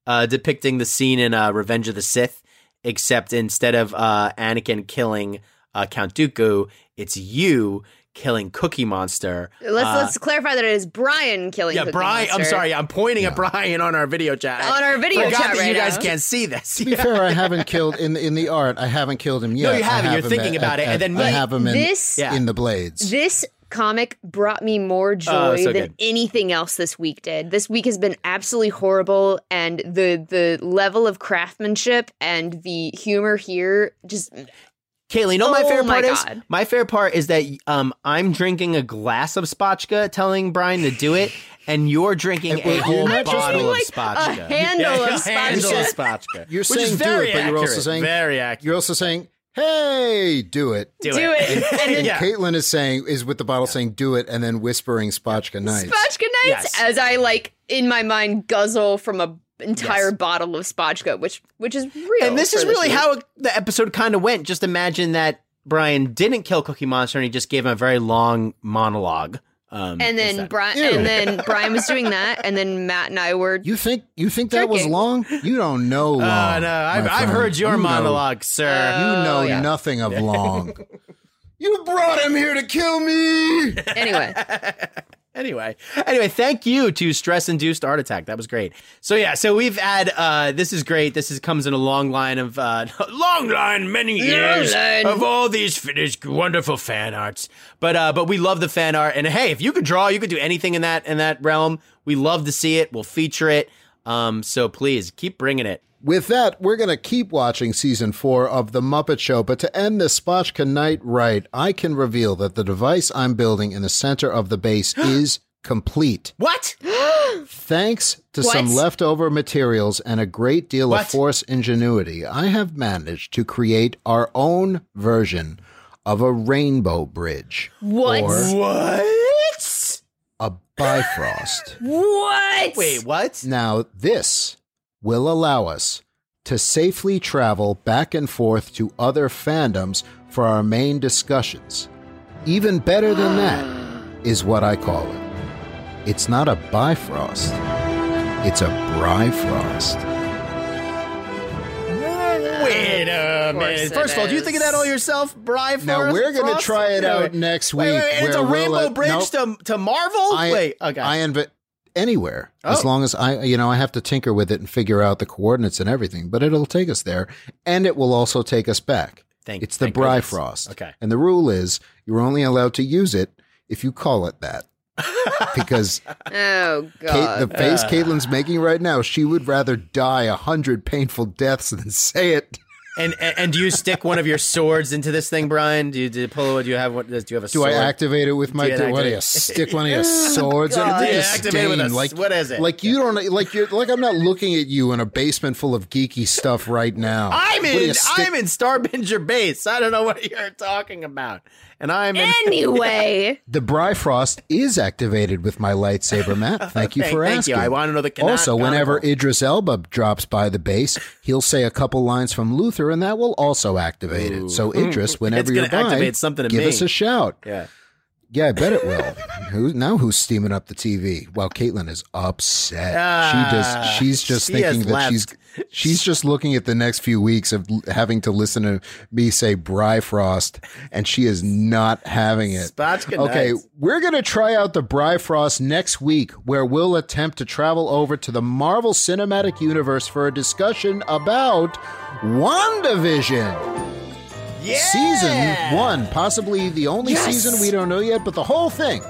uh, depicting the scene in uh, Revenge of the Sith, except instead of uh, Anakin killing uh, Count Dooku, it's you killing Cookie Monster.
Let's
Uh,
let's clarify that it is Brian killing.
yeah,
Cookie
Brian. I'm
Monster.
sorry, I'm pointing at Brian on our video chat.
On our video
Forgot
chat
that
right
you guys
now.
can't see this. [laughs]
To be fair, I haven't killed in the, in the art. I haven't killed him yet.
you
I
haven't. You're
have him
thinking
at-
about it,
at-
and then
I
me-
have him in,
This- Yeah.
in the blades.
This comic brought me more joy
Oh, so
than
good.
anything else this week did. This week has been absolutely horrible, and the the level of craftsmanship and the humor here just
Kaylee, you know what my
Oh
favorite
my
part
God.
is? My favorite part is that um, I'm drinking a glass of spotchka, telling Brian to do it, and you're drinking
Well,
a
you're
whole
not just-
bottle of
Like a
spotchka.
handle
Yeah,
of
a handle of
spotchka.
spotchka.
You're
Which is
saying do
very
it, but you're also
accurate,
saying
very accurate.
You're also saying, "Hey, do it,
Do Do it." [laughs] it.
And,
And then- Yeah.
Caitlin is saying, is with the bottle saying, "Do it," and then whispering Spotchka nights.
Spotchka nights
Yes.
as I like in my mind guzzle from a entire bottle of Spotchka, which which is real.
And this
for
is really
week.
how it- the episode kind of went. Just imagine that Brian didn't kill Cookie Monster, and he just gave him a very long monologue.
and
Um, is
then
that-
Brian
Ew.
and
[laughs]
then Brian was doing that, and then Matt and I were.
You think you think that was
Drinking.
long? You don't know
[laughs]
long.
Oh, no, I've-
my
I've
friend.
heard your monologue, sir.
you
Oh,
know
yeah.
nothing
[laughs]
of long.
You brought him here to kill me.
anyway.
[laughs] anyway. Anyway, thank you to stress induced art attack. That was great. So yeah, so we've had uh this is great. This is comes in a long line of uh [laughs] long line many
Long
years
line.
of all these finished wonderful fan arts. But uh but we love the fan art and hey, if you could draw, you could do anything in that in that realm. We love to see it. We'll feature it. Um so please keep bringing it.
With that, we're going to keep watching season four of The Muppet Show. But to end this Spotchka night right, I can reveal that the device I'm building in the center of the base
[gasps]
is complete.
[gasps]
What?
Thanks to
What?
some leftover materials and a great deal of
What?
force ingenuity, I have managed to create our own version of a rainbow bridge.
What?
Or
What?
a bifrost.
What?
Wait, what?
Now, this will allow us to safely travel back and forth to other fandoms for our main discussions. Even better than
[gasps]
that is what I call it. It's not a bifrost, it's a bifrost.
Wait a
Of course
minute.
it
First of all, do you think of that all yourself, Brian?
Now, we're gonna try it out next week,
it's
where
a
we'll
rainbow
let-
bridge
Nope.
to, to Marvel.
I,
Oh, Wait, okay.
I inv- anywhere
Oh.
as long as I, you know, I have to tinker with it and figure out the coordinates and everything, but it'll take us there, and it will also take us back.
Thank-
it's the
thank goodness.
Bifrost.
Okay.
and the rule is you're only allowed to use it if you call it
[laughs]
that, because
Oh
Kate,
god.
the face
Uh.
Caitlin's making right now, she would rather die a hundred painful deaths than say it.
and, and and do you stick one of your swords into this thing, Brian? Do you, do you pull? Do you have one? Do you have a?
Do I
sword?
activate it with my?
Do you
Do what do you
activate-
stick one of your swords? in?
[laughs]
Look at
God. Oh, Yeah,
the
activate it with
stain,
a-
like
what is it?
Like you don't like you're like I'm not looking at you in a basement full of geeky stuff right now.
I'm
What do you
in.
stick-
I'm in Starbinger base. I don't know what you're talking about. And I'm in,
Anyway.
The Bifrost is activated with my lightsaber,
[laughs]
Matt. Thank you
Thank-
for
thank
asking.
you. I wanna know the Kanat
Also, whenever Idris Elba drops by the base, he'll say a couple lines from Luther, and that will also activate it. So,
Mm.
Idris,
[laughs] It's
whenever
gonna
you're by,
activate something in
give
me.
us a shout.
Yeah.
Yeah, I bet it will. [laughs] Who now? Who's steaming up the TV? Well, Caitlin is upset.
Ah,
she just she's just
she
thinking
has
that she's she's just looking at the next few weeks of l- having to listen to me say Bifrost, and she is not having it.
Spotchka
okay,
nights.
we're gonna try out the Bifrost next week, where we'll attempt to travel over to the Marvel Cinematic Universe for a discussion about WandaVision. Season one, possibly the only
Yes!
season we don't know yet, but the whole thing.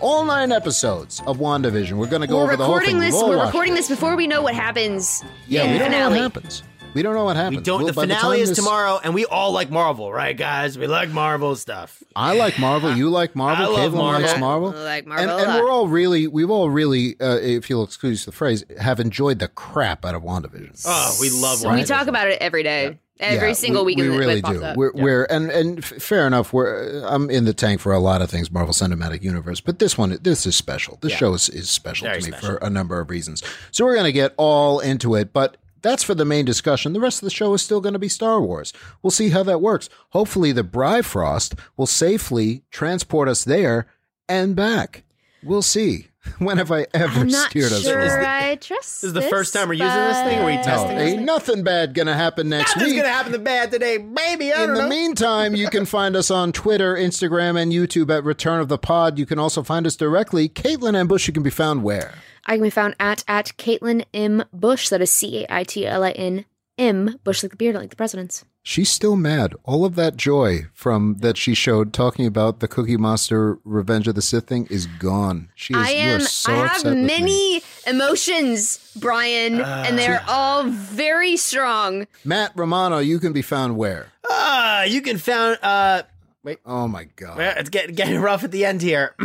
All nine episodes of WandaVision. We're going to [laughs] go
we're
over the whole
recording
thing. We've
this.
all
We're
watched
recording
it.
this before we know what happens.
Yeah, we
in the
don't know
finale.
what happens. We don't know what happens.
We don't.
Well,
the
by
finale
time
is
this-
tomorrow, and we all like Marvel, right, guys? We like Marvel stuff.
I like Marvel. You like Marvel.
I love
Caitlin likes
Marvel.
Marvel.
I like
and,
Marvel a
and
lot.
we're all really, we've all really, uh, if you'll excuse the phrase, have enjoyed the crap out of WandaVision.
Oh, we love.
So
Right.
we talk about it every day, every
Yeah,
single
we,
week.
We
it
really
pops
do.
up.
We're, we're and and f- fair enough. We're uh, I'm in the tank for a lot of things, Marvel Cinematic Universe, but this one this is special. This
Yeah.
show is, is special
Very
to me
special.
for a number of reasons. So we're gonna get all into it, but. That's for the main discussion. The rest of the show is still going to be Star Wars. We'll see how that works. Hopefully, the Bifrost will safely transport us there and back. We'll see. [laughs] When have I ever
I'm not
steered us
sure
wrong?
I trust
This is the first time we're using this thing, or are we
No,
testing
ain't nothing bad gonna happen next
Nothing's
week.
gonna happen to bad today, baby. I
In
don't
the
know.
meantime, you can find us on Twitter, Instagram, and YouTube at Return of the Pod. You can also find us directly. Caitlin and Bush, you can be found where?
I can be found at at Caitlin M Bush. That is C A I T L I N M Bush, like the beard, like the president's.
She's still mad. All of that joy from that she showed talking about the Cookie Monster Revenge of the Sith thing is gone. She is
I
you are
am.
so
I have
upset with me.
many emotions, Brian,
Ah.
and they're all very strong.
Matt Romano, you can be found where?
Ah, you can found. Uh, wait.
Oh my god.
Well, It's getting getting rough at the end here. [clears throat]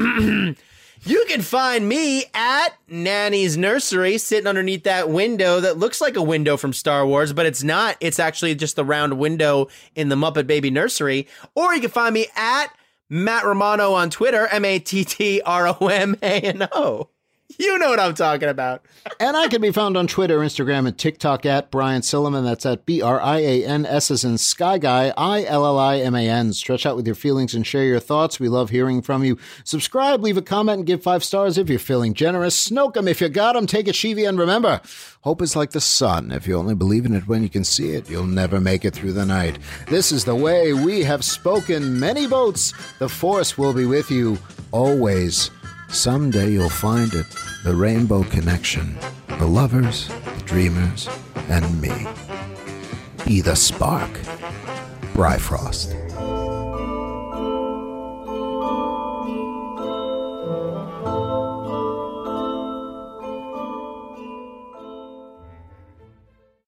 you can find me at Nanny's Nursery, sitting underneath that window that looks like a window from Star Wars, but it's not. It's actually just the round window in the Muppet Baby Nursery. Or you can find me at Matt Romano on Twitter, M A T T R O M A N O. You know what I'm talking about.
and I can be found on Twitter, Instagram, and TikTok at Brian Silliman. That's at B R I A N S as in Sky Guy, I L L I M A N. Stretch out with your feelings and share your thoughts. We love hearing from you. Subscribe, leave a comment, and give five stars if you're feeling generous. Snoke 'em if you got 'em. Take a Shivi, and remember, hope is like the sun. If you only believe in it when you can see it, you'll never make it through the night. This is the way we have spoken many votes. The force will be with you always. Someday you'll find it the rainbow connection, the lovers, the dreamers, and me. Be the spark. Bryfrost.